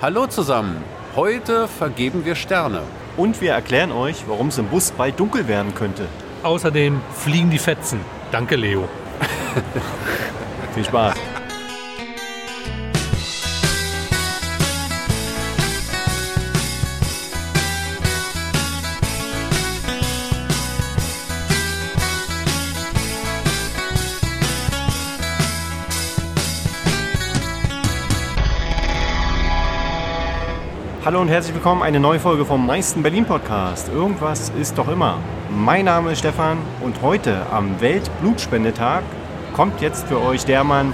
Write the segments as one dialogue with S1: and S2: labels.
S1: Hallo zusammen. Heute vergeben wir Sterne.
S2: Und wir erklären euch, warum es im Bus bald dunkel werden könnte.
S3: Außerdem fliegen die Fetzen. Danke, Leo.
S2: Viel Spaß. Hallo und herzlich willkommen, eine neue Folge vom meisten Berlin Podcast. Irgendwas ist doch immer. Mein Name ist Stefan und heute am Weltblutspendetag kommt jetzt für euch der Mann,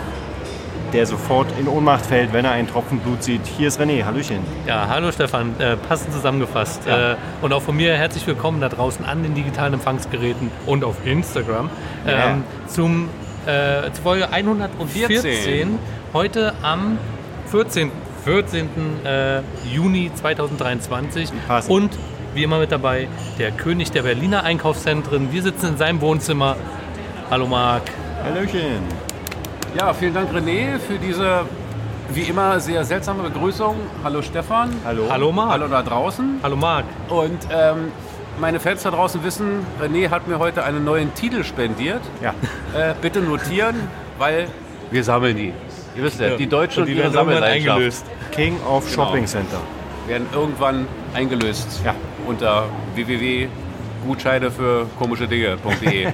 S2: der sofort in Ohnmacht fällt, wenn er einen Tropfen Blut sieht. Hier ist René, Hallöchen.
S3: Ja, hallo Stefan, äh, passend zusammengefasst.
S2: Ja.
S3: Äh, und auch von mir herzlich willkommen da draußen an den digitalen Empfangsgeräten und auf Instagram
S2: Ja.
S3: ähm, zum äh, zur Folge 114.
S1: 14.
S3: Heute am 14. 14. Äh, Juni 2023.
S2: Passend.
S3: Und wie immer mit dabei der König der Berliner Einkaufszentren. Wir sitzen in seinem Wohnzimmer. Hallo Marc.
S2: Hallöchen.
S1: Ja, vielen Dank, René, für diese wie immer sehr seltsame Begrüßung. Hallo Stefan.
S2: Hallo.
S3: Hallo Marc.
S1: Hallo da draußen.
S3: Hallo Marc.
S1: Und ähm, meine Fans da draußen wissen, René hat mir heute einen neuen Titel spendiert.
S2: Ja,
S1: Äh, bitte notieren, weil wir sammeln die. Ihr wisst ja, die Deutschen und,
S3: die
S1: ihre
S3: werden irgendwann
S1: Sammelleidenschaft
S3: eingelöst.
S2: King of Shopping Center.
S1: werden irgendwann eingelöst
S2: Ja.
S1: unter www.gutscheine für komische Dinge.de.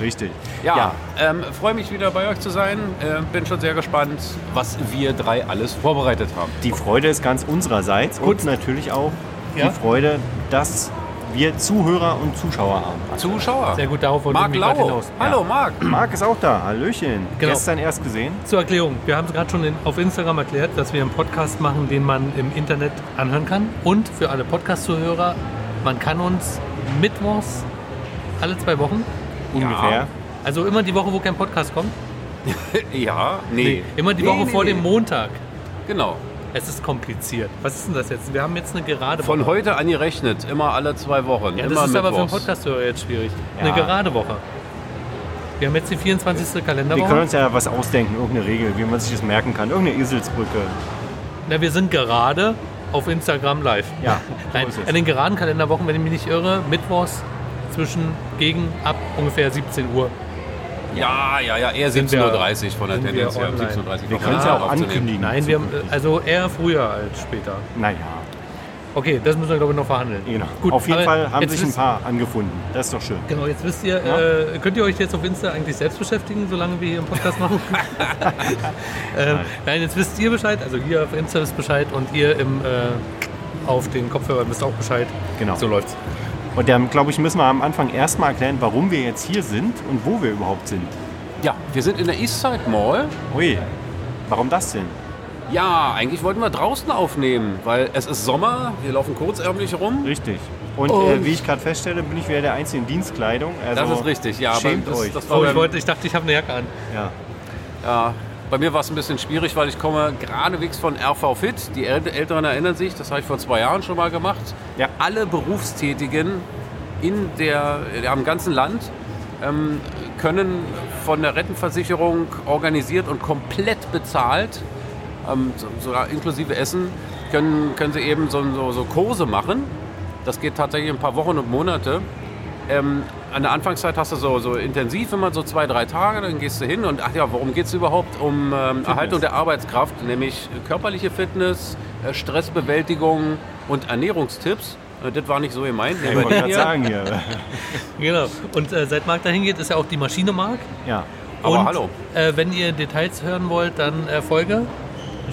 S2: Richtig.
S1: Ja, Ähm, freue mich wieder bei euch zu sein. Äh, bin schon sehr gespannt, was wir drei alles vorbereitet haben.
S2: Die Freude ist ganz unsererseits
S3: Kurz-
S2: und natürlich auch
S3: Ja.
S2: die Freude, dass wir Zuhörer und Zuschauer haben. Also
S1: Zuschauer.
S3: Sehr gut, darauf wollte
S1: Marc
S3: ich mich grad
S1: Lau.
S3: hinaus.
S1: Hallo, Marc.
S2: Marc ist auch da. Hallöchen.
S3: Genau.
S2: Gestern erst gesehen.
S3: Zur Erklärung, wir haben es gerade schon in, auf Instagram erklärt, dass wir einen Podcast machen, den man im Internet anhören kann. Und für alle Podcast-Zuhörer, man kann uns mittwochs alle zwei Wochen,
S2: Ungefähr.
S3: also immer die Woche, wo kein Podcast kommt,
S1: Ja, nee.
S3: immer die
S1: Nee,
S3: Woche
S1: nee,
S3: vor
S1: nee.
S3: dem Montag.
S1: Genau.
S3: Es ist kompliziert. Was ist denn das jetzt? Wir haben jetzt eine gerade
S1: Von
S3: Woche.
S1: heute an gerechnet, immer alle zwei Wochen.
S3: Ja,
S1: immer
S3: das ist aber für einen
S1: mittwochs.
S3: Podcast-Hörer jetzt schwierig.
S2: Ja.
S3: Eine gerade Woche. Wir haben jetzt die 24.
S2: Wir können
S3: Kalenderwoche.
S2: uns ja was ausdenken, irgendeine Regel, wie man sich das merken kann. Irgendeine Eselsbrücke.
S3: Na, wir sind gerade auf Instagram live.
S2: Ja,
S3: Nein,
S2: so ist es.
S3: an den geraden Kalenderwochen, wenn ich mich nicht irre, mittwochs zwischen gegen ab ungefähr 17 Uhr.
S1: Ja, ja, ja, eher
S3: Sind wir-
S1: 17.30 Uhr von der
S3: sind wir
S1: Tendenz her.
S3: online?
S1: 17.30
S2: Wir können es ja auch ankündigen.
S3: Nein, wir haben,
S2: zukünftig.
S3: äh, also eher früher als später.
S2: Naja,
S3: Okay, das müssen wir, glaube ich, noch verhandeln.
S2: genau. Auf jeden
S3: aber
S2: Fall haben
S3: jetzt
S2: sich ein
S3: wisst-
S2: paar angefunden. Das ist doch schön.
S3: Genau, jetzt wisst ihr, äh, könnt ihr euch jetzt auf Insta eigentlich selbst beschäftigen, solange wir hier im Podcast machen? ähm, nein, jetzt wisst ihr Bescheid, also ihr auf Insta wisst Bescheid und ihr im, äh, auf den Kopfhörern wisst auch Bescheid.
S2: Genau.
S3: So läuft's.
S2: Und dann, glaube ich, müssen wir am Anfang erstmal erklären, warum wir jetzt hier sind und wo wir überhaupt sind.
S1: Ja, wir sind in der Eastside Mall.
S2: Ui, warum das denn?
S1: Ja, eigentlich wollten wir draußen aufnehmen, weil es ist Sommer, wir laufen kurzärmlich rum.
S2: Richtig. Und
S1: Und-
S2: äh, wie ich gerade feststelle, bin ich wieder der Einzige in Dienstkleidung. Also
S1: Das ist richtig, ja.
S2: Schämt
S1: aber das,
S2: euch.
S1: Das war
S3: Oh, ich,
S1: beim-
S3: wollte, ich dachte, ich habe eine Jacke an.
S2: Ja.
S1: Ja, Äh, bei mir war es ein bisschen schwierig, weil ich komme geradewegs von RV Fit. Die Äl- Älteren erinnern sich, das habe ich vor zwei Jahren schon mal gemacht.
S2: Ja.
S1: Alle Berufstätigen in der, äh, am ganzen Land ähm, können von der Rentenversicherung organisiert und komplett bezahlt, ähm, so- sogar inklusive Essen, können, können sie eben so, so, so Kurse machen. Das geht tatsächlich ein paar Wochen und Monate ähm, an der Anfangszeit hast du so, so intensiv immer so zwei, drei Tage, dann gehst du hin und ach ja, worum geht es überhaupt? Um ähm, Erhaltung der Arbeitskraft, nämlich körperliche Fitness, äh, Stressbewältigung und Ernährungstipps. Äh, das war nicht so gemeint.
S2: Ich
S1: nehmen wir
S2: wollte
S1: die
S2: gerade
S1: hier.
S2: sagen hier.
S3: Genau. Und äh, seit Marc dahin geht, ist ja auch die Maschine Marc.
S2: Ja.
S1: Aber
S3: und,
S1: hallo.
S3: Äh, wenn ihr Details hören wollt, dann äh, Folge.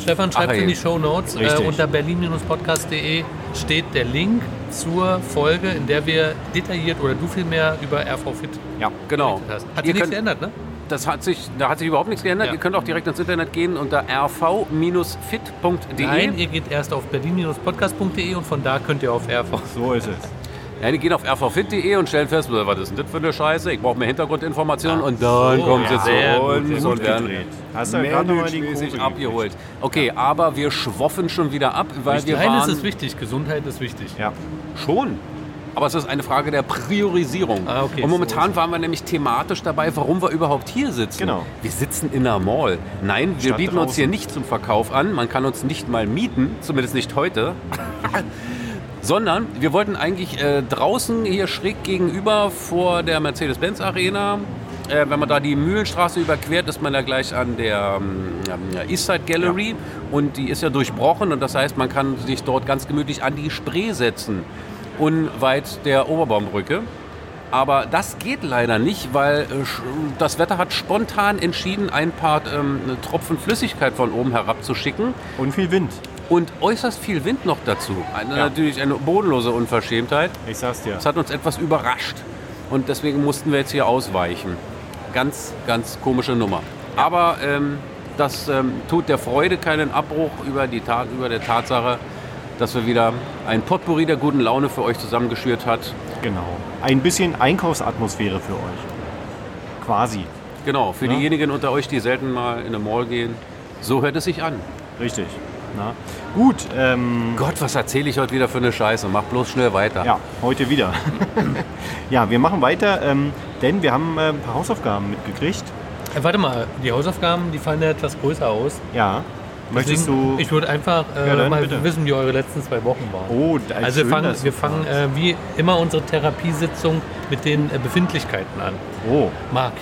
S3: Stefan schreibt
S1: Ach,
S3: in
S1: ey.
S3: die Show Notes. Äh,
S2: Richtig.
S3: unter berlin-podcast.de steht der Link zur Folge, in der wir detailliert oder du vielmehr über RV Fit
S2: Ja.
S1: Genau.
S3: hast. Hat
S1: Ihr
S3: sich nichts
S1: könnt-
S3: geändert, ne?
S1: Das hat sich, da hat sich überhaupt nichts geändert.
S3: Ja.
S1: Ihr könnt auch direkt ins Internet gehen unter rv-fit.de.
S3: Nein, ihr geht erst auf berlin-podcast.de und von da könnt ihr auf RV.
S2: So ist es.
S1: Ja, die gehen auf rvfit.de E und stellen fest, was ist denn das für eine Scheiße? Ich brauche mehr Hintergrundinformationen und dann
S3: so,
S1: kommen sie
S3: ja, sehr
S1: zu
S3: gut,
S1: uns
S2: sehr
S1: und
S2: gut
S1: werden
S2: gedreht. Hast du ja gerade nochmal die
S1: managemäßig
S2: Kurve
S1: abgeholt. Okay, aber wir schwoffen schon wieder ab, weil wir
S3: Eines
S1: waren
S3: ist wichtig, Gesundheit ist wichtig.
S2: Ja.
S1: schon. Aber es ist eine Frage der Priorisierung.
S3: Ah, okay,
S1: und
S3: so
S1: momentan
S3: ist
S1: waren wir nämlich thematisch dabei, warum wir überhaupt hier sitzen.
S2: Genau.
S1: Wir sitzen in einer Mall. Nein, wir
S2: Statt
S1: bieten uns
S2: draußen.
S1: hier nicht zum Verkauf an. Man kann uns nicht mal mieten, zumindest nicht heute. Sondern wir wollten eigentlich äh, draußen hier schräg gegenüber vor der Mercedes-Benz-Arena. Äh, wenn man da die Mühlenstraße überquert, ist man da gleich an der ähm, ähm, Eastside Gallery. Und die ist ja durchbrochen und das heißt, man kann sich dort ganz gemütlich an die Spree setzen, unweit der Oberbaumbrücke. Aber das geht leider nicht, weil äh, sch- das Wetter hat spontan entschieden, ein paar ähm, Tropfen Flüssigkeit von oben herabzuschicken
S2: Und viel Wind.
S1: und äußerst viel Wind noch dazu. Eine,
S2: Ja.
S1: Natürlich eine bodenlose Unverschämtheit.
S2: Ich sag's dir.
S1: Das hat uns etwas überrascht und deswegen mussten wir jetzt hier ausweichen. Ganz, ganz komische Nummer. Aber ähm, das ähm, tut der Freude keinen Abbruch über, die Tat, über der Tatsache, dass wir wieder ein Potpourri der guten Laune für euch zusammengeschürt hat.
S2: Genau. Ein bisschen Einkaufsatmosphäre für euch. Quasi.
S1: Genau, für
S2: Ja.
S1: diejenigen unter euch, die selten mal in eine Mall gehen, so hört es sich an.
S2: Richtig. Na? Gut, ähm,
S1: Gott, was erzähle ich heute wieder für eine Scheiße? Mach bloß schnell weiter.
S2: ja, heute wieder. ja, wir machen weiter, ähm, denn wir haben äh, ein paar Hausaufgaben mitgekriegt.
S3: Äh, warte mal, die Hausaufgaben, die fallen ja etwas größer aus.
S2: Ja. Möchtest
S3: Deswegen,
S2: du.
S3: Ich würde einfach äh,
S2: Ja, dann
S3: mal
S2: bitte.
S3: wissen, wie eure letzten zwei Wochen waren.
S2: oh, da ist
S3: also wir
S2: schön,
S3: fangen,
S2: dass
S3: wir
S2: du
S3: fangen
S2: fragst.
S3: äh, wie immer unsere Therapiesitzung mit den äh, Befindlichkeiten an.
S2: oh,
S3: Marc,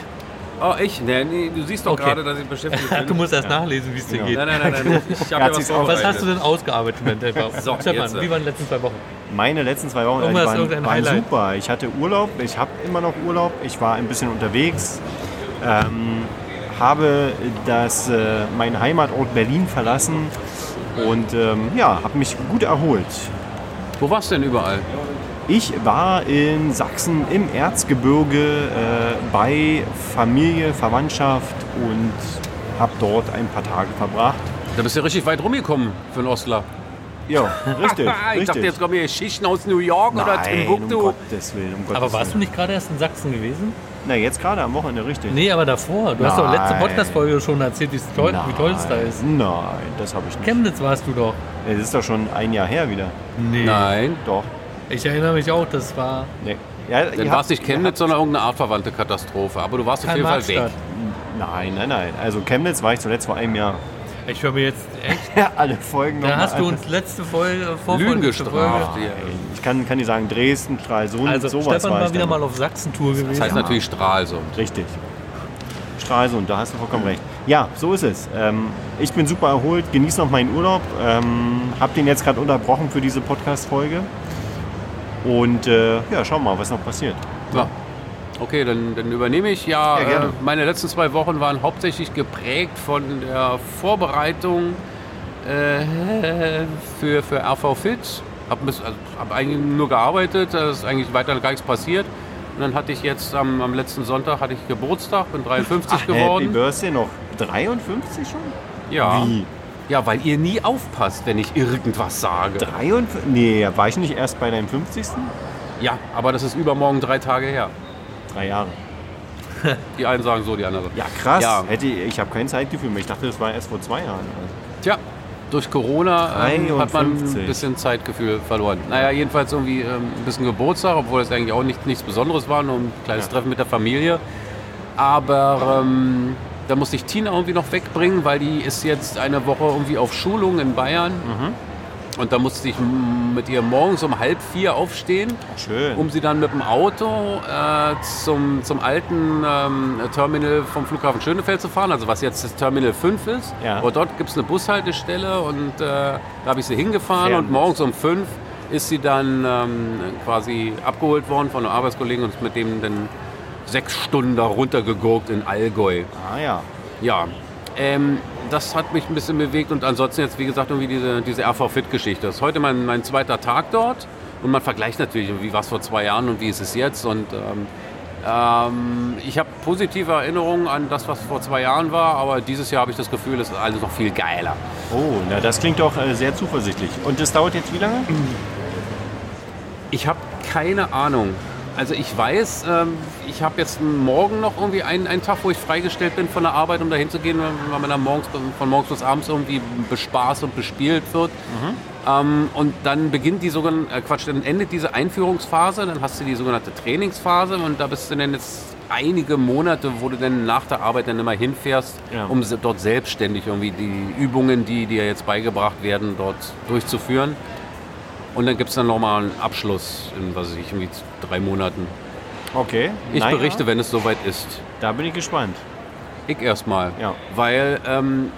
S1: Oh, ich? Nee, nee, du siehst doch
S3: Okay.
S1: gerade, dass ich beschäftigt bin.
S3: du musst erst nachlesen, wie es dir
S2: Ja.
S3: geht.
S1: Nein, nein, nein, nein. Ich
S2: Ja,
S1: habe
S2: zieh's
S1: was
S2: auf.
S3: Was hast
S1: vorbereitet.
S3: du denn ausgearbeitet im Endeffekt?
S1: So,
S3: Stefan,
S1: jetzt, äh.
S3: wie waren die letzten zwei Wochen?
S2: meine letzten zwei Wochen äh, die
S3: Irgendwas,
S2: waren,
S3: irgendein
S2: waren
S3: Highlight.
S2: super. Ich hatte Urlaub, ich habe immer noch Urlaub, ich war ein bisschen unterwegs, ähm, habe das, äh, meinen Heimatort Berlin verlassen und ähm, ja, habe mich gut erholt.
S1: Wo warst du denn überall?
S2: Ich war in Sachsen im Erzgebirge äh, bei Familie, Verwandtschaft und habe dort ein paar Tage verbracht.
S1: Da bist du ja richtig weit rumgekommen für einen Ostler.
S2: Ja, richtig.
S1: Ah, ich
S2: richtig.
S1: dachte, jetzt kommen hier Schichten aus New York oder
S2: Nein, um
S1: Timbuktu.
S2: Gottes Willen, um Gottes
S3: Aber warst du
S2: Willen.
S3: nicht gerade erst in Sachsen gewesen?
S2: Na, jetzt gerade am Wochenende, richtig.
S3: Nee, aber davor. Du hast doch letzte
S2: Nein.
S3: Podcast-Folge schon erzählt, wie's toll, wie toll es da ist.
S2: Nein, das habe ich nicht.
S3: Chemnitz warst du doch.
S2: Es ist doch schon ein Jahr her wieder.
S3: Nee.
S1: Nein,
S2: Doch.
S3: Ich erinnere mich auch, das war
S2: Nee. Ja, ihr
S1: dann
S2: habt-
S1: warst nicht Chemnitz, sondern irgendeine artverwandte Katastrophe. Aber du warst auf
S3: karl
S1: jeden Fall weg.
S3: marx
S2: Nein, nein, nein. Also Chemnitz war ich zuletzt vor einem Jahr.
S3: Ich höre mir jetzt echt.
S2: Ja, alle Folgen
S3: Da
S2: nochmal
S3: hast du
S2: an.
S3: uns letzte Folge Vorfolge-
S1: Lügen
S3: Folge-
S1: gestraft. hier.
S2: Ich kann, kann dir sagen, Dresden, Stralsund,
S3: Also
S2: sowas
S3: Stefan
S2: war
S3: war
S2: ich
S3: wieder
S2: dann.
S3: mal auf Sachsen-Tour gewesen.
S1: Das heißt natürlich Stralsund.
S2: Richtig. Stralsund, da hast du vollkommen recht. Ja, so ist es. Ähm, ich bin super erholt, genieße noch meinen Urlaub. Ähm, hab den jetzt gerade unterbrochen für diese Podcast-Folge. Und äh, ja, schau mal, was noch passiert.
S1: Ja. Okay, dann, dann übernehme ich. Ja,
S2: Ja, gerne.
S1: äh, meine letzten zwei Wochen waren hauptsächlich geprägt von der Vorbereitung äh, für, für RV Fit. Hab, ein bisschen- also, hab eigentlich nur gearbeitet, da ist eigentlich weiter gar nichts passiert. Und dann hatte ich jetzt am, am letzten Sonntag hatte ich Geburtstag, bin 53
S2: Ah, Happy
S1: geworden. Ah.
S2: Birthday noch 53 schon?
S1: Ja.
S2: Wie?
S1: ja, weil ihr nie aufpasst, wenn ich irgendwas sage.
S2: 53? Nee, war ich nicht erst bei deinem 50.
S1: Ja, aber das ist übermorgen drei Tage her.
S2: Drei Jahre.
S1: Die einen sagen so, die anderen so.
S2: Ja, krass.
S1: Ja.
S2: Hätte, ich habe kein Zeitgefühl mehr. Ich dachte, das war erst vor zwei Jahren. Also,
S1: Tja, durch Corona ähm, hat man ein
S2: 53.
S1: bisschen Zeitgefühl verloren. Naja, jedenfalls irgendwie ähm, ein bisschen Geburtstag, obwohl es eigentlich auch nicht, nichts Besonderes war, nur ein kleines
S2: Ja.
S1: Treffen mit der Familie. Aber ähm, da musste ich Tina irgendwie noch wegbringen, weil die ist jetzt eine Woche irgendwie auf Schulung in Bayern. Und da musste ich m- mit ihr morgens um halb vier aufstehen
S2: Schön.
S1: um sie dann mit dem Auto äh, zum, zum alten ähm, Terminal vom Flughafen Schönefeld zu fahren, also was jetzt das Terminal 5 ist.
S2: Ja.
S1: Und dort gibt es eine Bushaltestelle und äh, da habe ich sie hingefahren
S2: Fernbus.
S1: und morgens um 5 ist sie dann ähm, quasi abgeholt worden von einem Arbeitskollegen und ist mit dem dann sechs Stunden da runtergegurkt in Allgäu.
S2: ah ja.
S1: Ja, ähm, das hat mich ein bisschen bewegt und ansonsten jetzt, wie gesagt, irgendwie diese, diese RV-Fit-Geschichte. Das ist heute mein, mein zweiter Tag dort und man vergleicht natürlich, wie war es vor zwei Jahren und wie ist es jetzt und ähm, ähm, ich habe positive Erinnerungen an das, was vor zwei Jahren war, aber dieses Jahr habe ich das Gefühl, es ist alles noch viel geiler.
S2: Oh, na, das klingt doch äh, sehr zuversichtlich. Und das dauert jetzt wie lange?
S1: Ich habe keine Ahnung. Also ich weiß, ähm, ich habe jetzt morgen noch irgendwie einen, einen Tag, wo ich freigestellt bin von der Arbeit, um dahin zu gehen, weil man dann morgens, von morgens bis abends irgendwie bespaßt und bespielt wird. Ähm, und dann beginnt die sogenannte, äh, Quatsch, dann endet diese Einführungsphase, dann hast du die sogenannte Trainingsphase und da bist du dann jetzt einige Monate, wo du dann nach der Arbeit dann immer hinfährst,
S2: Ja.
S1: um se- dort selbstständig irgendwie die Übungen, die dir jetzt beigebracht werden, dort durchzuführen. Und dann gibt es dann nochmal einen Abschluss in, was weiß ich, irgendwie drei Monaten.
S2: Okay.
S1: Ich
S2: naja,
S1: berichte, wenn es soweit ist.
S2: Da bin ich gespannt.
S1: Ich erstmal.
S2: Ja.
S1: Weil ähm,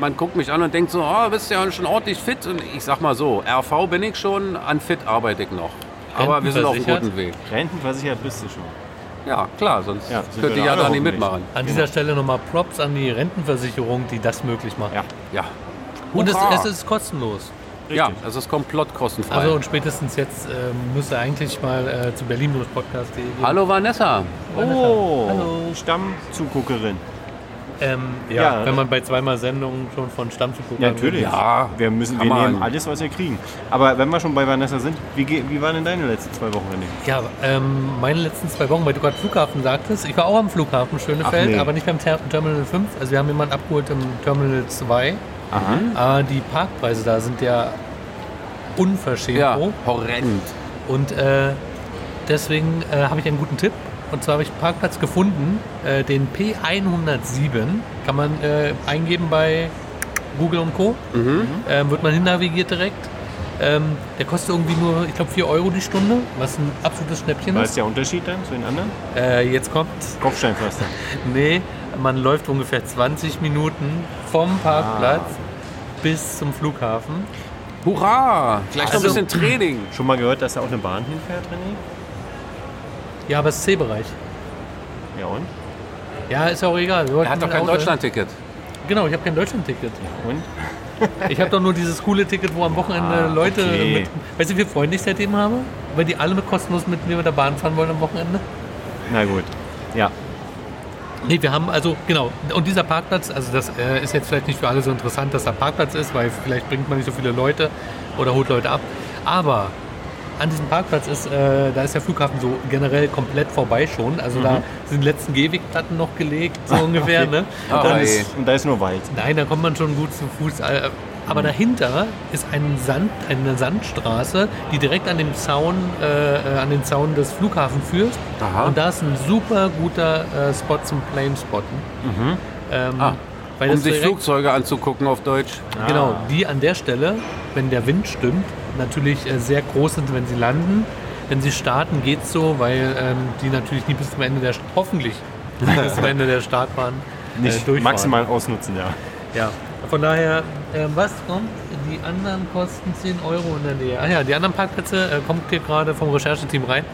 S1: man guckt mich an und denkt so, oh, bist ja schon ordentlich fit. Und ich sag mal so, RV bin ich schon, an fit arbeite ich noch. Aber wir sind auf einem
S3: Rentenversichert?
S1: guten Weg.
S2: Rentenversichert bist du schon.
S1: Ja, klar, sonst
S2: Ja, sind
S1: könnte
S2: wir
S1: ich ja
S2: alle
S1: da nicht
S2: hoffentlich.
S1: mitmachen.
S3: An dieser Stelle nochmal Props an die Rentenversicherung, die das möglich macht.
S2: Ja,
S1: Ja.
S3: und es,
S1: Hurra!
S3: es ist kostenlos.
S1: ja,
S2: richtig.
S1: also es ist komplett kostenfrei.
S3: Also und spätestens jetzt äh, müsste eigentlich mal äh, zu berlin-podcast.de gehen.
S1: Hallo Vanessa.
S2: Oh,
S3: Hallo.
S2: Stammzuguckerin.
S3: Ähm, ja,
S2: Ja.
S3: wenn man bei zweimal Sendungen schon von Stamm zu gucken
S2: Ja, natürlich.
S1: Ja,
S2: wir müssen,
S1: kann
S2: wir nehmen
S1: man.
S2: alles, was wir kriegen. Aber wenn wir schon bei Vanessa sind, wie, ge- wie waren denn deine letzten zwei Wochen, René?
S3: Ja, ähm, meine letzten zwei Wochen, weil du gerade Flughafen sagtest, ich war auch am Flughafen Schönefeld,
S2: Ach, nee.
S3: aber nicht beim Ter Terminal 5. Also wir haben jemanden abgeholt im Terminal 2.
S2: Aha.
S3: Aber die Parkpreise da sind ja unverschämt
S1: Ja,
S3: hoch.
S1: horrend.
S3: Und äh, deswegen äh, habe ich einen guten Tipp. Und zwar habe ich einen Parkplatz gefunden, äh, den P107. Kann man äh, eingeben bei Google und Co.
S1: Mhm.
S3: Ähm, wird man hin navigiert direkt. Ähm, der kostet irgendwie nur, ich glaube, 4 Euro die Stunde, was ein absolutes Schnäppchen
S2: Was ist
S3: ist.
S2: der Unterschied dann zu den anderen?
S3: Äh, jetzt kommt,
S2: Kopfsteinpflaster.
S3: nee, man läuft ungefähr 20 Minuten vom Parkplatz
S1: Ah.
S3: bis zum Flughafen.
S1: Hurra! Gleich
S3: Also-
S1: noch ein bisschen Training.
S2: Schon mal gehört, dass da auch eine Bahn hinfährt, René?
S3: Ja, aber es ist C-Bereich.
S2: Ja und?
S3: Ja, ist ja auch äh, egal. Wir wollten
S1: Er hat doch
S3: mit
S1: kein
S3: Auto-
S1: Deutschlandticket.
S3: Genau, ich habe kein Deutschland-Ticket.
S2: Und?
S3: Ich habe doch nur dieses coole Ticket, wo am Wochenende
S2: Ah,
S3: Leute
S2: okay.
S3: mit. Weißt du, wie viele Freunde ich seitdem habe? Weil die alle mit kostenlos mit mir mit der Bahn fahren wollen am Wochenende?
S2: Na gut. Ja.
S3: Nee, wir haben also, genau. Und dieser Parkplatz, also das äh, ist jetzt vielleicht nicht für alle so interessant, dass da Parkplatz ist, weil vielleicht bringt man nicht so viele Leute oder holt Leute ab. Aber an diesem Parkplatz ist, äh, da ist der Flughafen so generell komplett vorbei schon. Also
S2: Mhm.
S3: da sind die letzten Gehwegplatten noch gelegt, so ungefähr. Ne?
S1: Ah,
S2: Da
S1: ey.
S2: ist, und da ist nur Wald.
S3: Nein, da kommt man schon gut zu Fuß. äh, Aber dahinter ist ein Sand, eine Sandstraße, die direkt an, dem Zaun, äh, äh, an den Zaun des Flughafens führt.
S1: Aha.
S3: Und da ist ein super guter äh, Spot zum Plane-Spotten. Ähm,
S1: Ah,
S3: weil
S1: Um
S3: das
S1: sich Ah.
S3: direkt-
S1: Flugzeuge anzugucken auf Deutsch.
S3: Genau, die an der Stelle, wenn der Wind stimmt, natürlich äh, sehr groß sind, wenn sie landen. Wenn sie starten, geht's so, weil ähm, die natürlich nie bis zum Ende der hoffentlich nie bis zum Ende der Startbahn äh,
S2: Nicht
S3: durchfahren.
S2: maximal ausnutzen, ja.
S3: Ja, von daher, ähm, was kommt? Die anderen kosten 10 Euro in der Nähe. Ah ja, die anderen Parkplätze äh, kommt hier gerade vom Rechercheteam rein.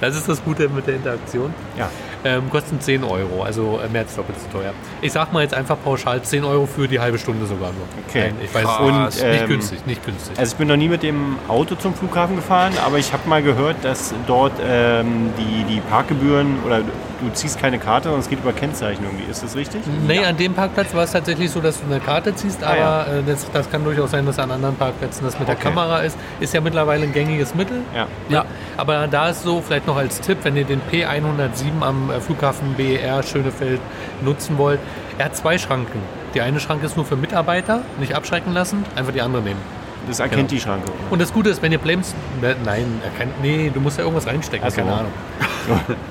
S3: das ist das Gute mit der Interaktion.
S2: Ja.
S3: Ähm, kosten 10 Euro, also äh, mehr als doppelt so teuer. Ich sag mal jetzt einfach pauschal 10 Euro für die halbe Stunde sogar nur.
S2: Okay.
S3: Nein, ich weiß
S1: Krass.
S3: und,
S1: Und,
S3: Ah, nicht
S2: ähm,
S3: günstig, nicht günstig.
S2: Also ich bin noch nie mit dem Auto zum Flughafen gefahren, aber ich habe mal gehört, dass dort ähm, die, die Parkgebühren oder du, du ziehst keine Karte, sondern es geht über Kennzeichen irgendwie. Ist das richtig?
S3: Nee, an dem Parkplatz war es tatsächlich so, dass du eine Karte ziehst, aber
S2: Ah, ja.
S3: äh, das, das kann durchaus sein, dass an anderen Parkplätzen das mit der
S2: Okay.
S3: Kamera ist. Ist ja mittlerweile ein gängiges Mittel.
S2: Ja.
S3: Ja, aber da ist so, vielleicht noch als Tipp, wenn ihr den P107 am äh, Flughafen BER Schönefeld nutzen wollt, er hat zwei Schranken. Die eine Schranke ist nur für Mitarbeiter, nicht abschrecken lassen, einfach die andere nehmen.
S2: Das erkennt
S3: Genau.
S2: die Schranke.
S3: Und das Gute ist, wenn ihr Blames. Ne, nein, er kann, nee, du musst ja irgendwas reinstecken,
S2: Ach so.
S3: keine Ahnung.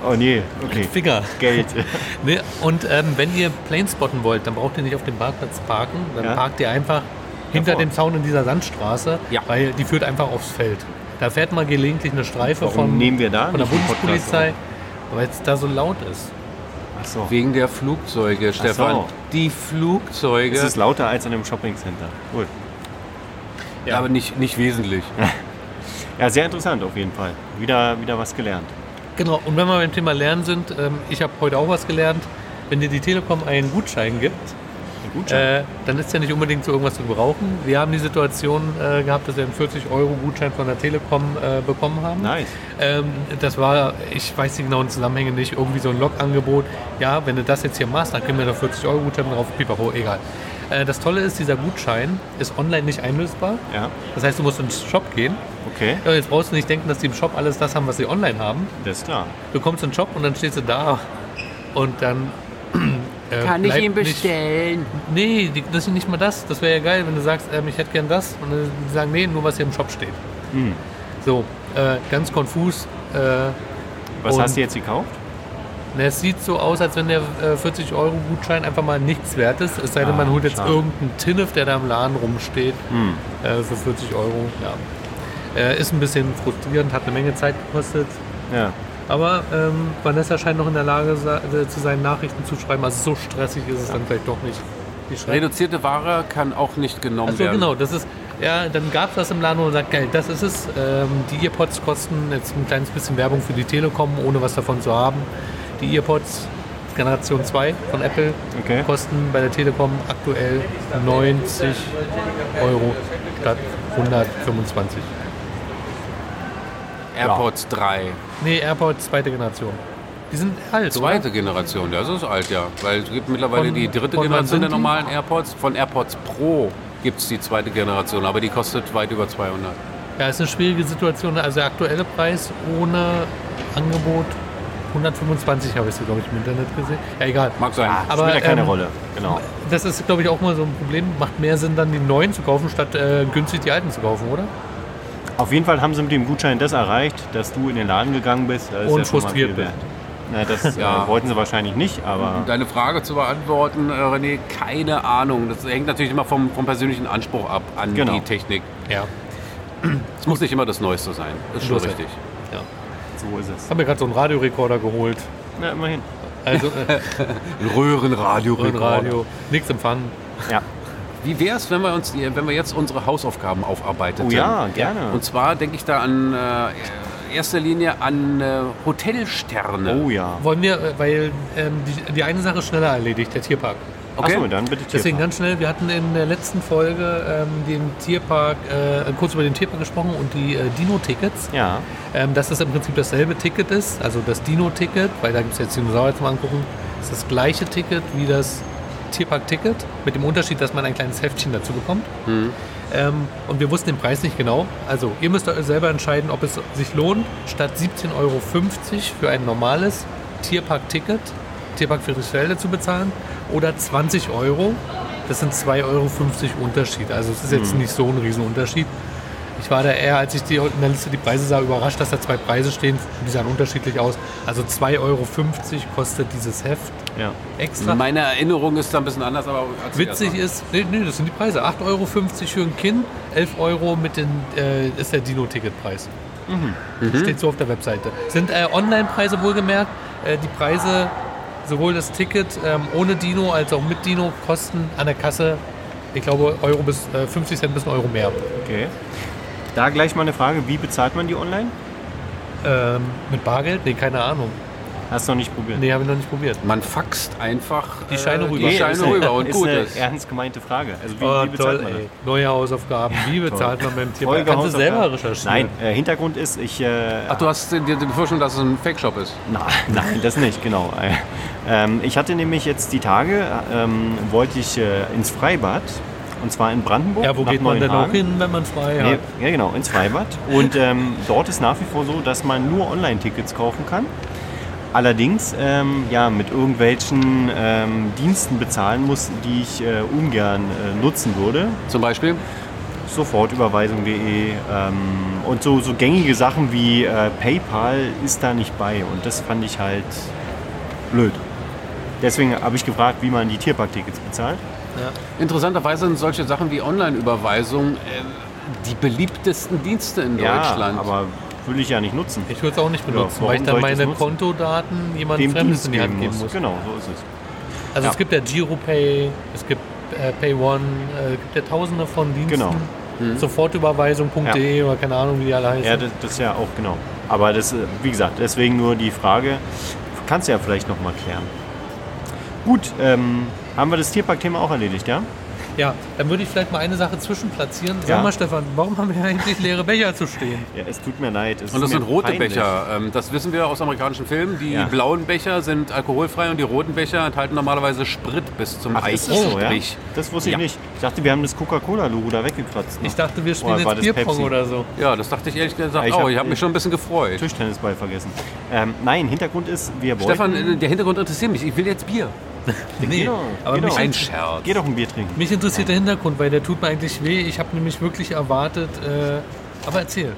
S2: Oh nee, okay.
S3: Finger.
S2: Geld.
S3: Ne, und ähm, wenn ihr Plane spotten wollt, dann braucht ihr nicht auf dem Parkplatz parken, dann
S2: Ja.
S3: parkt ihr einfach hinter
S2: Davor.
S3: dem Zaun in dieser Sandstraße,
S1: Ja.
S3: weil die führt einfach aufs Feld. Da fährt mal gelegentlich eine Streife
S2: Warum
S3: von,
S2: nehmen wir da
S3: von der
S2: nicht einen Podcast
S3: Bundespolizei, weil es da so laut ist.
S2: Achso.
S1: Wegen der Flugzeuge, Stefan.
S2: so.
S1: Die Flugzeuge.
S2: Es ist lauter als in einem Shoppingcenter. Gut.
S3: Ja.
S1: Aber nicht, nicht wesentlich.
S2: Ja, sehr interessant auf jeden Fall. Wieder, wieder was gelernt.
S3: Genau, und wenn wir beim Thema Lernen sind, ähm, ich habe heute auch was gelernt. Wenn dir die Telekom einen Gutschein gibt,
S2: Ein Gutschein.
S3: äh, dann ist der nicht unbedingt zu irgendwas zu gebrauchen. Wir haben die Situation äh, gehabt, dass wir einen 40-Euro-Gutschein von der Telekom äh, bekommen haben.
S2: nice.
S3: Ähm, das war, ich weiß die genauen Zusammenhänge nicht, irgendwie so ein Log-Angebot. Ja, wenn du das jetzt hier machst, dann kriegen wir da 40 Euro Gutschein drauf, pipapo, egal. Äh, das Tolle ist, dieser Gutschein ist online nicht einlösbar.
S2: Ja,
S3: Das heißt, du musst in den Shop gehen.
S2: okay,
S3: Ja, jetzt brauchst du nicht denken, dass die im Shop alles das haben, was sie online haben.
S2: das ist klar.
S3: Du kommst in den Shop und dann stehst du da und dann. äh,
S1: Kann ich
S3: bleibt
S1: ihn
S3: nicht-
S1: bestellen?
S3: Nee, die, das ist nicht mal das. Das wäre ja geil, wenn du sagst, ähm, ich hätte gern das. Und dann sagen, nee, nur was hier im Shop steht.
S2: Hm.
S3: So, äh, ganz konfus. Äh,
S2: Was
S3: Und-
S2: hast du jetzt gekauft?
S3: na, es sieht so aus, als wenn der äh, 40-Euro-Gutschein einfach mal nichts wert ist. Es sei denn,
S2: Ah,
S3: man holt jetzt
S2: schade.
S3: irgendeinen Tinnef, der da im Laden rumsteht,
S2: Hm.
S3: äh, für 40 Euro. Ja. Äh, ist ein bisschen frustrierend, hat eine Menge Zeit gekostet.
S2: Ja.
S3: Aber ähm, Vanessa scheint noch in der Lage sa- äh, zu sein, Nachrichten zu schreiben. Also so stressig ist es dann vielleicht doch nicht. Die schreibt-
S1: Reduzierte Ware kann auch nicht genommen
S3: Ach so,
S1: werden.
S3: genau, das ist. Ja, dann gab es das im Laden und sagt, geil, das ist es. Ähm, die Earpods kosten jetzt ein kleines bisschen Werbung für die Telekom, ohne was davon zu haben. Die Earpods Generation 2 von Apple
S2: Okay.
S3: kosten bei der Telekom aktuell 90 Euro statt 125.
S1: AirPods 3.
S3: Nee, Airpods zweite Generation. Die sind alt, oder?
S1: Zweite Generation, ja, das ist alt, ja. Weil es gibt mittlerweile
S3: Von-
S1: die dritte
S3: von wann
S1: Generation
S3: sind
S1: der
S3: die?
S1: normalen AirPods. Von AirPods Pro gibt es die zweite Generation, aber die kostet weit über 200.
S3: Ja, ist eine schwierige Situation. Also der aktuelle Preis ohne Angebot 125 habe ich so, glaube ich, im Internet gesehen. Ja, egal.
S1: Mag sein.
S2: Ah,
S3: Aber,
S2: spielt ja keine
S3: ähm,
S2: Rolle. Genau.
S3: Das ist, glaube ich, auch mal so ein Problem. Macht mehr Sinn, dann die neuen zu kaufen, statt äh, günstig die alten zu kaufen, oder?
S2: Auf jeden Fall haben sie mit dem Gutschein das erreicht, dass du in den Laden gegangen bist. Da ist
S3: Und
S2: ja schon mal
S3: frustriert
S2: viel
S3: bist.
S2: wert. Na, das
S1: Ja.
S2: äh, wollten sie wahrscheinlich nicht, aber
S1: Deine Frage zu beantworten, äh, René, keine Ahnung. Das hängt natürlich immer vom, vom persönlichen Anspruch ab an
S2: Genau.
S1: die Technik.
S3: Ja.
S1: Es muss nicht immer das Neueste sein. Das ist schon
S3: Bloß halt.
S1: richtig.
S3: Mhm.
S2: so ist es.
S3: Haben wir gerade so einen Radiorekorder geholt.
S2: Na, immerhin.
S3: Also äh,
S1: Ein Röhrenradio.
S3: ein Radio, nichts empfangen.
S2: Ja.
S1: Wie wäre es, wenn wir uns, wenn wir jetzt unsere Hausaufgaben aufarbeiten?
S2: Oh ja, gerne.
S1: Und zwar denke ich da an äh, erster Linie an äh, Hotelsterne.
S2: Oh ja.
S3: Wollen wir, äh, weil ähm, die, die eine Sache schneller erledigt, der Tierpark.
S1: Okay.
S2: Achso, dann bitte
S3: Deswegen
S2: Tierpark.
S3: ganz schnell, wir hatten in der letzten Folge ähm, den Tierpark, äh, kurz über den Tierpark gesprochen und die äh, Dino-Tickets.
S2: Ja,
S3: Ähm, dass das im Prinzip dasselbe Ticket ist, also das Dino-Ticket, weil da gibt es jetzt Dinosaurier zum Angucken, ist das gleiche Ticket wie das Tierpark-Ticket, mit dem Unterschied, dass man ein kleines Heftchen dazu bekommt. Ähm, und wir wussten den Preis nicht genau. Also ihr müsst euch selber entscheiden, ob es sich lohnt, statt 17,50 Euro für ein normales Tierpark-Ticket, Tierpark Friedrichsfelde zu bezahlen, oder 20 Euro. Das sind 2,50 Euro Unterschied. Also es ist jetzt nicht so ein Riesenunterschied. Ich war da eher, als ich die, in der Liste die Preise sah, überrascht, dass da zwei Preise stehen. Die sahen unterschiedlich aus. Also 2,50 Euro kostet dieses Heft
S2: ja.
S3: extra.
S1: Meine Erinnerung ist da ein bisschen anders, aber als ich
S3: Witzig
S1: erst
S3: ist, nee, nee, das sind die Preise. 8,50 Euro für ein Kind, 11 Euro mit den, äh, ist der Dino-Ticketpreis. Steht so auf der Webseite. Sind äh, Online-Preise wohlgemerkt. Äh, die Preise, sowohl das Ticket ähm, ohne Dino als auch mit Dino, kosten an der Kasse, ich glaube, Euro bis äh, 50 Cent bis ein Euro mehr.
S2: Okay. Da gleich mal eine Frage, wie bezahlt man die online?
S3: Ähm, mit Bargeld? Nee, keine Ahnung.
S2: Hast du noch nicht probiert?
S3: Nee, habe ich noch nicht probiert.
S1: Man faxt einfach äh,
S3: Die Scheine rüber.
S1: Die
S2: Nee,
S1: Scheine
S2: ist eine-
S1: rüber und
S2: ist
S1: gut
S2: eine
S1: ist.
S2: ernst gemeinte Frage. Also wie,
S3: Oh,
S2: wie bezahlt
S3: toll,
S2: man das?
S3: ey. Neue Hausaufgaben. Wie bezahlt man beim Tierpark? Kannst du
S2: Hausaufgaben.
S3: selber recherchieren?
S2: Nein, äh, Hintergrund ist, ich... Äh,
S1: Ach, du hast dir die Befürchtung, dass es ein Fake-Shop ist.
S2: Na, nein, das nicht, genau. Äh, Ähm, ich hatte nämlich jetzt die Tage, ähm, wollte ich äh, ins Freibad, und zwar in Brandenburg.
S3: Ja, wo
S2: nach
S3: geht man denn auch
S2: Neuenhagen.
S3: hin, wenn man frei hat?
S2: Nee, ja, genau, ins Freibad. Und ähm, dort ist nach wie vor so, dass man nur Online-Tickets kaufen kann. Allerdings ähm, ja, mit irgendwelchen ähm, Diensten bezahlen muss, die ich äh, ungern äh, nutzen würde.
S1: Zum Beispiel.
S2: Sofortüberweisung.de ähm, und so, so gängige Sachen wie äh, PayPal ist da nicht bei. Und das fand ich halt blöd. Deswegen habe ich gefragt, wie man die Tierparktickets bezahlt.
S1: Interessanterweise sind solche Sachen wie Online-Überweisung äh, die beliebtesten Dienste in Deutschland.
S2: Ja, aber will ich ja nicht nutzen.
S3: Ich würde es auch nicht benutzen,
S2: warum
S3: weil ich
S2: soll
S3: dann
S2: ich das
S3: meine
S2: nutzen?
S3: Kontodaten jemandem Fremdes in die Hand
S2: geben
S3: geben muss.
S2: Genau, so ist es.
S3: Also
S2: Ja.
S3: es gibt ja GiroPay, es gibt äh, PayOne, äh, es gibt ja tausende von Diensten.
S2: Genau.
S3: Sofortüberweisung.de oder keine Ahnung, wie die alle heißen.
S2: Ja, das, das ist ja auch genau. Aber das, äh, wie gesagt, deswegen nur die Frage, kannst du ja vielleicht nochmal klären. Gut, ähm, haben wir das Tierpark-Thema auch erledigt, ja?
S3: Ja, dann würde ich vielleicht mal eine Sache zwischenplatzieren. Sag
S2: Ja.
S3: mal, Stefan, warum haben wir eigentlich leere Becher zu stehen?
S2: Ja, es tut mir leid. Es
S1: Und das
S2: ist mir
S1: sind rote
S2: peinlich.
S1: Becher. Ähm, das wissen wir aus amerikanischen Filmen. Die
S2: Ja.
S1: blauen Becher sind alkoholfrei und die roten Becher enthalten normalerweise Sprit bis zum
S2: Ach, ist das so, ja?
S1: Eichenstrich.
S2: Das wusste ich
S1: Ja.
S2: nicht. Ich dachte, wir haben das Coca-Cola-Logo da weggekratzt.
S3: Ich dachte, wir spielen
S2: Oder war
S3: jetzt
S2: das
S3: Bierpong
S2: Pepsi?
S3: oder so.
S1: Ja, das dachte ich ehrlich gesagt.
S2: Ich
S1: oh,
S2: hab-
S1: ich habe mich schon ein bisschen gefreut.
S2: Tischtennisball vergessen. Ähm, nein, Hintergrund ist, wir wollten...
S1: Stefan, äh, der Hintergrund interessiert mich. Ich will jetzt Bier.
S3: Nee,
S2: Genau,
S3: aber
S2: genau.
S3: mich
S1: Ein Scherz.
S2: Geh doch ein Bier trinken.
S3: Mich interessiert der Hintergrund, weil der tut mir eigentlich weh. Ich habe nämlich wirklich erwartet, äh, aber erzähl.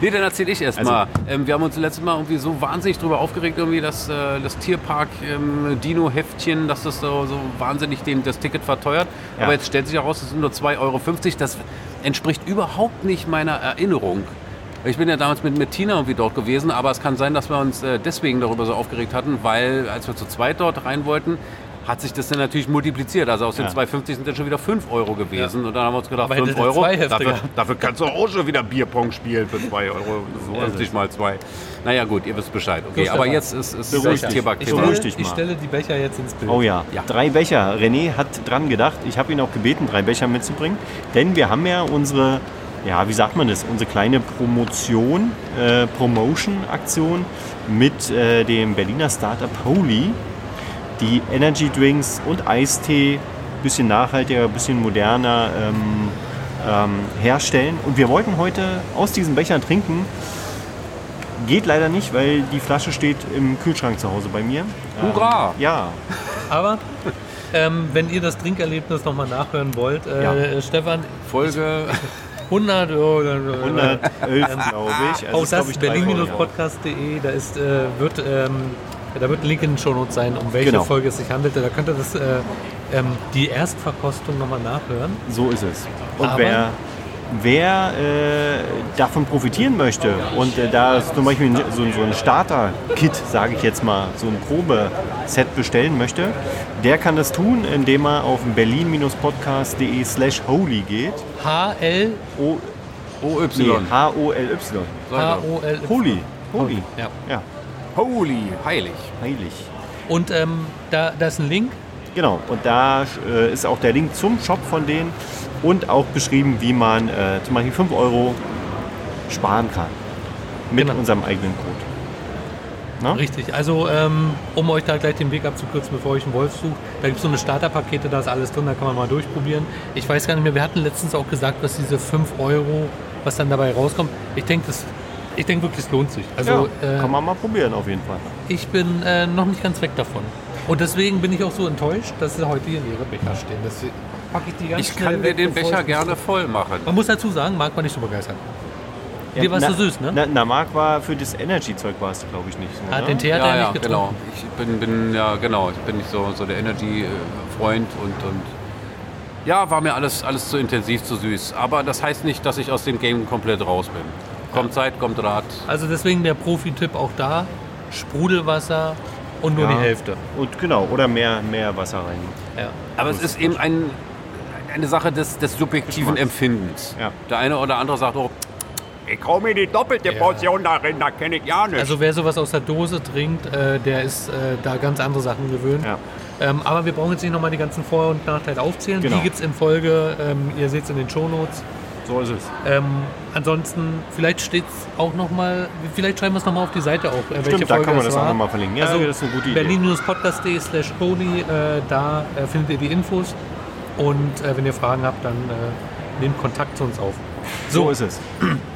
S1: Nee, dann erzähle ich
S3: Also-
S1: erst mal. Ähm, wir haben uns letztes Mal irgendwie so wahnsinnig drüber aufgeregt, irgendwie, dass äh, das Tierpark ähm, Dino-Heftchen, dass das so, so wahnsinnig dem das Ticket verteuert.
S2: Ja.
S1: Aber jetzt stellt sich heraus, das sind nur 2,50 Euro. Das entspricht überhaupt nicht meiner Erinnerung. Ich bin ja damals mit, mit Tina irgendwie dort gewesen, aber es kann sein, dass wir uns äh, deswegen darüber so aufgeregt hatten, weil als wir zu zweit dort rein wollten, hat sich das dann natürlich multipliziert. Also aus den
S2: Ja.
S1: 2,50 sind dann schon wieder 5 Euro gewesen. Und dann haben wir uns gedacht,
S3: Aber hätte
S1: 5
S3: der
S1: Euro,
S3: zwei Hefte
S1: dafür,
S3: gehabt.
S1: dafür kannst du auch schon wieder Bierpong spielen für 2 Euro. So
S2: ist
S1: 50
S2: es.
S1: mal 2. Naja gut, ihr wisst Bescheid. Okay,
S3: So,
S1: aber
S3: Stefan.
S1: jetzt ist es
S2: Beruhig dich.
S3: Ich
S2: Thema.
S1: Tierpark-Thema.
S2: Beruhig dich
S3: stelle, ich
S2: mal.
S3: stelle die Becher jetzt ins Bild.
S2: Oh ja.
S1: Ja.
S2: drei Becher. René hat dran gedacht. Ich habe ihn auch gebeten, drei Becher mitzubringen. Denn wir haben ja unsere, ja, wie sagt man das, unsere kleine Promotion, äh, Promotion-Aktion mit äh, dem Berliner Startup Holy, die Energy Drinks und Eistee bisschen nachhaltiger, bisschen moderner ähm, ähm, herstellen. Und wir wollten heute aus diesen Bechern trinken. Geht leider nicht, weil die Flasche steht im Kühlschrank zu Hause bei mir.
S1: Hurra!
S2: Ähm, ja,
S3: Aber ähm, wenn ihr das Trinkerlebnis nochmal nachhören wollt, äh,
S2: Ja.
S3: Stefan, oh,
S1: Folge
S3: 100 Euro.
S2: 111, glaube ich. Also
S3: Auch
S2: ist,
S3: Äh, oh, das,
S2: glaub ich, drei Euro.
S3: berlin-podcast.de, da ist, äh, wird, ähm, da wird ein Link in den Shownotes sein, um welche
S2: Genau.
S3: Folge es sich handelte. Da könnt ihr das, äh, ähm, die Erstverkostung nochmal nachhören.
S2: So ist es. Und
S3: Aber-
S2: wer, wer äh, davon profitieren möchte und äh, da zum Beispiel ein- so, so ein Starter-Kit, sage ich jetzt mal, so ein Probeset bestellen möchte, der kann das tun, indem er auf berlin-podcast.de slash holy geht.
S3: HL,
S2: O
S1: OY.
S2: nee, H-O-L-Y.
S3: H-O-L.
S2: Holy. Holy.
S3: Ja.
S2: Ja,
S1: Holy, heilig.
S2: heilig.
S3: Und ähm, da, da ist ein Link.
S2: Genau, und da äh, ist auch der Link zum Shop von denen und auch beschrieben, wie man äh, zum Beispiel 5 Euro sparen kann mit
S3: Genau.
S2: unserem eigenen Code. Na?
S3: Richtig. Also, ähm, um euch da gleich den Weg abzukürzen, bevor ich einen Wolf suche, da gibt es so eine Starterpakete, da ist alles drin, da kann man mal durchprobieren. Ich weiß gar nicht mehr, wir hatten letztens auch gesagt, was diese 5 Euro, was dann dabei rauskommt. Ich denke, das. Ich denke wirklich, es lohnt sich. Also
S2: ja,
S3: äh,
S2: kann man mal probieren auf jeden Fall.
S3: ich bin äh, noch nicht ganz weg davon. Und deswegen bin ich auch so enttäuscht, dass sie heute hier leere Becher stehen. Das packe ich die ganz
S1: Ich
S3: schnell
S1: kann dir
S3: weg,
S1: den
S3: bevor
S1: Becher
S3: ich-
S1: gerne voll machen.
S3: Man muss dazu sagen, Marc war nicht so begeistert.
S2: Ja,
S3: Dir war's
S2: na-
S3: so süß, ne?
S2: Na, na Marc war für das Energy-Zeug warst du, glaube ich, nicht. So,
S3: Ah,
S2: ne?
S3: den Tee hat
S1: ja,
S3: er
S1: ja,
S3: nicht
S1: genau.
S3: getrunken.
S1: Ich bin, bin ja genau, ich bin nicht so, so der Energy-Freund und, und ja, war mir alles, alles zu intensiv, zu süß. Aber das heißt nicht, dass ich aus dem Game komplett raus bin. Kommt Zeit, kommt Rat.
S3: Also deswegen der Profi-Tipp auch da: Sprudelwasser und nur
S2: Ja.
S3: die Hälfte.
S2: Und genau, oder mehr, mehr Wasser rein.
S3: Ja.
S1: Aber es ist eben ein, eine Sache des, des subjektiven Empfindens.
S2: Ja.
S1: Der eine oder andere sagt oh, auch, ich hau mir die doppelte
S3: Ja.
S1: Portion darin, da kenne ich ja nicht.
S3: Also wer sowas aus der Dose trinkt, äh, der ist äh, da ganz andere Sachen gewöhnt.
S2: Ja.
S3: Ähm, aber wir brauchen jetzt nicht nochmal die ganzen Vor- und Nachteile aufzählen.
S2: Genau.
S3: Die gibt es in Folge, ähm, ihr seht es in den Shownotes.
S2: So ist es.
S3: Ähm, ansonsten, vielleicht steht es auch nochmal, vielleicht schreiben wir es nochmal auf die Seite auch, äh, welche
S2: Stimmt, da
S3: Folge
S2: kann man
S3: es
S2: das auch
S3: war.
S2: nochmal verlinken. Ja,
S3: also
S2: das ist eine gute Idee.
S3: berlin-podcast.de slash Pony, äh, da äh, findet ihr die Infos. Und äh, wenn ihr Fragen habt, dann äh, nehmt Kontakt zu uns auf.
S2: So ist es.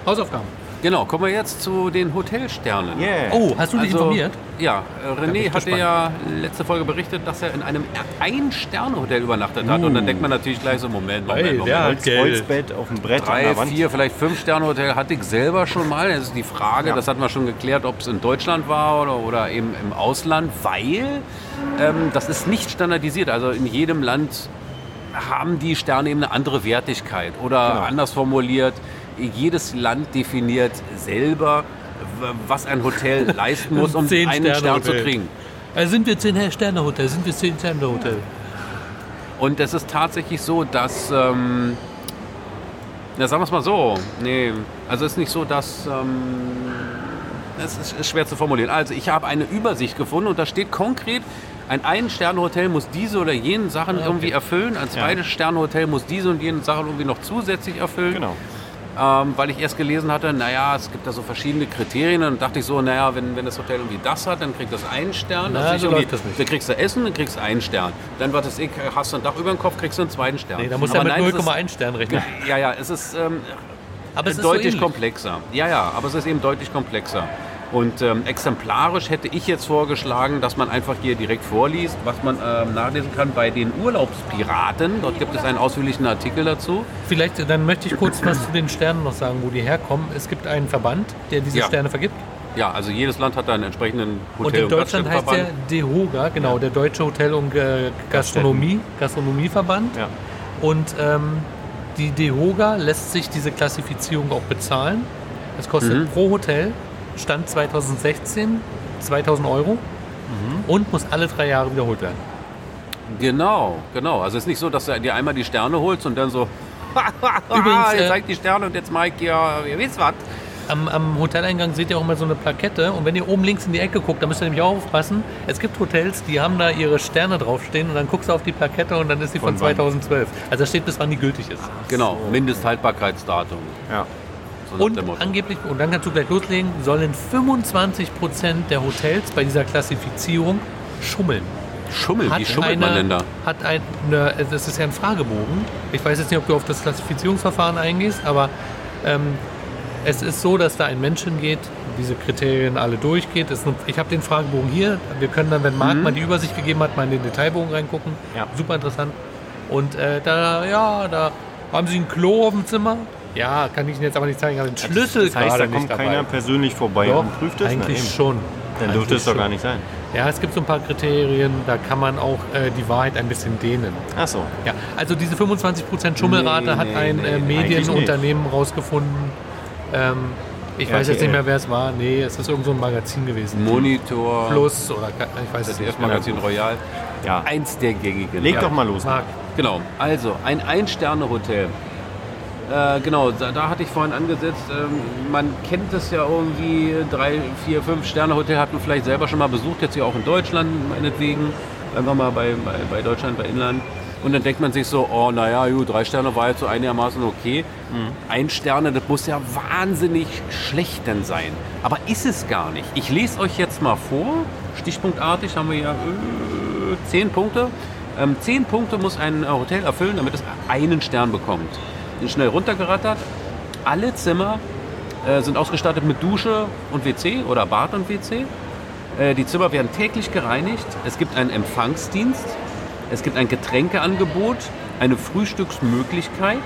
S3: Hausaufgaben.
S1: genau, kommen wir jetzt zu den Hotelsternen.
S2: Yeah.
S3: Oh, hast du dich
S1: Also,
S3: informiert?
S1: Ja, äh,
S3: bin ich
S1: René hatte
S3: gespannt.
S1: ja letzte Folge berichtet, dass er in einem Ein-Sterne-Hotel übernachtet
S3: Hm.
S1: hat. Und dann denkt man natürlich gleich so, Moment, Moment,
S3: Ey,
S1: Moment.
S3: der
S2: Holz,
S3: hat
S2: Holzbett auf dem Brett an
S1: Drei,
S2: der Wand.
S1: vier, vielleicht fünf Sterne Hotel hatte ich selber schon mal. Das ist die Frage,
S2: Ja.
S1: das hatten wir schon geklärt, ob es in Deutschland war oder, oder eben im Ausland, weil ähm, das ist nicht standardisiert. Also in jedem Land haben die Sterne eben eine andere Wertigkeit. Oder
S2: Genau.
S1: anders formuliert, jedes Land definiert selber, w- was ein Hotel leisten muss, um
S3: Zehn
S1: einen
S3: Sterne
S1: Stern zu
S3: Hotel.
S1: kriegen.
S3: Äh, sind wir 10 Sterne Hotel? Sind wir 10 Sterne Hotel?
S1: Und es ist tatsächlich so, dass. Ähm, na, sagen wir es mal so. Nee, also es ist nicht so, dass. Ähm, es ist, ist schwer zu formulieren. Also ich habe eine Übersicht gefunden und da steht konkret, ein Ein-Sterne-Hotel muss diese oder jenen Sachen
S3: okay.
S1: irgendwie erfüllen, ein zweites Sterne-Hotel muss diese und jene Sachen irgendwie noch zusätzlich erfüllen.
S2: Genau.
S1: Ähm, weil ich erst gelesen hatte, naja, es gibt da so verschiedene Kriterien und dachte ich so, naja, wenn, wenn das Hotel irgendwie das hat, dann kriegt das einen Stern.
S3: Na,
S1: also nicht
S3: so
S1: irgendwie-
S3: läuft das nicht.
S1: Dann kriegst du Essen, dann kriegst du einen Stern. Dann war das ich, hast du ein Dach über dem Kopf, kriegst du einen zweiten Stern.
S3: Nee, da muss er
S1: Aber
S3: mit
S1: nein, es ist-
S3: 0,1 Sternen rechnen.
S1: Ja, ja, es ist ähm,
S3: Aber es ist
S1: deutlich
S3: so ähnlich.
S1: komplexer. Ja, ja, aber es ist eben deutlich komplexer. Und ähm, exemplarisch hätte ich jetzt vorgeschlagen, dass man einfach hier direkt vorliest, was man ähm, nachlesen kann bei den Urlaubspiraten. Dort gibt es einen ausführlichen Artikel dazu.
S3: Vielleicht, dann möchte ich kurz was zu den Sternen noch sagen, wo die herkommen. Es gibt einen Verband, der diese
S1: Ja.
S3: Sterne vergibt.
S1: Ja, also jedes Land hat da einen entsprechenden
S3: Und
S1: Hotel-
S3: in Deutschland heißt der
S1: Gaststättenverband.
S3: DEHOGA, genau, der Deutsche Hotel- und äh, Gastronomie, Gastronomieverband.
S2: Ja.
S3: Und ähm, die DEHOGA lässt sich diese Klassifizierung auch bezahlen. Es kostet pro Hotel, Stand 2016, 2000 Euro und muss alle drei Jahre wiederholt werden.
S1: Genau, genau. Also es ist nicht so, dass du dir einmal die Sterne holst und dann so, Übrigens,
S3: Übrigens,
S1: ihr
S3: äh,
S1: zeigt die Sterne und jetzt Mike, ja, ihr wisst was.
S3: Am, am Hoteleingang seht ihr auch immer so eine Plakette und wenn ihr oben links in die Ecke guckt, da müsst ihr nämlich auch aufpassen. Es gibt Hotels, die haben da ihre Sterne draufstehen und dann guckst du auf die Plakette und dann ist sie von,
S2: Von wann?
S3: 2012. Also da steht, bis wann die gültig ist.
S1: Genau, Mindesthaltbarkeitsdatum.
S2: Ja.
S1: So nach
S3: Und
S1: dem Motto.
S3: angeblich, und dann kannst du gleich loslegen, sollen 25% der Hotels bei dieser Klassifizierung schummeln.
S1: Schummel, wie schummelt
S3: einer-
S1: man denn da?
S3: Hat ein, ne, das ist ja ein Fragebogen. Ich weiß jetzt nicht, ob du auf das Klassifizierungsverfahren eingehst, aber ähm, es ist so, dass da ein Mensch hingeht, diese Kriterien alle durchgeht. Es ist ein, ich habe den Fragebogen hier. Wir können dann, wenn Marc mal die Übersicht gegeben hat, mal in den Detailbogen reingucken.
S2: Mhm. Ja.
S3: Super interessant. Und äh, da, ja, da haben sie ein Klo auf dem Zimmer. Ja, kann ich Ihnen jetzt aber nicht zeigen. Aber den Schlüssel
S2: Das heißt, da
S3: gerade
S2: kommt
S3: nicht dabei.
S2: keiner persönlich vorbei
S3: Doch,
S2: und prüft es. Na,
S3: eigentlich
S2: eben.
S3: schon.
S2: Dann dürfte
S3: Eigentlich
S2: es doch
S3: schon.
S2: gar nicht sein.
S3: Ja, es gibt so ein paar Kriterien, da kann man auch äh, die Wahrheit ein bisschen dehnen.
S2: Ach so.
S3: Ja, also diese 25% Schummelrate
S1: Nee,
S3: hat
S1: nee,
S3: ein
S1: nee,
S3: äh,
S1: eigentlich
S3: Medienunternehmen rausgefunden. Ähm, ich weiß jetzt
S2: RTL.
S3: nicht mehr, wer es war. Nee, es ist irgend so ein Magazin gewesen.
S1: Monitor,
S3: Plus oder ka- ich weiß es nicht.
S1: ZDF Magazin Royal,
S2: Ja.
S1: eins der gängigen.
S2: Leg
S1: Ja.
S2: doch mal los.
S3: Marc,
S1: Genau, also ein Ein-Sterne-Hotel. Äh, genau, da, da hatte ich vorhin angesetzt, ähm, man kennt es ja irgendwie, drei, vier, fünf Sterne-Hotel hat man vielleicht selber schon mal besucht, jetzt hier auch in Deutschland meinetwegen, einfach mal bei, bei, bei Deutschland, bei Inland. Und dann denkt man sich so, oh naja, ju, drei Sterne war jetzt so einigermaßen okay. Ein Sterne, das muss ja wahnsinnig schlecht denn sein. Aber ist es gar nicht. Ich lese euch jetzt mal vor, stichpunktartig haben wir ja äh, zehn Punkte. Ähm, zehn Punkte muss ein äh, Hotel erfüllen, damit es einen Stern bekommt. Bin schnell runtergerattert. Alle Zimmer äh, sind ausgestattet mit Dusche und WC oder Bad und WC. Äh, die Zimmer werden täglich gereinigt. Es gibt einen Empfangsdienst. Es gibt ein Getränkeangebot, eine Frühstücksmöglichkeit.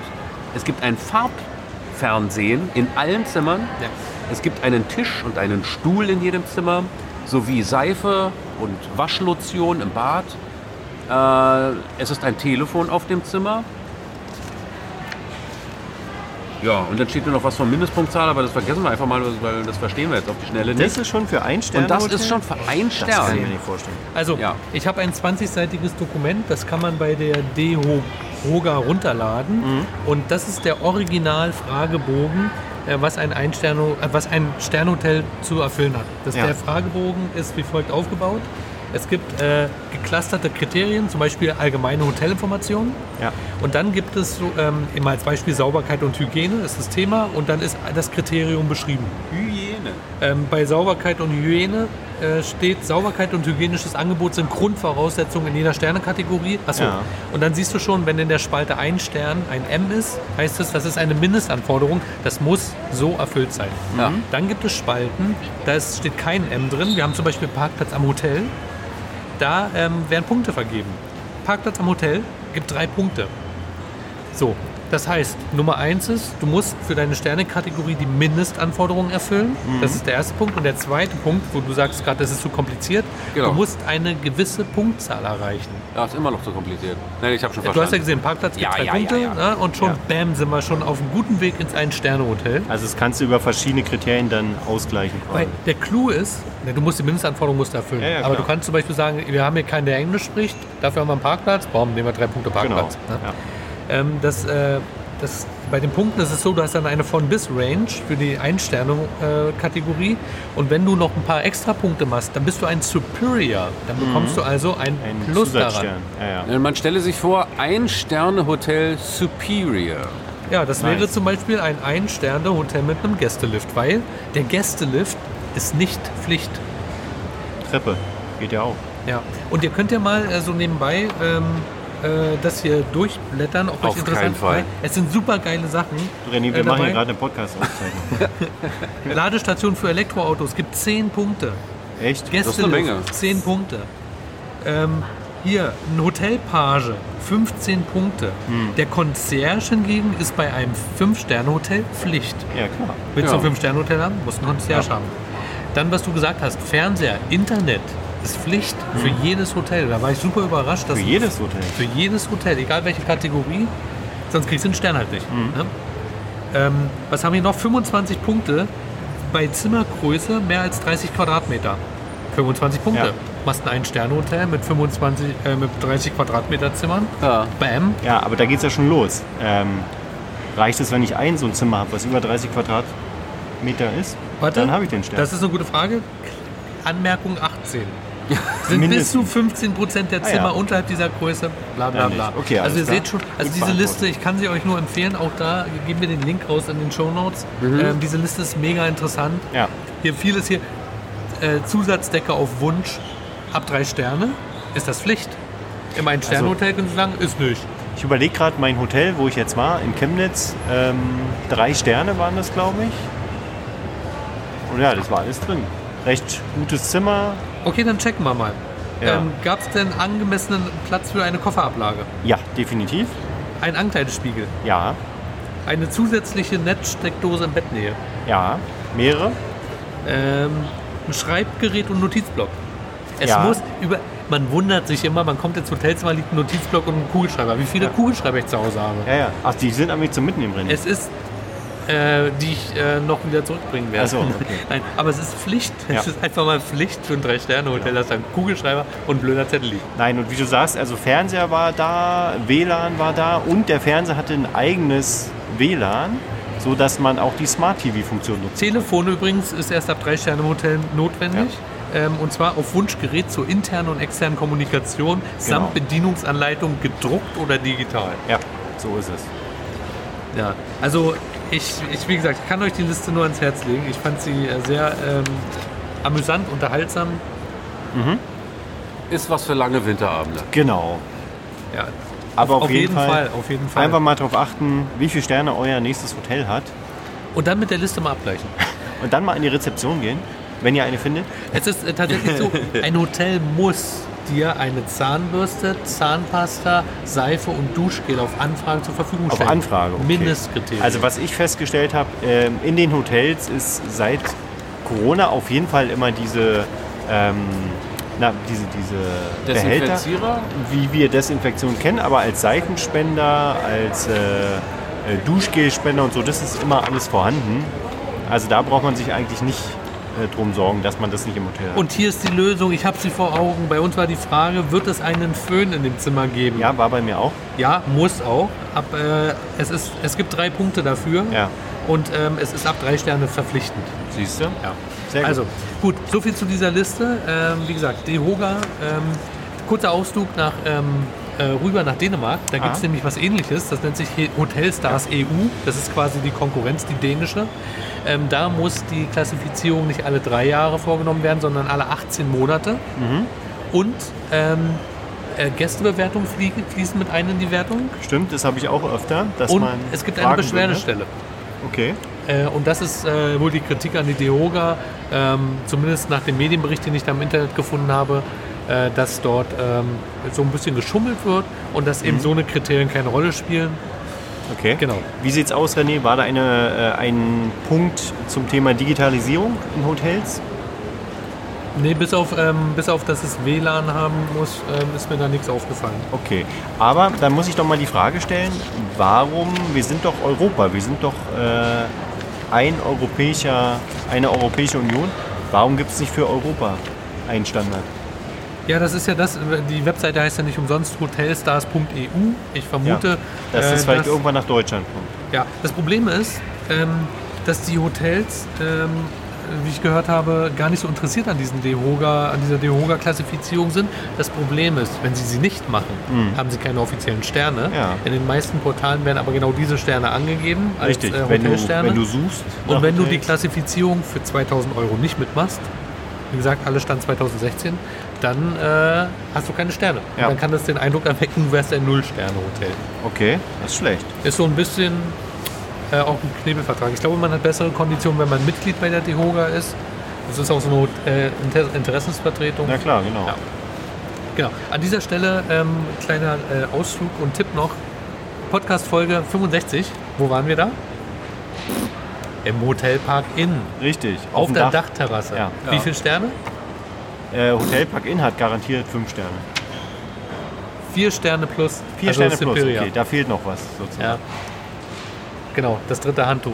S1: Es gibt ein Farbfernsehen in allen Zimmern.
S3: ja.
S1: Es gibt einen Tisch und einen Stuhl in jedem Zimmer, sowie Seife und Waschlotion im Bad. Äh, es ist ein Telefon auf dem Zimmer. Ja, und dann steht nur noch was von Mindestpunktzahl, aber das vergessen wir einfach mal, weil das verstehen wir jetzt auf die Schnelle nicht.
S2: Das ist schon für ein Stern.
S1: und das ist schon für einen
S2: Das kann ich mir
S1: Stern.
S2: nicht vorstellen.
S3: Also,
S1: Ja.
S3: ich habe ein 20-seitiges Dokument, das kann man bei der DEHOGA runterladen. Und das ist der Original-Fragebogen, äh, was ein, ein äh, was ein Sternhotel zu erfüllen hat. Das
S2: Ja.
S3: Der Fragebogen ist wie folgt aufgebaut. Es gibt äh, geclusterte Kriterien, zum Beispiel allgemeine Hotelinformationen.
S2: Ja.
S3: Und dann gibt es so, ähm, immer als Beispiel Sauberkeit und Hygiene, ist das Thema. Und dann ist das Kriterium beschrieben.
S1: Hygiene.
S3: Ähm, bei Sauberkeit und Hygiene äh, steht, Sauberkeit und hygienisches Angebot sind Grundvoraussetzungen in jeder Sternekategorie. Achso.
S2: Ja.
S3: Und dann siehst du schon, wenn in der Spalte ein Stern ein M ist, heißt es, das ist eine Mindestanforderung. Das muss so erfüllt sein.
S1: Ja.
S3: Dann gibt es Spalten, da ist, steht kein M drin. Wir haben zum Beispiel Parkplatz am Hotel. Da ähm, werden Punkte vergeben. Parkplatz am Hotel gibt drei Punkte. So, das heißt, Nummer eins ist, du musst für deine Sternekategorie die Mindestanforderungen erfüllen.
S1: Mhm.
S3: Das ist der erste Punkt. Und der zweite Punkt, wo du sagst gerade, das ist zu kompliziert,
S1: Genau.
S3: du musst eine gewisse Punktzahl erreichen.
S1: Ja, ist immer noch zu kompliziert. Nein, ich habe schon
S3: Du hast ja
S1: verstanden.
S3: gesehen, Parkplatz gibt
S1: Ja,
S3: drei
S1: ja, ja,
S3: Punkte
S1: ja.
S3: ne? und schon
S2: Ja.
S3: bam sind wir schon auf einem guten Weg ins Ein-Sterne-Hotel.
S2: Also das kannst du über verschiedene Kriterien dann ausgleichen.
S3: Weil
S2: quasi.
S3: der Clou ist, ne, du musst die Mindestanforderung musst du erfüllen.
S2: Ja, ja,
S3: aber du
S2: klar.
S3: kannst zum Beispiel sagen, wir haben hier keinen, der Englisch spricht,
S1: Genau.
S3: dafür haben wir einen Parkplatz, warum nehmen wir drei Punkte
S2: Genau.
S3: Parkplatz? Ne?
S2: Ja.
S3: Ähm, das, äh, das bei den Punkten ist es so, du hast dann eine von bis Range für die Einsternung-Kategorie. und wenn du noch ein paar extra Punkte machst, dann bist du ein Superior. Dann bekommst du also ein,
S2: Mhm. Ein
S3: Plus daran.
S2: Zusatzstern. Ja, ja.
S1: Äh, Man stelle sich vor, ein Sterne-Hotel Superior.
S3: Ja, das wäre
S2: Nice.
S3: zum Beispiel ein Ein-Sterne-Hotel mit einem Gästelift, weil der Gästelift ist nicht Pflicht.
S2: Treppe. Geht ja auch.
S3: Ja. Und ihr könnt ja mal äh, so nebenbei ähm, äh, das hier durchblättern, ob
S1: Auf
S3: euch interessant
S1: keinen Fall.
S3: weil Es sind super geile Sachen.
S2: René, wir
S3: Äh,
S2: machen
S3: dabei-
S2: hier gerade einen Podcast aufzeichnen.
S3: Ladestation für Elektroautos gibt 10 Punkte.
S2: Echt?
S1: ist eine
S3: Gästelift,
S1: Menge.
S3: 10 Punkte. Ähm, hier, ein Hotelpage, 15 Punkte.
S1: Hm.
S3: Der Concierge hingegen ist bei einem 5-Sterne-Hotel Pflicht.
S2: Ja, klar.
S3: Willst du
S1: Ja.
S3: ein 5-Sterne-Hotel haben, musst du einen Concierge haben. Dann, was du gesagt hast, Fernseher, Internet ist Pflicht für
S1: Hm.
S3: jedes Hotel. Da war ich super überrascht, dass
S2: Für jedes Hotel.
S3: für jedes Hotel, egal welche Kategorie, sonst kriegst du den Stern halt nicht. Ne? Ähm, was haben wir noch? 25 Punkte bei Zimmergröße mehr als 30 Quadratmeter. 25 Punkte.
S2: Ja.
S3: Machst ein Ein-Sterne-Hotel mit, 25, äh, mit 30 Quadratmeter Zimmern.
S1: Ja.
S3: Bam.
S2: Ja, aber da geht's ja schon los. Ähm, reicht es, wenn ich ein so ein Zimmer habe, was über 30 Quadratmeter ist?
S3: Warte.
S2: Dann habe ich den Stern.
S3: Das ist eine gute Frage. Anmerkung 18. Sind bis
S2: Mindestens.
S3: zu 15 Prozent der
S2: Ah,
S3: Zimmer
S2: ja.
S3: unterhalb dieser Größe. Bla
S2: Ja,
S3: bla
S2: nicht.
S3: bla.
S2: Okay, alles
S3: also ihr
S2: klar.
S3: seht schon, also
S2: Gut
S3: diese
S2: beantwortet.
S3: Liste, ich kann sie euch nur empfehlen. Auch da geben wir den Link raus in den Show Notes. Ähm, diese Liste ist mega interessant.
S2: ja.
S3: Hier vieles hier. Äh, Zusatzdecke auf Wunsch ab drei Sterne. Ist das Pflicht? Im Ein-Sterne-Hotel können Sie sagen, ist nicht.
S2: Ich überlege gerade mein Hotel, wo ich jetzt war, in Chemnitz. Ähm, drei Sterne waren das, glaube ich. Und ja, das war alles drin. Recht gutes Zimmer.
S3: Okay, dann checken wir mal.
S2: Ja.
S3: Ähm, Gab es denn angemessenen Platz für eine Kofferablage?
S2: Ja, definitiv.
S3: Ein Ankleidespiegel?
S2: Ja,
S3: Eine zusätzliche Netzsteckdose in Bettnähe.
S2: ja. Mehrere.
S3: Ähm, ein Schreibgerät und Notizblock. Es
S2: Ja.
S3: muss über. Man wundert sich immer, man kommt ins Hotelzimmer, liegt ein Notizblock und ein Kugelschreiber. Wie viele
S2: Ja.
S3: Kugelschreiber ich zu Hause habe.
S2: Ja, ja. Ach, die sind eigentlich zum Mitnehmen drin.
S3: Es ist, äh, die ich äh, noch wieder zurückbringen werde.
S2: Ach so, okay.
S3: Nein, aber es ist Pflicht. Es
S2: Ja.
S3: ist einfach mal Pflicht für ein Drei-Sterne-Hotel, dass da ein Kugelschreiber und ein blöder Zettel liegt.
S2: Nein, und wie du sagst, also Fernseher war da, WLAN war da und der Fernseher hatte ein eigenes WLAN, so dass man auch die Smart TV-Funktion nutzt.
S3: Telefon übrigens ist erst ab drei Sterne im Hotel notwendig. Ähm, und zwar auf Wunschgerät zur internen und externen Kommunikation
S2: Genau.
S3: samt Bedienungsanleitung gedruckt oder digital.
S2: Ja, so ist es.
S3: Ja, also ich, ich, wie gesagt, ich kann euch die Liste nur ans Herz legen. Ich fand sie äh, sehr ähm, amüsant, unterhaltsam.
S1: Ist was für lange Winterabende.
S2: Genau.
S3: Ja,
S2: Aber auf,
S3: auf jeden Fall. auf jeden Fall.
S2: einfach mal darauf achten, wie viele Sterne euer nächstes Hotel hat.
S3: Und dann mit der Liste mal abgleichen.
S2: Und dann mal in die Rezeption gehen, wenn ihr eine findet.
S3: Es ist äh, tatsächlich so, ein Hotel muss dir eine Zahnbürste, Zahnpasta, Seife und Duschgel auf Anfrage zur Verfügung
S2: Auf
S3: stellen.
S2: Anfrage. okay.
S3: Mindestkriterium.
S2: Also was ich festgestellt habe, ähm, in den Hotels ist seit Corona auf jeden Fall immer diese, ähm, na, diese, diese Behälter.
S1: Desinfizierer?
S2: wie wir Desinfektion kennen, aber als Seifenspender, als äh, äh, Duschgelspender und so, das ist immer alles vorhanden. Also da braucht man sich eigentlich nicht äh, drum sorgen, dass man das nicht im Hotel hat.
S3: und hier ist die Lösung, ich habe sie vor Augen. Bei uns war die Frage, wird es einen Föhn in dem Zimmer geben?
S2: ja, war bei mir auch.
S3: Ja, muss auch. Ab, äh, es, ist, es gibt drei Punkte dafür.
S2: Ja.
S3: Und ähm, es ist ab drei Sterne verpflichtend.
S2: Siehst du?
S3: Ja.
S2: Sehr gut.
S3: Also, gut, soviel zu dieser Liste. Ähm, wie gesagt, Dehoga, ähm, kurzer Ausflug nach, ähm, äh, rüber nach Dänemark. Da gibt
S2: Ah.
S3: es nämlich was ähnliches. Das nennt sich He- Hotelstars EU. Das ist quasi die Konkurrenz, die dänische. Ähm, da muss die Klassifizierung nicht alle drei Jahre vorgenommen werden, sondern alle 18 Monate.
S2: Mhm.
S3: Und ähm, äh, Gästebewertungen fliegen, fließen mit ein in die Wertung.
S2: Stimmt, das habe ich auch öfter. Dass
S3: Und
S2: man
S3: es gibt eine
S2: fragen würde.
S3: Beschwerdestelle.
S2: Okay.
S3: Äh, und das ist äh, wohl die Kritik an die Dehoga, ähm, zumindest nach dem Medienbericht, den ich da im Internet gefunden habe, äh, dass dort ähm, so ein bisschen geschummelt wird und dass
S2: Mhm.
S3: eben so eine Kriterien keine Rolle spielen.
S2: okay.
S3: Genau.
S2: Wie sieht's aus, René? War da eine, äh, ein Punkt zum Thema Digitalisierung in Hotels?
S3: Nee, bis auf, ähm, bis auf dass es WLAN haben muss, ähm, ist mir da nichts aufgefallen.
S2: Okay, aber dann muss ich doch mal die Frage stellen, warum, wir sind doch Europa, wir sind doch äh, ein europäischer, eine Europäische Union, warum gibt es nicht für Europa einen Standard?
S3: Ja, das ist ja das. Die Webseite heißt ja nicht umsonst hotelstars.eu. Ich vermute,
S2: Ja. Dass das
S3: äh,
S2: vielleicht
S3: dass-
S2: irgendwann nach Deutschland kommt.
S3: Ja, das Problem ist, ähm, dass die Hotels, ähm, wie ich gehört habe, gar nicht so interessiert an, diesen DeHoga, an dieser DeHoga-Klassifizierung sind. Das Problem ist, wenn sie sie nicht machen, haben sie keine offiziellen Sterne.
S2: Mhm. Ja.
S3: In den meisten Portalen werden aber genau diese Sterne angegeben als
S2: Richtig,
S3: äh,
S2: wenn, du,
S3: Hotelsterne.
S2: wenn du suchst. nach
S3: Und wenn du die
S2: Hotels.
S3: Klassifizierung für 2000 Euro nicht mitmachst, wie gesagt, alles stand 2016, dann äh, hast du keine Sterne.
S2: Ja.
S3: Und dann kann das den Eindruck erwecken, du wärst ein Null-Sterne-Hotel.
S2: Okay, das ist schlecht.
S3: Ist so ein bisschen äh, auch ein Knebelvertrag. Ich glaube, man hat bessere Konditionen, wenn man Mitglied bei der DEHOGA ist. Das ist auch so eine Hot- äh, Inter- Interessensvertretung.
S2: Na klar, genau.
S3: Ja. Genau. An dieser Stelle ähm, kleiner äh, Ausflug und Tipp noch. Podcast-Folge 65. Wo waren wir da? Im Hotelpark Inn.
S2: Richtig.
S3: Auf,
S2: dem
S3: der
S2: Dach.
S3: Dachterrasse.
S2: Ja.
S3: Wie
S1: Ja.
S3: viele Sterne?
S2: Äh, Hotel Park Inn hat garantiert fünf Sterne.
S3: Vier Sterne plus.
S2: Vier
S3: also
S2: Sterne plus,
S3: Superior.
S2: okay, da fehlt noch was sozusagen.
S3: Ja. Genau, das dritte Handtuch.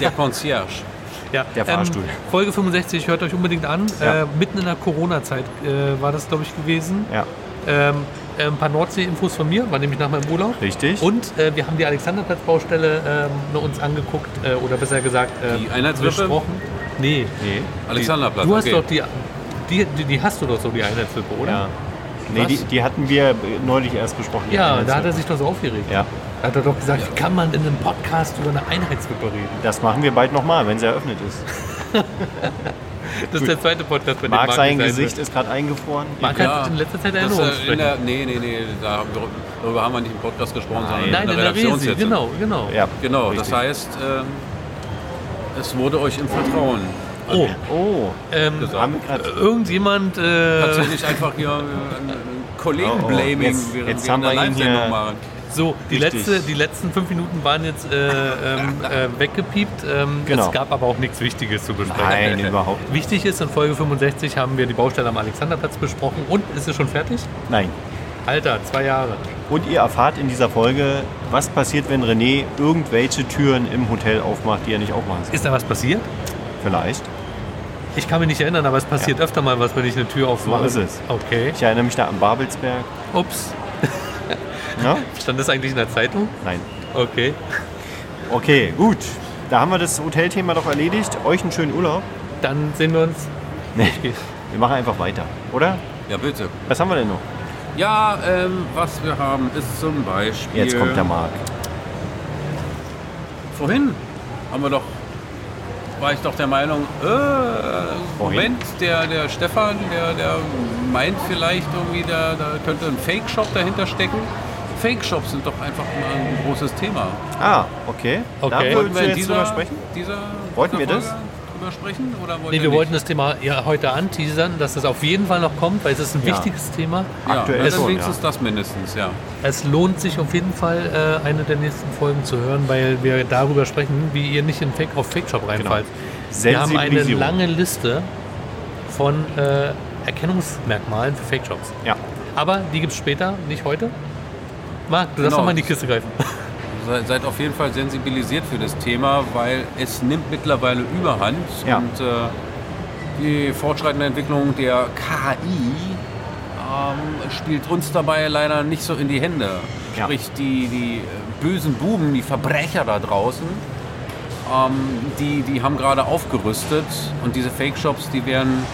S1: Der Concierge.
S3: Ja, ähm,
S2: Der Fahrstuhl.
S3: Folge 65, hört euch unbedingt an.
S2: Ja.
S3: Äh, mitten in der Corona-Zeit äh, war das, glaube ich, gewesen.
S2: Ja,
S3: Ähm, äh, ein paar Nordsee-Infos von mir, war nämlich nach meinem Urlaub.
S2: richtig.
S3: Und äh, wir haben die Alexanderplatz-Baustelle ähm, nur uns angeguckt, äh, oder besser gesagt, äh,
S1: Die Einheitswippe?
S3: besprochen. Nee,
S2: nee,
S1: Alexanderplatz.
S3: du hast
S1: okay.
S3: doch die, die, die, die hast du doch so, die Einheitswippe, oder?
S2: ja. nee
S3: Was?
S2: die, die hatten wir neulich erst besprochen. die
S3: Ja,
S2: Einheits-
S3: da hat er sich doch so aufgeregt.
S2: Ja,
S3: Da Hat er doch gesagt, wie kann man in einem Podcast über eine Einheitswippe reden?
S2: das machen wir bald nochmal, wenn sie eröffnet ist.
S3: Das ist der zweite Podcast, bei dem
S2: Marc, sein
S3: nicht
S2: Gesicht ist gerade eingefroren.
S3: Marc
S1: Ja.
S3: hat in letzter Zeit
S1: Das,
S3: Erinnerungen.
S1: äh, in der, nee, nee, nee, da haben wir, darüber haben wir nicht im Podcast gesprochen, sondern
S3: Nein, in der Resi,
S1: Redaktionssitzung.
S3: genau, genau.
S2: Ja,
S1: Genau,
S2: richtig.
S1: das heißt, ähm, es wurde euch im Vertrauen
S3: Oh,
S2: Oh,
S3: ähm,
S1: gesagt.
S2: haben gerade.
S3: irgendjemand, äh,
S1: Tatsächlich einfach hier ein ein
S2: Oh, oh,
S1: Kollegen-Blaming,
S2: jetzt-
S1: während
S2: jetzt
S1: wir in
S2: haben
S1: der
S2: wir ihn hier-
S1: Live-Sendung machen.
S3: so, die,
S2: Richtig.
S3: letzte, die letzten fünf Minuten waren jetzt äh, ähm, äh, weggepiept. Ähm,
S2: Genau.
S3: Es gab aber auch nichts Wichtiges zu besprechen.
S2: Nein, überhaupt.
S3: Wichtig ist, in Folge 65 haben wir die Baustelle am Alexanderplatz besprochen und ist es schon fertig?
S2: Nein.
S3: Alter, zwei Jahre.
S2: Und ihr erfahrt in dieser Folge, was passiert, wenn René irgendwelche Türen im Hotel aufmacht, die er nicht aufmachen soll.
S3: Ist da was passiert?
S2: Vielleicht.
S3: Ich kann mich nicht erinnern, aber es passiert öfter mal was, wenn ich eine Tür aufmache.
S2: So ist es.
S3: Okay.
S2: Ich erinnere mich da an Babelsberg.
S3: Ups.
S2: Ja?
S3: Stand das eigentlich in der Zeitung?
S2: Nein.
S3: Okay.
S2: Okay, gut. Da haben wir das Hotelthema doch erledigt. Euch einen schönen Urlaub.
S3: Dann sehen wir uns.
S2: Nee, wir machen einfach weiter, oder?
S1: Ja, bitte.
S2: Was haben wir denn noch?
S1: Ja, ähm, was wir haben ist zum Beispiel...
S2: Jetzt kommt der Marc.
S1: Vorhin haben wir doch, war ich doch der Meinung, äh,
S2: Vorhin?
S1: Moment, der, der Stefan, der, der meint vielleicht irgendwie, da, da könnte ein Fake-Shop dahinter stecken. Fake-Shops sind doch einfach mal ein großes Thema.
S2: Ah, okay.
S3: Okay.
S2: Da wollten wir
S1: in
S2: jetzt drüber sprechen.
S1: Dieser,
S2: Wollten
S1: dieser
S2: wir das?
S1: Folge drüber sprechen? Oder wollt
S3: Nee,
S1: ihr
S3: wir
S1: nicht?
S3: wollten das Thema ja heute anteasern, dass es auf jeden Fall noch kommt, weil es ist ein
S2: Ja.
S3: wichtiges Thema.
S1: ja,
S2: aktuell
S1: aktuell
S2: schon,
S1: dann wenigstens
S2: ja.
S1: das mindestens, ja.
S3: Es lohnt sich auf jeden Fall, äh, eine der nächsten Folgen zu hören, weil wir darüber sprechen, wie ihr nicht in Fake, auf Fake-Shop reinfallt. Wir haben eine
S2: Sensibilisierung.
S3: lange Liste von äh, Erkennungsmerkmalen für Fake-Shops.
S2: Ja,
S3: Aber die gibt es später, nicht heute. Marc, du
S1: Genau.
S3: darfst nochmal in die Kiste greifen.
S1: Sei- Seid auf jeden Fall sensibilisiert für das Thema, weil es nimmt mittlerweile Überhand
S2: Ja.
S1: und äh, die fortschreitende Entwicklung der KI ähm, spielt uns dabei leider nicht so in die Hände.
S2: Ja.
S1: Sprich, die, die äh, bösen Buben, die Verbrecher da draußen, ähm, die, die haben gerade aufgerüstet und diese Fake-Shops, die werden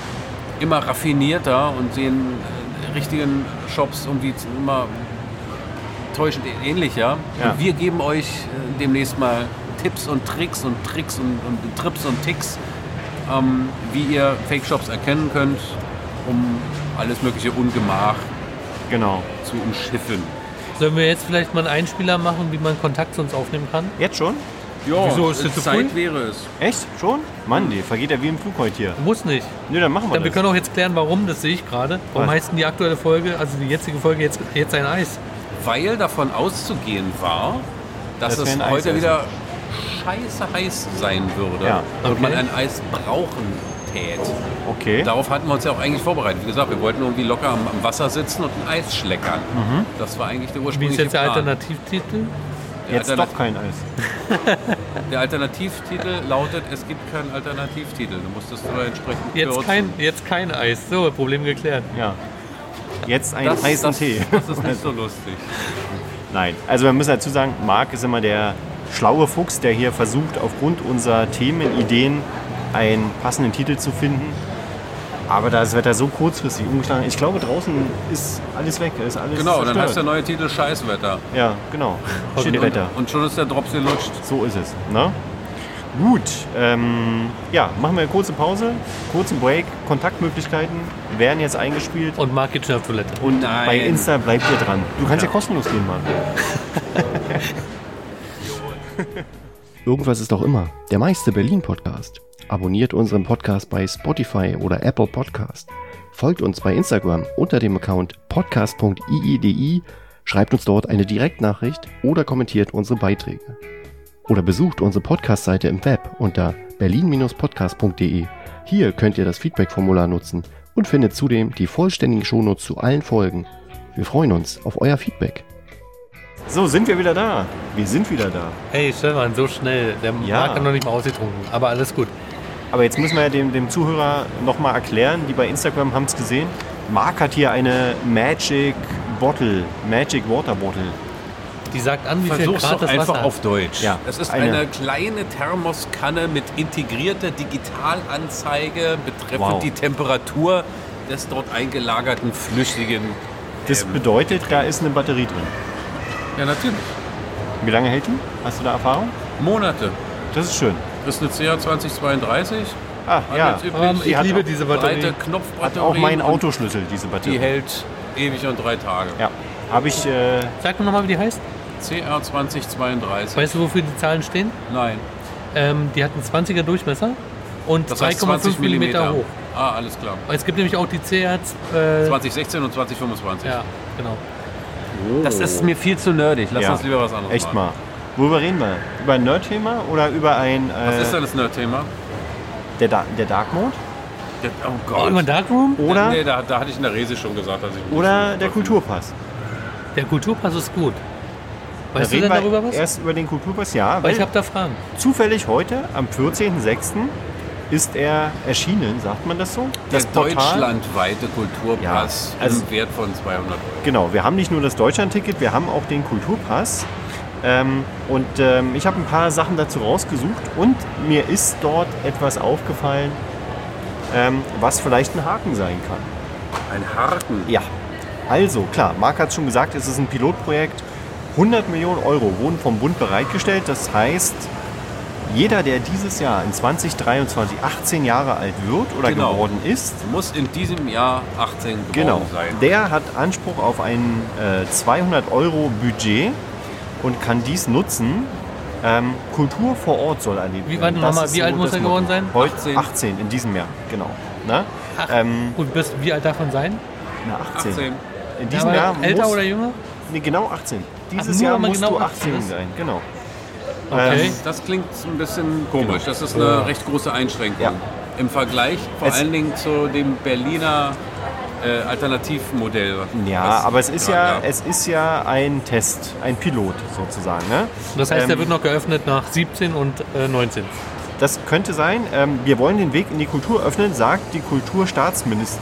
S1: immer raffinierter und sehen äh, richtigen Shops irgendwie immer täuschend ähnlicher.
S2: Ja.
S1: Und wir geben euch äh, demnächst mal Tipps und Tricks und Tricks und, und Trips und Ticks, ähm, wie ihr Fake-Shops erkennen könnt, um alles mögliche Ungemach
S2: genau.
S1: zu umschiffen.
S3: Sollen wir jetzt vielleicht mal einen Einspieler machen, wie man Kontakt zu uns aufnehmen kann?
S2: Jetzt schon?
S1: Ja,
S3: Wieso, ist das so
S1: Zeit
S3: früh?
S1: wäre es.
S2: Echt? Schon? Mann, die vergeht ja wie im Flug heute hier.
S3: Muss nicht.
S2: Nö, dann machen wir
S3: Dann wir
S2: das.
S3: können auch jetzt klären, warum, das sehe ich gerade. Warum
S2: Was?
S3: heißt denn die aktuelle Folge, also die jetzige Folge, jetzt, jetzt ein Eis?
S1: Weil davon auszugehen war, dass
S2: Dass wir
S1: es
S2: ein Eis
S1: heute
S2: essen.
S1: wieder scheiße heiß sein würde
S2: Ja.
S1: und man
S3: Okay.
S1: ein Eis brauchen täte.
S2: Okay.
S1: Darauf hatten wir uns ja auch eigentlich vorbereitet. Wie gesagt, wir wollten irgendwie locker am, am Wasser sitzen und ein Eis schleckern. Das war eigentlich der
S3: Mhm. Wie ist
S1: ursprüngliche
S3: jetzt der
S1: Plan.
S3: Alternativtitel?
S1: Der,
S2: Jetzt
S1: Alternat-
S2: doch kein Eis.
S1: der Alternativtitel lautet, es gibt keinen Alternativtitel. Du musstest da entsprechend
S3: Jetzt
S1: kürzen.
S3: kein, jetzt kein Eis. So, Problem geklärt.
S2: Ja. jetzt einen heißen
S1: das,
S2: Tee.
S1: Das ist nicht so lustig.
S2: Nein, also wir müssen dazu sagen, Marc ist immer der schlaue Fuchs, der hier versucht, aufgrund unserer Themenideen einen passenden Titel zu finden. Aber da ist das Wetter so kurzfristig umgeschlagen. Ich glaube, draußen ist alles weg. Ist alles
S1: Genau, dann heißt der
S2: zerstört.
S1: neue Titel Scheißwetter.
S2: Ja, genau. Schöne Wetter.
S1: Und schon ist der Drops gelutscht.
S2: So ist es. Ne? Gut, ähm, ja, machen wir eine kurze Pause, kurzen Break. Kontaktmöglichkeiten werden jetzt eingespielt.
S3: Und Marc geht schnell auf Toilette.
S2: Und
S1: Oh Nein.
S2: bei Insta bleibt ihr dran. Du kannst ja, kostenlos gehen, Mann. Irgendwas ist auch immer. Der meiste Berlin-Podcast. Abonniert unseren Podcast bei Spotify oder Apple Podcast. Folgt uns bei Instagram unter dem Account podcast.iidi. Schreibt uns dort eine Direktnachricht oder kommentiert unsere Beiträge. Oder besucht unsere Podcast-Seite im Web unter berlin-podcast.de. Hier könnt ihr das Feedback-Formular nutzen und findet zudem die vollständigen Shownotes zu allen Folgen. Wir freuen uns auf euer Feedback. So, sind wir wieder da. Wir sind wieder da.
S3: Hey, Stefan, so schnell. Der
S2: Ja.
S3: Marc hat noch nicht mal ausgetrunken. Aber alles gut.
S2: Aber jetzt müssen wir ja dem, dem Zuhörer nochmal erklären, die bei Instagram haben es gesehen. Marc hat hier eine Magic Bottle, Magic Water Bottle.
S3: Die sagt an, wie viel
S1: Versuch's
S3: Grad
S1: doch
S3: das
S1: einfach
S3: Wasser
S1: auf
S3: hat.
S1: Deutsch.
S2: Ja,
S1: es ist
S2: eine-
S1: eine, kleine Thermoskanne mit integrierter Digitalanzeige betreffend
S2: Wow.
S1: die Temperatur des dort eingelagerten Flüchtigen.
S2: Das
S1: Ähm.
S2: bedeutet, da ist eine Batterie drin.
S1: Ja, natürlich.
S2: Wie lange hält die? Hast du da Erfahrung?
S1: Monate.
S2: Das ist schön.
S1: Das ist eine CA 2032.
S2: Ah, ja.
S1: Handelsüblich.
S3: Ähm,
S2: Die
S3: ich
S2: hat
S3: liebe
S2: auch-
S3: diese
S1: Breite
S3: Batterie.
S2: Hat
S1: Knopfbatterie.
S2: auch meinen
S1: und
S2: Autoschlüssel, diese
S1: Die
S2: Batterie.
S1: hält ewig und drei Tage.
S2: Ja. Habe ich. Äh,
S3: Sag mir nochmal, wie die heißt.
S1: CA 2032.
S3: Weißt du, wofür die Zahlen stehen?
S1: Nein,
S3: Ähm, die hat einen 20er Durchmesser und
S1: das heißt
S3: 2,5
S1: 20 Millimeter
S3: mm hoch.
S1: Ah, alles klar.
S3: Es gibt nämlich auch die CR. Äh,
S1: 2016 und 2025.
S3: ja, genau.
S1: Oh. Das ist mir viel zu nerdig. Lass
S2: Ja.
S1: uns lieber was anderes
S2: Echt
S1: machen.
S2: mal. Worüber reden wir? Über ein Nerd-Thema oder über ein. Äh,
S1: Was ist denn das Nerd-Thema?
S2: Der, da der Dark Mode?
S1: Der- Oh
S3: Oh,
S1: Gott.
S3: Über den Darkroom?
S2: Oder,
S1: Nee, da, da hatte ich in der Rese schon gesagt, dass ich.
S2: oder der Kulturpass?
S3: Der Kulturpass ist gut. Weißt du
S2: reden
S3: denn
S2: wir
S3: darüber was?
S2: Erst über den Kulturpass, ja.
S3: Weil
S2: Weil
S3: ich habe da Fragen.
S2: zufällig heute, am 14.06., ist er erschienen, sagt man das so?
S1: Der
S2: Das Portal.
S1: deutschlandweite Kulturpass
S2: Ja, also-
S1: im Wert von 200 Euro.
S2: Genau, wir haben nicht nur das Deutschland-Ticket, wir haben auch den Kulturpass. Ähm, und ähm, ich habe ein paar Sachen dazu rausgesucht und mir ist dort etwas aufgefallen, ähm, was vielleicht ein Haken sein kann.
S1: Ein Haken.
S2: Ja. Also, klar, Marc hat es schon gesagt, es ist ein Pilotprojekt. 100 Millionen Euro wurden vom Bund bereitgestellt. Das heißt, jeder, der dieses Jahr in 2023 18 Jahre alt wird oder
S1: Genau.
S2: geworden ist,
S1: Muss in diesem Jahr 18 geworden
S2: genau,
S1: sein.
S2: der hat Anspruch auf ein äh, 200 Euro Budget und kann dies nutzen. Ähm, Kultur vor Ort soll erlebt
S3: Wie-
S2: werden.
S3: warte
S2: Das
S3: mal,
S2: ist
S3: wie alt muss
S2: das
S3: er geworden
S2: Motto.
S3: sein?
S2: Heute 18.
S1: 18.
S2: in diesem Jahr, genau. Na,
S3: Ach,
S2: ähm,
S3: Und bist, wie alt darf man sein?
S2: na 18.
S1: 18.
S2: In diesem
S3: Aber
S2: Jahr
S3: älter
S2: muss,
S3: oder jünger?
S2: Nee, genau 18. Dieses
S3: nur,
S2: Jahr
S3: wenn man
S2: musst
S3: genau
S2: du 18
S3: 18 ist.
S2: sein, genau.
S3: Okay.
S2: Ähm,
S1: Das klingt ein bisschen komisch. Das ist eine recht große Einschränkung.
S2: Ja.
S1: Im Vergleich vor
S2: Es-
S1: allen Dingen zu dem Berliner äh, Alternativmodell.
S2: ja,
S1: was
S2: aber es ist
S1: gerade
S2: ja,
S1: gab.
S2: es ist ja ein Test, ein Pilot sozusagen. Ne?
S3: Das heißt, der
S2: Ähm,
S3: wird noch geöffnet nach 17 und äh, 19.
S2: Das könnte sein. Ähm, wir wollen den Weg in die Kultur öffnen, sagt die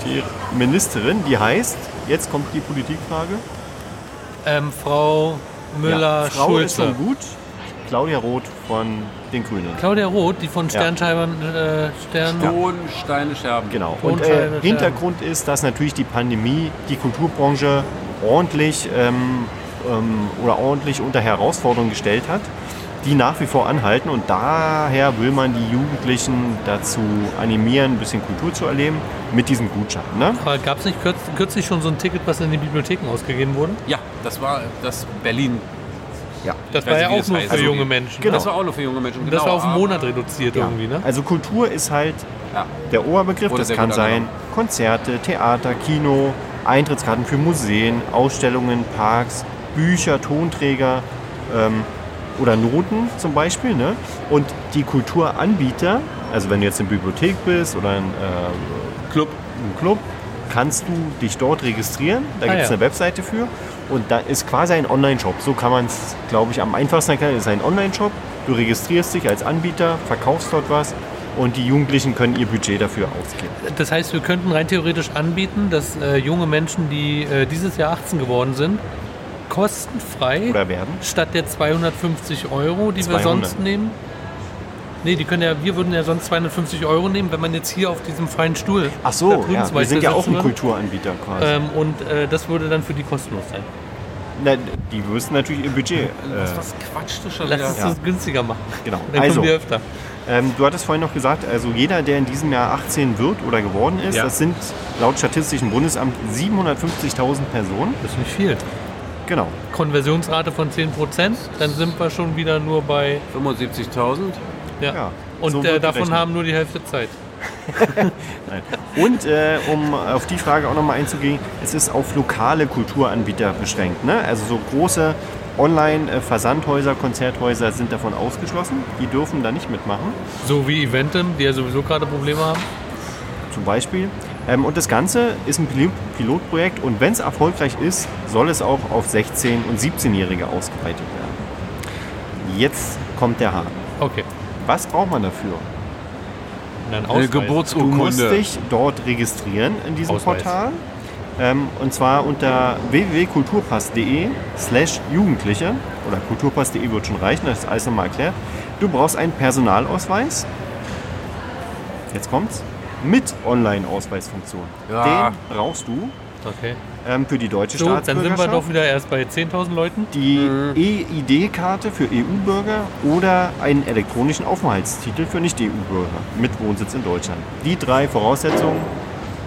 S2: Kulturstaatsministerin, die heißt, jetzt kommt die Politikfrage.
S3: Ähm, Frau
S2: Ja, Frau ist
S3: Müller-Schulze.
S2: schon gut. Claudia Roth von den Grünen.
S3: Claudia Roth, die von Sternscheibern äh, Stern.
S1: Tonsteine scherben.
S2: Genau. Und
S3: Tonscheine,
S2: äh, Hintergrund ist, dass natürlich die Pandemie die Kulturbranche ordentlich ähm, ähm, oder ordentlich unter Herausforderungen gestellt hat, die nach wie vor anhalten. Und daher will man die Jugendlichen dazu animieren, ein bisschen Kultur zu erleben mit diesem Gutschein. Ne?
S3: Aber gab es Äh, nicht kürz, kürzlich schon so ein Ticket, was in den Bibliotheken ausgegeben wurde?
S1: Ja, das war das Berlin.
S3: Das
S1: Ich weiß
S3: war ja
S1: nicht, wie
S3: auch
S1: das
S3: nur
S1: heißt.
S3: für
S1: Also
S3: junge
S1: die-
S3: Menschen.
S2: Genau.
S1: Das war auch nur für junge Menschen.
S3: Und das war auf einen
S1: Genau, aber-
S3: Monat reduziert irgendwie, ne?
S2: Also Kultur ist halt
S1: Ja.
S2: der Oberbegriff.
S1: Wurde
S2: das
S1: sehr
S2: kann
S1: gut
S2: sein
S1: angenommen.
S2: Konzerte, Theater, Kino, Eintrittskarten für Museen, Ausstellungen, Parks, Bücher, Tonträger ähm, oder Noten zum Beispiel. Ne? Und die Kulturanbieter, also wenn du jetzt in der Bibliothek bist oder in, äh,
S1: Club.
S2: im Club, kannst du dich dort registrieren. Da
S3: Ah,
S2: gibt es
S3: ja.
S2: eine Webseite für. Und da ist quasi ein Online-Shop. So kann man es, glaube ich, am einfachsten erklären. Es ist ein Online-Shop. Du registrierst dich als Anbieter, verkaufst dort was und die Jugendlichen können ihr Budget dafür ausgeben.
S3: Das heißt, wir könnten rein theoretisch anbieten, dass äh, junge Menschen, die äh, dieses Jahr 18 geworden sind, kostenfrei
S2: Oder werden?
S3: statt der 250 Euro, die wir
S2: 200.
S3: sonst nehmen. Nee, die können ja, wir würden ja sonst 250 Euro nehmen, wenn man jetzt hier auf diesem freien Stuhl.
S2: Ach
S3: da
S2: so,
S3: drüben
S2: ja,
S3: zum
S2: wir
S3: Beispiel
S2: sind ja auch
S3: sitzen
S2: ein
S3: würde.
S2: Kulturanbieter quasi.
S3: Ähm, und äh, das würde dann für die kostenlos sein.
S2: Na, die müssen natürlich ihr Budget. Äh,
S1: Was, was quatschst du schon
S3: Lass
S1: wieder?
S3: es
S2: Ja.
S3: uns günstiger machen.
S2: genau.
S3: Dann
S2: Also,
S3: kommen wir öfter.
S2: ähm, du hattest vorhin noch gesagt, also jeder, der in diesem Jahr 18 wird oder geworden ist,
S3: Ja.
S2: das sind laut Statistischem Bundesamt 750.000 Personen.
S3: Das ist nicht viel.
S2: Genau.
S3: Konversionsrate von 10%, dann sind wir schon wieder nur bei.
S1: 75.000?
S3: Ja.
S2: Ja,
S3: Und
S2: so
S3: äh,
S2: wird
S3: davon
S2: gerechnet.
S3: haben nur die Hälfte Zeit.
S2: Nein. Und äh, um auf die Frage auch nochmal einzugehen, es ist auf lokale Kulturanbieter beschränkt. Ne? Also so große Online-Versandhäuser, Konzerthäuser sind davon ausgeschlossen. Die dürfen da nicht mitmachen,
S3: So wie Eventim, die ja sowieso gerade Probleme haben.
S2: zum Beispiel. Ähm, und das Ganze ist ein Pil- Pilotprojekt und wenn es erfolgreich ist, soll es auch auf 16- und 17-Jährige ausgeweitet werden. Jetzt kommt der Haken.
S3: Okay.
S2: Was braucht man dafür?
S3: Dann
S1: Eine
S3: Ausweis.
S2: Du musst
S1: Geburtsurkunde.
S2: dich dort registrieren in diesem
S3: Ausweis.
S2: Portal. Ähm, und zwar unter www.kulturpass.de slash Jugendliche oder kulturpass.de wird schon reichen, das ist alles nochmal erklärt. Du brauchst einen Personalausweis. Jetzt kommt's. Mit Online-Ausweisfunktion.
S1: Ja.
S2: Den brauchst du
S3: Okay.
S2: ähm, für die deutsche
S3: So, dann sind wir
S2: Staatsbürgerschaft.
S3: doch wieder erst bei 10.000 Leuten.
S2: die
S3: Mhm.
S2: EID-Karte für EU-Bürger oder einen elektronischen Aufenthaltstitel für Nicht-EU-Bürger mit Wohnsitz in Deutschland. Die drei Voraussetzungen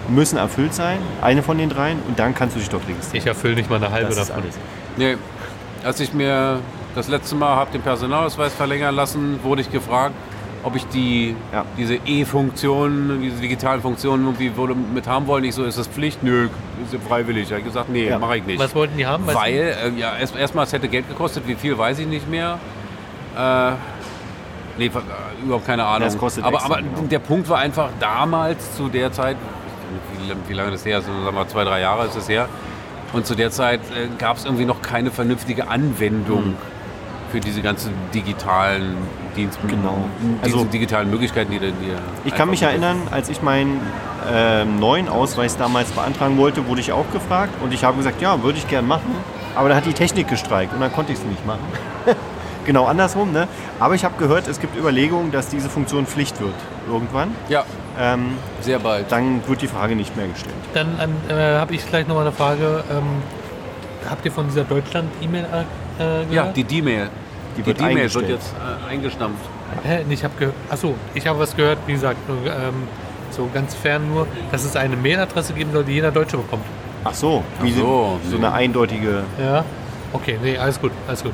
S2: müssen erfüllt sein, eine von den dreien, und dann kannst du dich dort registrieren.
S3: Ich erfülle nicht mal eine halbe
S2: Das ist
S3: davon.
S2: alles.
S1: Nee. Als ich mir das letzte Mal habe den Personalausweis verlängern lassen, wurde ich gefragt, ob ich die,
S2: Ja.
S1: diese E-Funktion, diese digitalen Funktionen irgendwie wurde mit haben wollen. Ich so, ist das Pflicht? Nö, ist ja freiwillig. Da habe ich gesagt, nee,
S2: Ja.
S1: mache ich nicht.
S3: Was wollten die haben? Weißt du?
S1: Weil, äh, ja, erst- erstmal, es hätte Geld gekostet, wie viel weiß ich nicht mehr. Äh, nee, ver- äh, überhaupt keine Ahnung.
S2: es kostet
S1: aber
S2: extra,
S1: aber
S2: genau.
S1: der Punkt war einfach damals, zu der Zeit, ich weiß nicht, wie, lang- wie lange das her ist, sagen wir mal zwei, drei Jahre ist das her. Und zu der Zeit äh, gab es irgendwie noch keine vernünftige Anwendung
S2: Hm.
S1: für diese ganzen digitalen Dienst
S2: Genau.
S1: diese
S2: Also-
S1: digitalen Möglichkeiten, die da die
S2: Ich kann mich
S1: einfach-
S2: erinnern, als ich meinen ähm, neuen Ausweis damals beantragen wollte, wurde ich auch gefragt und ich habe gesagt, ja, würde ich gern machen, aber da hat die Technik gestreikt und dann konnte ich es nicht machen. genau andersrum, ne? Aber ich habe gehört, es gibt Überlegungen, dass diese Funktion Pflicht wird irgendwann.
S1: Ja,
S2: Ähm,
S1: sehr bald.
S2: dann wird die Frage nicht mehr gestellt.
S3: Dann an- äh, habe ich gleich nochmal eine Frage. Ähm, habt ihr von dieser Deutschland-E-Mail äh, gehört?
S1: Ja, die D-Mail.
S2: Die
S1: Die
S2: wird
S1: D-Mail wird
S2: eingestellt.
S1: jetzt äh, eingestampft.
S3: Hä? Nee, ich habe gehört. Achso, ich habe was gehört, wie gesagt, nur, ähm, so ganz fern nur, dass es eine Mailadresse geben soll, die jeder Deutsche bekommt.
S2: Ach so, wie
S1: so,
S2: so, so eine eindeutige.
S3: Ja. Okay, nee, alles gut, alles gut.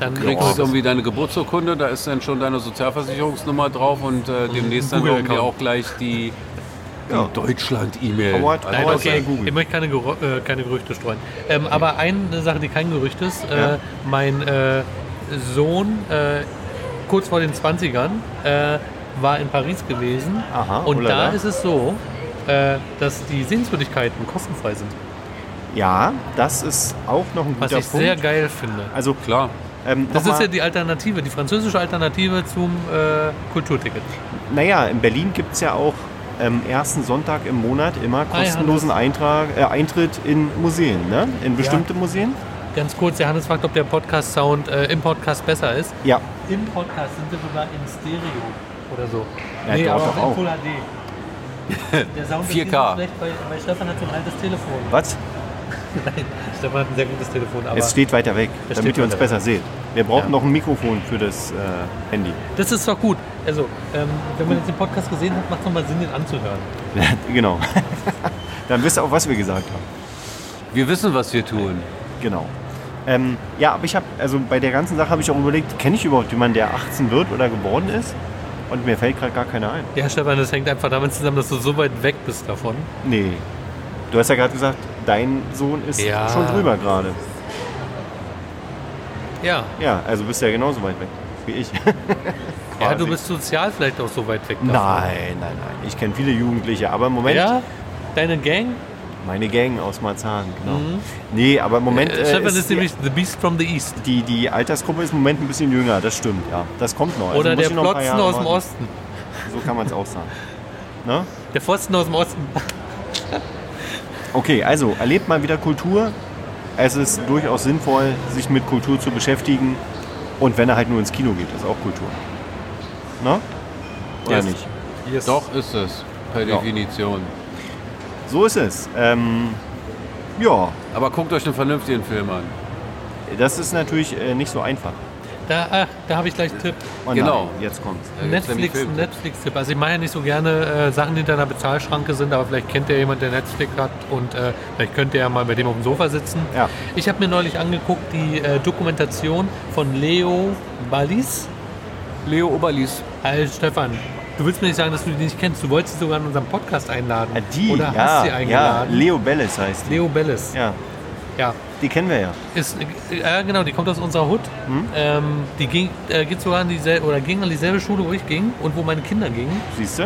S3: Dann
S1: kriegst
S2: Ja.
S1: du irgendwie deine Geburtsurkunde, da ist dann schon deine Sozialversicherungsnummer drauf und äh, demnächst dann
S3: Google-Account.
S1: irgendwie auch gleich die,
S2: Ja.
S1: die Deutschland-E-Mail.
S2: Howard-
S1: Also,
S3: Nein,
S2: Aber
S3: okay,
S2: ist ja gut.
S3: ich möchte keine, Gerü äh, keine Gerüchte streuen. Ähm, aber eine Sache, die kein Gerücht ist, äh,
S2: Ja.
S3: mein äh, Sohn äh, kurz vor den 20ern äh, war in Paris gewesen
S2: Aha, oh
S3: und
S2: olala.
S3: da ist es so, äh, dass die Sehenswürdigkeiten kostenfrei sind,
S2: Ja, das ist auch noch ein guter
S3: was ich
S2: Punkt.
S3: sehr geil finde.
S2: also
S1: Klar.
S2: ähm,
S3: Das ist
S2: nochmal,
S3: ja die Alternative, die französische Alternative zum äh, Kulturticket.
S2: naja, in Berlin gibt es ja auch am ersten Sonntag im Monat immer
S3: Ah, ja,
S2: kostenlosen Eintrag, äh, Eintritt in Museen, ne? In bestimmte Museen.
S3: Ganz kurz, der Hannes fragt, ob der Podcast-Sound äh, im Podcast besser ist.
S2: Ja,
S3: Im Podcast sind wir sogar in Stereo oder so.
S2: Ja, dort doch auch.
S3: Full HD. Der Sound
S1: 4K.
S3: nicht so schlecht, weil, weil Stefan hat so ein altes Telefon.
S2: was?
S3: Nein, Stefan hat ein sehr gutes Telefon, aber
S2: Es steht weiter weg,
S3: Es
S2: damit
S3: steht
S2: ihr uns
S3: weiter weg.
S2: besser seht. Wir brauchen
S3: Ja.
S2: noch ein Mikrofon für das äh, Handy.
S3: das ist doch gut. Also, ähm, wenn man jetzt den Podcast gesehen hat, macht es nochmal Sinn, den anzuhören.
S2: genau. Dann wisst ihr auch, was wir gesagt haben.
S1: Wir wissen, was wir tun.
S2: Genau. Ähm, ja, aber ich habe, also bei der ganzen Sache habe ich auch überlegt, kenne ich überhaupt jemanden, der 18 wird oder geboren ist? Und mir fällt gerade gar keiner ein.
S3: Ja, Stefan, das hängt einfach damit zusammen, dass du so weit weg bist davon.
S2: Nee. Du hast ja gerade gesagt, dein Sohn ist
S3: Ja.
S2: schon drüber gerade.
S3: Ja,
S2: Ja, also bist du ja genauso weit weg wie ich.
S3: ja du
S2: Quasi.
S3: bist sozial vielleicht auch so weit weg davon.
S2: Nein, nein, nein. Ich kenne viele Jugendliche, aber im Moment
S3: Ja? Deine Gang?
S2: meine Gang aus Marzahn, genau. Nee, aber im Moment
S3: Mhm. Äh,
S2: äh,
S3: Stefan ist,
S2: ist die,
S3: nämlich The Beast from the East.
S2: die, die Altersgruppe ist im Moment ein bisschen jünger, das stimmt, ja. Das kommt noch. Also
S3: Oder
S2: muss
S3: der
S2: ich noch ein paar
S3: Plotzen
S2: Jahre
S3: aus dem
S2: warten.
S3: Osten.
S2: So kann man es auch sagen. Ne?
S3: Der Pfosten aus dem Osten.
S2: Okay, also erlebt mal wieder Kultur. Es ist durchaus sinnvoll, sich mit Kultur zu beschäftigen. Und wenn er halt nur ins Kino geht, ist auch Kultur. Ne? Oder
S3: Yes.
S2: nicht?
S3: Yes.
S1: Doch ist es, per
S2: Ja.
S1: Definition.
S2: So ist es. Ähm, ja,
S1: Aber guckt euch einen vernünftigen Film an.
S2: das ist natürlich äh, nicht so einfach.
S3: Da, ah, da habe ich gleich einen Tipp.
S2: Oh
S1: Genau.
S2: Nein, jetzt kommt's.
S1: Da gibt's nämlich
S3: Netflix,
S1: Filme.
S3: Netflix-Tipp. Also ich mache ja nicht so gerne äh, Sachen, die hinter einer Bezahlschranke sind, aber vielleicht kennt ja jemand, der Netflix hat und äh, vielleicht könnt ihr ja mal bei dem auf dem Sofa sitzen.
S2: Ja.
S3: Ich habe mir neulich angeguckt die äh, Dokumentation von Leo Ballis.
S1: Leo Oberlies.
S3: Hey, Stefan, du willst mir nicht sagen, dass du die nicht kennst. Du wolltest sie sogar in unserem Podcast einladen.
S2: Ah, Die,
S3: Oder
S2: ja,
S3: hast sie
S2: ja,
S3: eingeladen.
S2: Leo Bellis heißt die.
S3: Leo Ballis.
S2: Ja,
S3: ja.
S2: die kennen wir ja.
S3: Ist, äh, äh, genau, die kommt aus unserer Hut.
S2: Hm.
S3: Ähm, die ging, äh, geht sogar an dieselbe, oder ging an dieselbe Schule, wo ich ging und wo meine Kinder gingen
S2: Siehst du?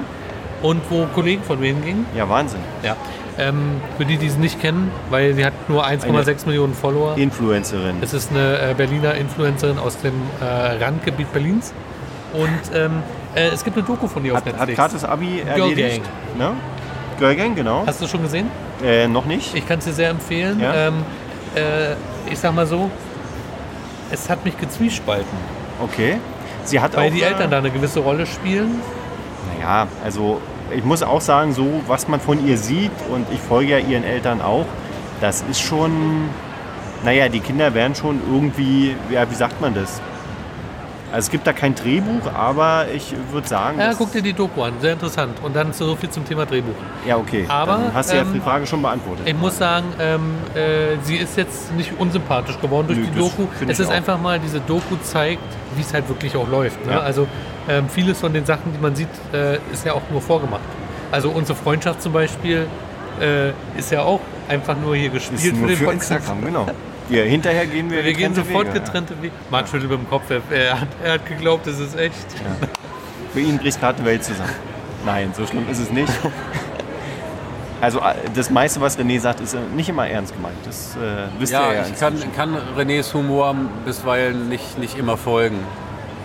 S3: und wo Kollegen von mir gingen.
S2: Ja, Wahnsinn.
S3: Ja. Ähm, für die, die sie nicht kennen, weil sie hat nur 1,6 Millionen Follower.
S2: Influencerin.
S3: Es ist eine äh, Berliner Influencerin aus dem äh, Randgebiet Berlins. Und ähm, äh, es gibt eine Doku von ihr auf
S2: Hat, hat
S3: Netflix.
S2: gerade das Abi erledigt. Ne? Girl Gang, genau.
S3: Hast du schon gesehen?
S2: Äh, noch nicht.
S3: Ich kann es dir sehr empfehlen.
S2: Ja.
S3: Ähm, äh, ich sag mal so, es hat mich gezwiespalten,
S2: Okay. Sie hat
S3: weil
S2: auch,
S3: die
S2: äh,
S3: Eltern da eine gewisse Rolle spielen.
S2: Naja, also ich muss auch sagen, so was man von ihr sieht und ich folge ja ihren Eltern auch, das ist schon, naja, die Kinder werden schon irgendwie, ja, wie sagt man das? Also es gibt da kein Drehbuch, aber ich würde sagen,
S3: Ja,
S2: das-
S3: guck dir die Doku an, sehr interessant. Und dann so viel zum Thema Drehbuch.
S2: ja okay,
S3: aber,
S2: dann hast du ja
S3: ähm,
S2: die Frage schon beantwortet.
S3: Ich muss sagen, ähm, äh, sie ist jetzt nicht unsympathisch geworden durch
S2: Nö,
S3: die
S2: das
S3: Doku.
S2: find
S3: Es
S2: ich
S3: ist
S2: auch.
S3: einfach mal, diese Doku zeigt, wie es halt wirklich auch läuft. Ne?
S2: Ja.
S3: Also ähm, vieles von den Sachen, die man sieht, äh, ist ja auch nur vorgemacht. Also unsere Freundschaft zum Beispiel äh, ist ja auch einfach nur hier gespielt
S2: ist nur
S3: den
S2: für
S3: Podcast.
S2: Instagram, genau. Ja, hinterher gehen wir
S3: Wir gehen
S2: getrennte
S3: sofort
S2: Wege, ja.
S3: getrennte Wege. Marc schüttelt mit dem Kopf. Er, er, hat, er hat geglaubt, es ist echt.
S2: Für ihn bricht gerade die Welt zusammen. Nein, so schlimm ist es nicht. Also äh, das meiste, was René sagt, ist äh, nicht immer ernst gemeint. Das äh, wisst
S1: Ja,
S2: ihr ja.
S1: ich kann, kann Renés Humor bisweilen nicht, nicht immer folgen.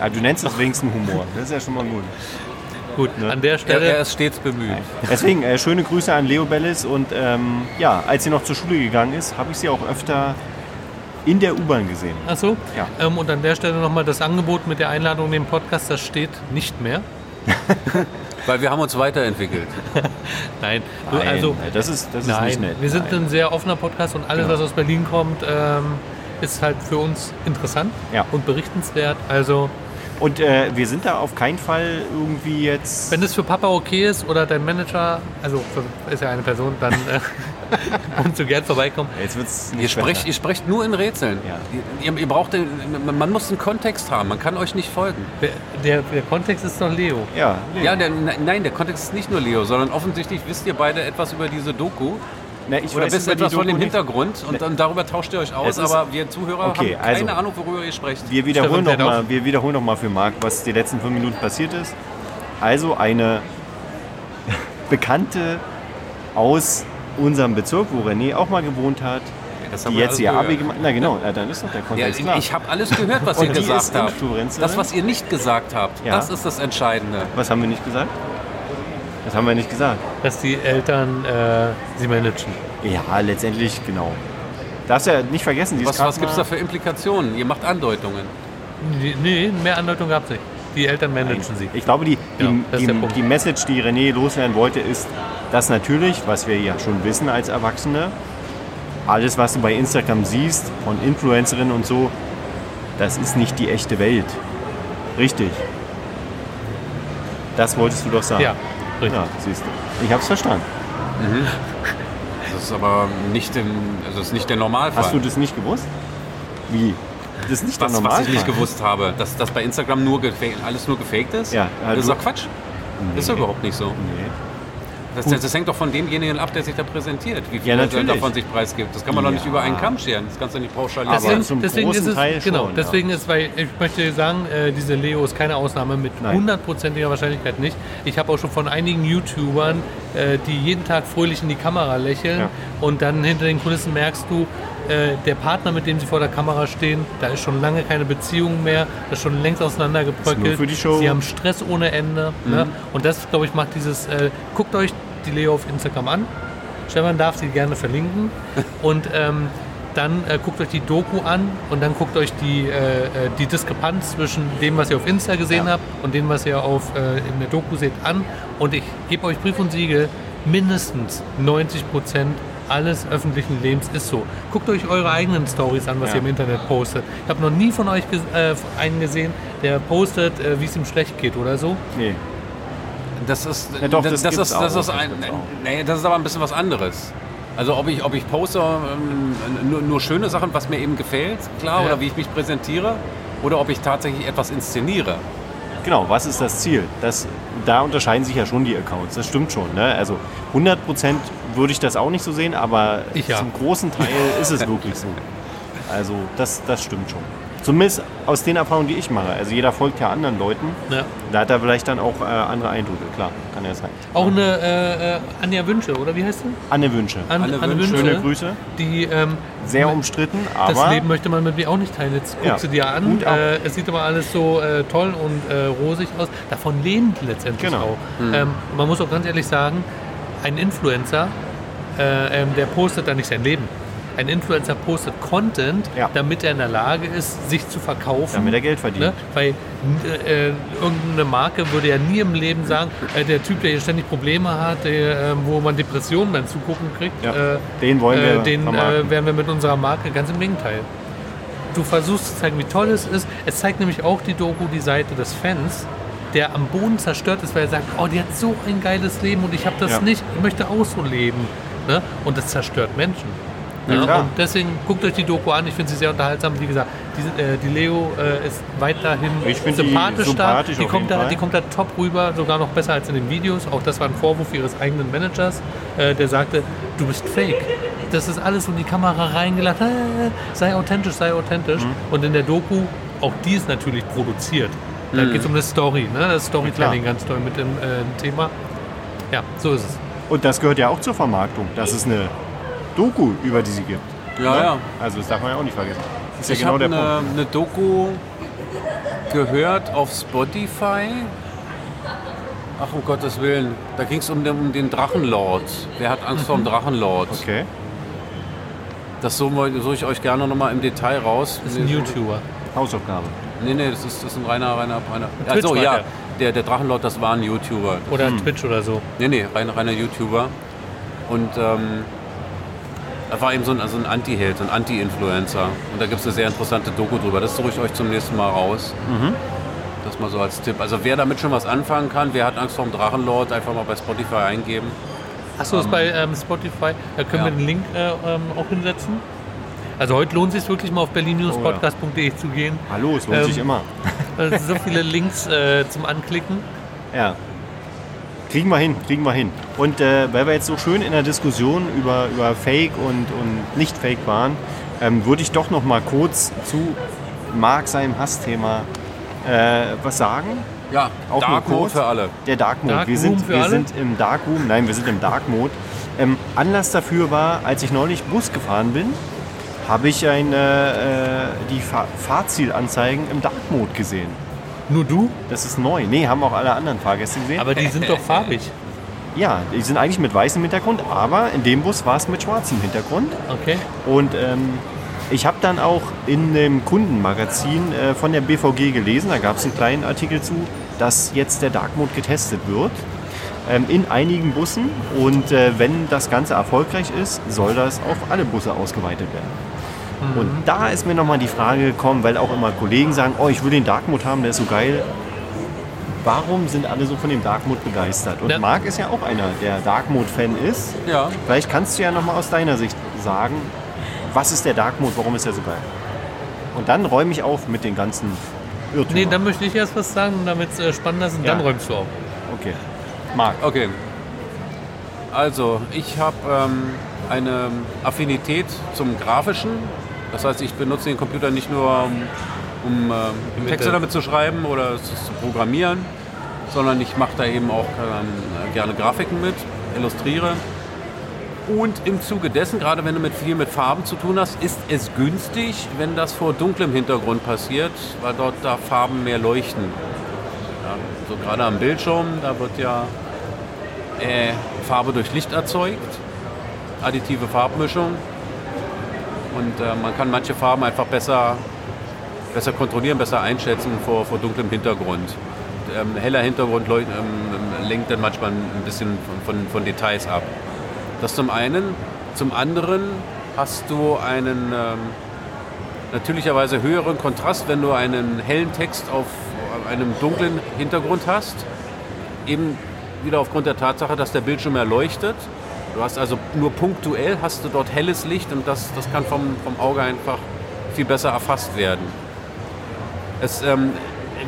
S2: Ah, du nennst es wenigstens Humor. Das ist ja schon mal gut.
S3: Gut,
S2: Ne?
S3: an der
S1: Er,
S3: Stelle.
S1: er ist stets bemüht.
S2: Deswegen äh, schöne Grüße an Leo Bellis. Und ähm, ja, als sie noch zur Schule gegangen ist, habe ich sie auch öfter in der U-Bahn gesehen.
S3: Ach so.
S2: Ja.
S3: Ähm, und an der Stelle nochmal das Angebot mit der Einladung in den Podcast, das steht nicht mehr.
S1: Weil wir haben uns weiterentwickelt.
S3: Nein, du, also
S2: Nein, äh, das ist, das ist
S3: nein,
S2: nicht nett.
S3: wir sind
S2: nein.
S3: ein sehr offener Podcast und alles,
S2: Genau.
S3: was aus Berlin kommt, ähm, ist halt für uns interessant
S2: Ja.
S3: und berichtenswert. Also
S2: Und äh, wir sind da auf keinen Fall irgendwie jetzt...
S3: wenn es für Papa okay ist oder dein Manager, also für, ist ja eine Person, dann äh, kannst du gern vorbeikommen.
S2: jetzt wird's
S1: Ihr
S2: nicht
S1: sprecht, ihr sprecht nur in Rätseln.
S2: Ja.
S1: Ihr, ihr braucht den, man muss einen Kontext haben, man kann euch nicht folgen.
S3: Der, der, der Kontext ist doch Leo.
S2: besser. Ja, Leo.
S1: Ja, der, ne, nein, der Kontext ist nicht nur Leo, sondern offensichtlich wisst ihr beide etwas über diese Doku.
S2: Na, ich
S1: Oder
S2: weiß
S1: wisst
S2: über die
S1: etwas von dem
S2: Doku nicht.
S1: Hintergrund und dann darüber tauscht ihr euch aus,
S2: Es ist-
S1: aber wir Zuhörer
S2: Okay,
S1: haben keine
S2: also-
S1: Ahnung, worüber ihr sprecht.
S2: Wir wiederholen
S3: Stefan, der
S2: nochmal
S3: darf.
S2: wir wiederholen noch mal für Marc, was die letzten fünf Minuten passiert ist. Also eine Bekannte aus unserem Bezirk, wo René auch mal gewohnt hat,
S1: Das
S2: die
S1: wir
S2: jetzt
S1: alles
S2: ihr
S1: gehört.
S2: Abi gemacht Na genau, ja, dann ist doch der
S1: also, äh, ja,
S2: Kontext klar.
S1: ich habe alles gehört, was
S2: Und
S1: ihr
S2: die
S1: gesagt
S2: ist
S1: habt.
S2: Influencerin?
S1: Das, was ihr nicht gesagt habt,
S2: Ja.
S1: das ist das Entscheidende.
S2: Was haben wir nicht gesagt? Das haben wir nicht gesagt.
S3: Dass die Eltern äh, sie managen.
S2: Ja, letztendlich genau. Darfst ja nicht vergessen, die
S1: Was,
S2: ist grad
S1: was gibt es da
S2: mal-
S1: für Implikationen? Ihr macht Andeutungen.
S3: Nee, Nee, mehr Andeutung gab es nicht. Die Eltern managen sie.
S2: Ich glaube, die, die,
S3: Ja, das ist der
S2: die,
S3: Punkt.
S2: die Message, die René loswerden wollte, ist, dass natürlich, was wir ja schon wissen als Erwachsene, alles, was du bei Instagram siehst, von Influencerinnen und so, das ist nicht die echte Welt. Richtig. Das wolltest du doch sagen.
S3: Ja, richtig.
S2: Ja, siehst du. Ich hab's verstanden.
S1: Das ist aber nicht, im, also das ist nicht der Normalfall.
S2: Hast du das nicht gewusst? Wie? Das ist nicht der
S1: was, was ich
S2: Normalfall.
S1: nicht gewusst habe, dass das bei Instagram nur gefa- alles nur gefaked ist?
S2: Ja, also ja,
S1: das ist
S2: du-
S1: doch Quatsch. Ist doch überhaupt nicht so.
S2: Nee.
S1: Das, das, das hängt doch von demjenigen ab, der sich da präsentiert, wie viel
S2: Ja,
S1: er
S2: natürlich.
S1: davon sich preisgibt. Das kann man doch nicht
S2: Ja.
S1: über einen Kamm scheren. Das kannst du nicht pauschalisieren.
S2: Aber
S3: Deswegen,
S2: zum
S3: deswegen
S2: großen
S3: ist es,
S2: Teil
S3: genau,
S2: schon,
S3: deswegen ist, weil ich möchte sagen, äh, diese Leo ist keine Ausnahme mit
S2: Nein.
S3: hundertprozentiger Wahrscheinlichkeit nicht. Ich habe auch schon von einigen YouTubern, äh, die jeden Tag fröhlich in die Kamera lächeln
S2: Ja.
S3: und dann hinter den Kulissen merkst du, äh, äh, der Partner, mit dem sie vor der Kamera stehen, da ist schon lange keine Beziehung mehr, das ist schon längst auseinandergebröckelt.
S2: Ist nur für die Show. Mhm.
S3: Sie haben Stress ohne Ende. Ne? Und das, glaube ich, macht dieses, äh, guckt euch die Leo auf Instagram an. Stefan darf sie gerne verlinken. Und ähm, dann äh, guckt euch die Doku an und dann guckt euch die, äh, äh, die Diskrepanz zwischen dem, was ihr auf Insta gesehen
S2: Ja.
S3: habt und dem, was ihr auf, äh, in der Doku seht, an. Und ich gebe euch Brief und Siegel, mindestens 90 Prozent alles öffentlichen Lebens ist so. Guckt euch eure eigenen Stories an, was
S2: Ja.
S3: ihr im Internet postet. Ich habe noch nie von euch ges- äh, einen gesehen, der postet, äh, wie es ihm schlecht geht oder so.
S2: Nee.
S1: Das ist,
S2: Ja, doch,
S1: das,
S2: das
S1: das, ist,
S2: gibt's
S1: das
S2: auch,
S1: ist
S2: das
S1: ein,
S2: gibt's auch.
S1: nee, das ist aber ein bisschen was anderes. Also ob ich, ob ich poste ähm, nur, nur schöne Sachen, was mir eben gefällt, klar,
S3: Ja.
S1: oder wie ich mich präsentiere, oder ob ich tatsächlich etwas inszeniere.
S2: Genau, was ist das Ziel? Das, da unterscheiden sich ja schon die Accounts, das stimmt schon. Ne? Also 100% würde ich das auch nicht so sehen, aber
S3: Ich ja.
S2: zum großen Teil ist es wirklich so. Also das, das stimmt schon. Zumindest aus den Erfahrungen, die ich mache. Also jeder folgt ja anderen Leuten.
S3: Ja.
S2: Da hat er vielleicht dann auch äh, andere Eindrücke, klar, kann ja sein.
S3: Auch eine äh, äh, Anja Wünsche, oder wie heißt sie?
S2: Anne Wünsche.
S3: An-
S1: Anne Wünsche.
S2: Schöne Grüße.
S3: Die ähm,
S2: Sehr umstritten, aber
S3: Das Leben möchte man mit mir auch nicht teilen. Jetzt guckst
S2: Ja.
S3: du dir an.
S2: Gut ab.
S3: Äh, es sieht immer alles so äh, toll und äh, rosig aus. Davon leben die letztendlich
S2: Genau.
S3: auch. Ähm, und man muss auch ganz ehrlich sagen, ein Influencer, äh, ähm, der postet da nicht sein Leben. Ein Influencer postet Content,
S2: Ja.
S3: damit er in der Lage ist, sich zu verkaufen.
S2: damit er Geld verdient.
S3: Ne? Weil äh, äh, irgendeine Marke würde ja nie im Leben sagen, äh, der Typ, der hier ständig Probleme hat, der, äh, wo man Depressionen beim Zugucken kriegt,
S2: Ja.
S3: äh,
S2: den wollen wir
S3: äh, den
S2: vermarkten.
S3: äh, werden wir mit unserer Marke ganz im Gegenteil. Du versuchst zu zeigen, wie toll es ist. Es zeigt nämlich auch die Doku die Seite des Fans, der am Boden zerstört ist, weil er sagt, oh, die hat so ein geiles Leben und ich habe das
S2: Ja.
S3: nicht. Ich möchte auch so leben. Ne? Und das zerstört Menschen.
S2: Ja,
S3: Ja,
S2: klar.
S3: und deswegen guckt euch die Doku an. Ich finde sie sehr unterhaltsam. Wie gesagt, die, äh, die Leo äh, ist weiterhin
S2: Ich find die
S3: sympathisch, da.
S2: sympathisch
S3: Die
S2: auf jeden
S3: kommt da,
S2: Fall.
S3: die kommt da top rüber, sogar noch besser als in den Videos. Auch das war ein Vorwurf ihres eigenen Managers, äh, der sagte, du bist fake. Das ist alles in die Kamera reingelacht. Äh, sei authentisch, sei authentisch. Und in der Doku, auch die ist natürlich produziert. Da geht es um eine Story, ne? das Storytelling ganz toll mit dem äh, Thema. Ja, so ist es.
S2: Und das gehört ja auch zur Vermarktung, dass es eine Doku über die sie gibt.
S1: Ja, ja.
S2: Also das darf man ja auch nicht vergessen. Das ist
S1: Ich ne
S2: ja
S1: habe
S2: genau der
S1: eine,
S2: Punkt.
S1: eine Doku gehört auf Spotify. Ach, um Gottes Willen. Da ging es um, den- um den Drachenlord. Wer hat Angst
S3: Mhm.
S1: vor dem Drachenlord?
S2: Okay.
S1: Das suche such ich euch gerne nochmal im Detail raus.
S3: Das ist ein YouTuber.
S2: Hausaufgabe.
S1: Nee, nee, das ist, das ist ein reiner, reiner, reiner.
S3: Ein
S1: Achso,
S3: Twitch war
S1: ja.
S3: der.
S1: Der, der Drachenlord, das war ein YouTuber.
S3: Oder Twitch oder so.
S1: Nee, nee, reiner, reiner YouTuber. Und ähm, er war eben so ein, also ein Anti-Held, so ein Anti-Influencer. Und da gibt es eine sehr interessante Doku drüber. Das suche ich euch zum nächsten Mal raus. Das mal so als Tipp. Also wer damit schon was anfangen kann, wer hat Angst vor dem Drachenlord, einfach mal bei Spotify eingeben.
S3: Achso, ist bei ähm, Spotify. Da
S1: ja.
S3: können wir den Link äh, ähm, auch hinsetzen. Also heute lohnt es sich wirklich mal auf berlin-podcast.de e zu gehen.
S2: Hallo, es lohnt
S3: Ähm,
S2: sich immer.
S3: Also so viele Links äh, zum Anklicken.
S2: Ja. Kriegen wir hin, kriegen wir hin. Und äh, weil wir jetzt so schön in der Diskussion über, über Fake und, und Nicht-Fake waren, ähm, würde ich doch noch mal kurz zu Marc seinem Hassthema äh, was sagen.
S1: Ja,
S2: Auch
S1: Dark
S2: nur
S1: Mode
S2: kurz.
S1: für alle.
S2: Der Dark Mode.
S3: Dark
S2: wir sind,
S3: Room für
S2: wir
S3: alle?
S2: sind im Dark Room. Nein, wir sind im Dark Mode. Ähm, Anlass dafür war, als ich neulich Bus gefahren bin, habe ich eine, äh, die Fahr Fahrzielanzeigen im Dark Mode gesehen.
S3: Nur du?
S2: Das ist neu. Nee, haben auch alle anderen Fahrgäste gesehen.
S3: Aber die sind doch farbig.
S2: ja, die sind eigentlich mit weißem Hintergrund, aber in dem Bus war es mit schwarzem Hintergrund.
S3: Okay.
S2: Und ähm, ich habe dann auch in dem Kundenmagazin äh, von der BVG gelesen, da gab es einen kleinen Artikel zu, dass jetzt der Dark Mode getestet wird ähm, in einigen Bussen. Und äh, wenn das Ganze erfolgreich ist, soll das auf alle Busse ausgeweitet werden. Und da ist mir nochmal die Frage gekommen, weil auch immer Kollegen sagen, oh, ich will den Dark Mode haben, der ist so geil. Warum sind alle so von dem Dark Mode begeistert? Und
S3: Ja.
S2: Marc ist ja auch einer, der Dark Mode-Fan ist.
S1: Ja.
S2: Vielleicht kannst du ja nochmal aus deiner Sicht sagen, was ist der Dark Mode, warum ist er so geil? Und dann räume ich auf mit den ganzen Irrtümern.
S3: Nee, dann möchte ich erst was sagen, damit es äh, spannender ist und
S2: Ja.
S3: dann räumst du auf.
S2: okay. Marc,
S1: Okay. Also, ich habe ähm, eine Affinität zum Grafischen. Das heißt, ich benutze den Computer nicht nur, um, um ähm, Texte
S3: Internet.
S1: damit zu schreiben oder es zu programmieren, sondern ich mache da eben auch ähm, gerne Grafiken mit, illustriere. Und im Zuge dessen, gerade wenn du mit viel mit Farben zu tun hast, ist es günstig, wenn das vor dunklem Hintergrund passiert, weil dort da Farben mehr leuchten. Ja, so gerade am Bildschirm, da wird ja äh, Farbe durch Licht erzeugt, additive Farbmischung. Und äh, man kann manche Farben einfach besser, besser kontrollieren, besser einschätzen vor, vor dunklem Hintergrund. Ähm, heller Hintergrund leucht- ähm, lenkt dann manchmal ein bisschen von, von, von Details ab. Das zum einen. Zum anderen hast du einen ähm, natürlicherweise höheren Kontrast, wenn du einen hellen Text auf einem dunklen Hintergrund hast. Eben wieder aufgrund der Tatsache, dass der Bildschirm erleuchtet. Du hast also nur punktuell hast du dort helles Licht und das, das kann vom, vom Auge einfach viel besser erfasst werden. Es ähm,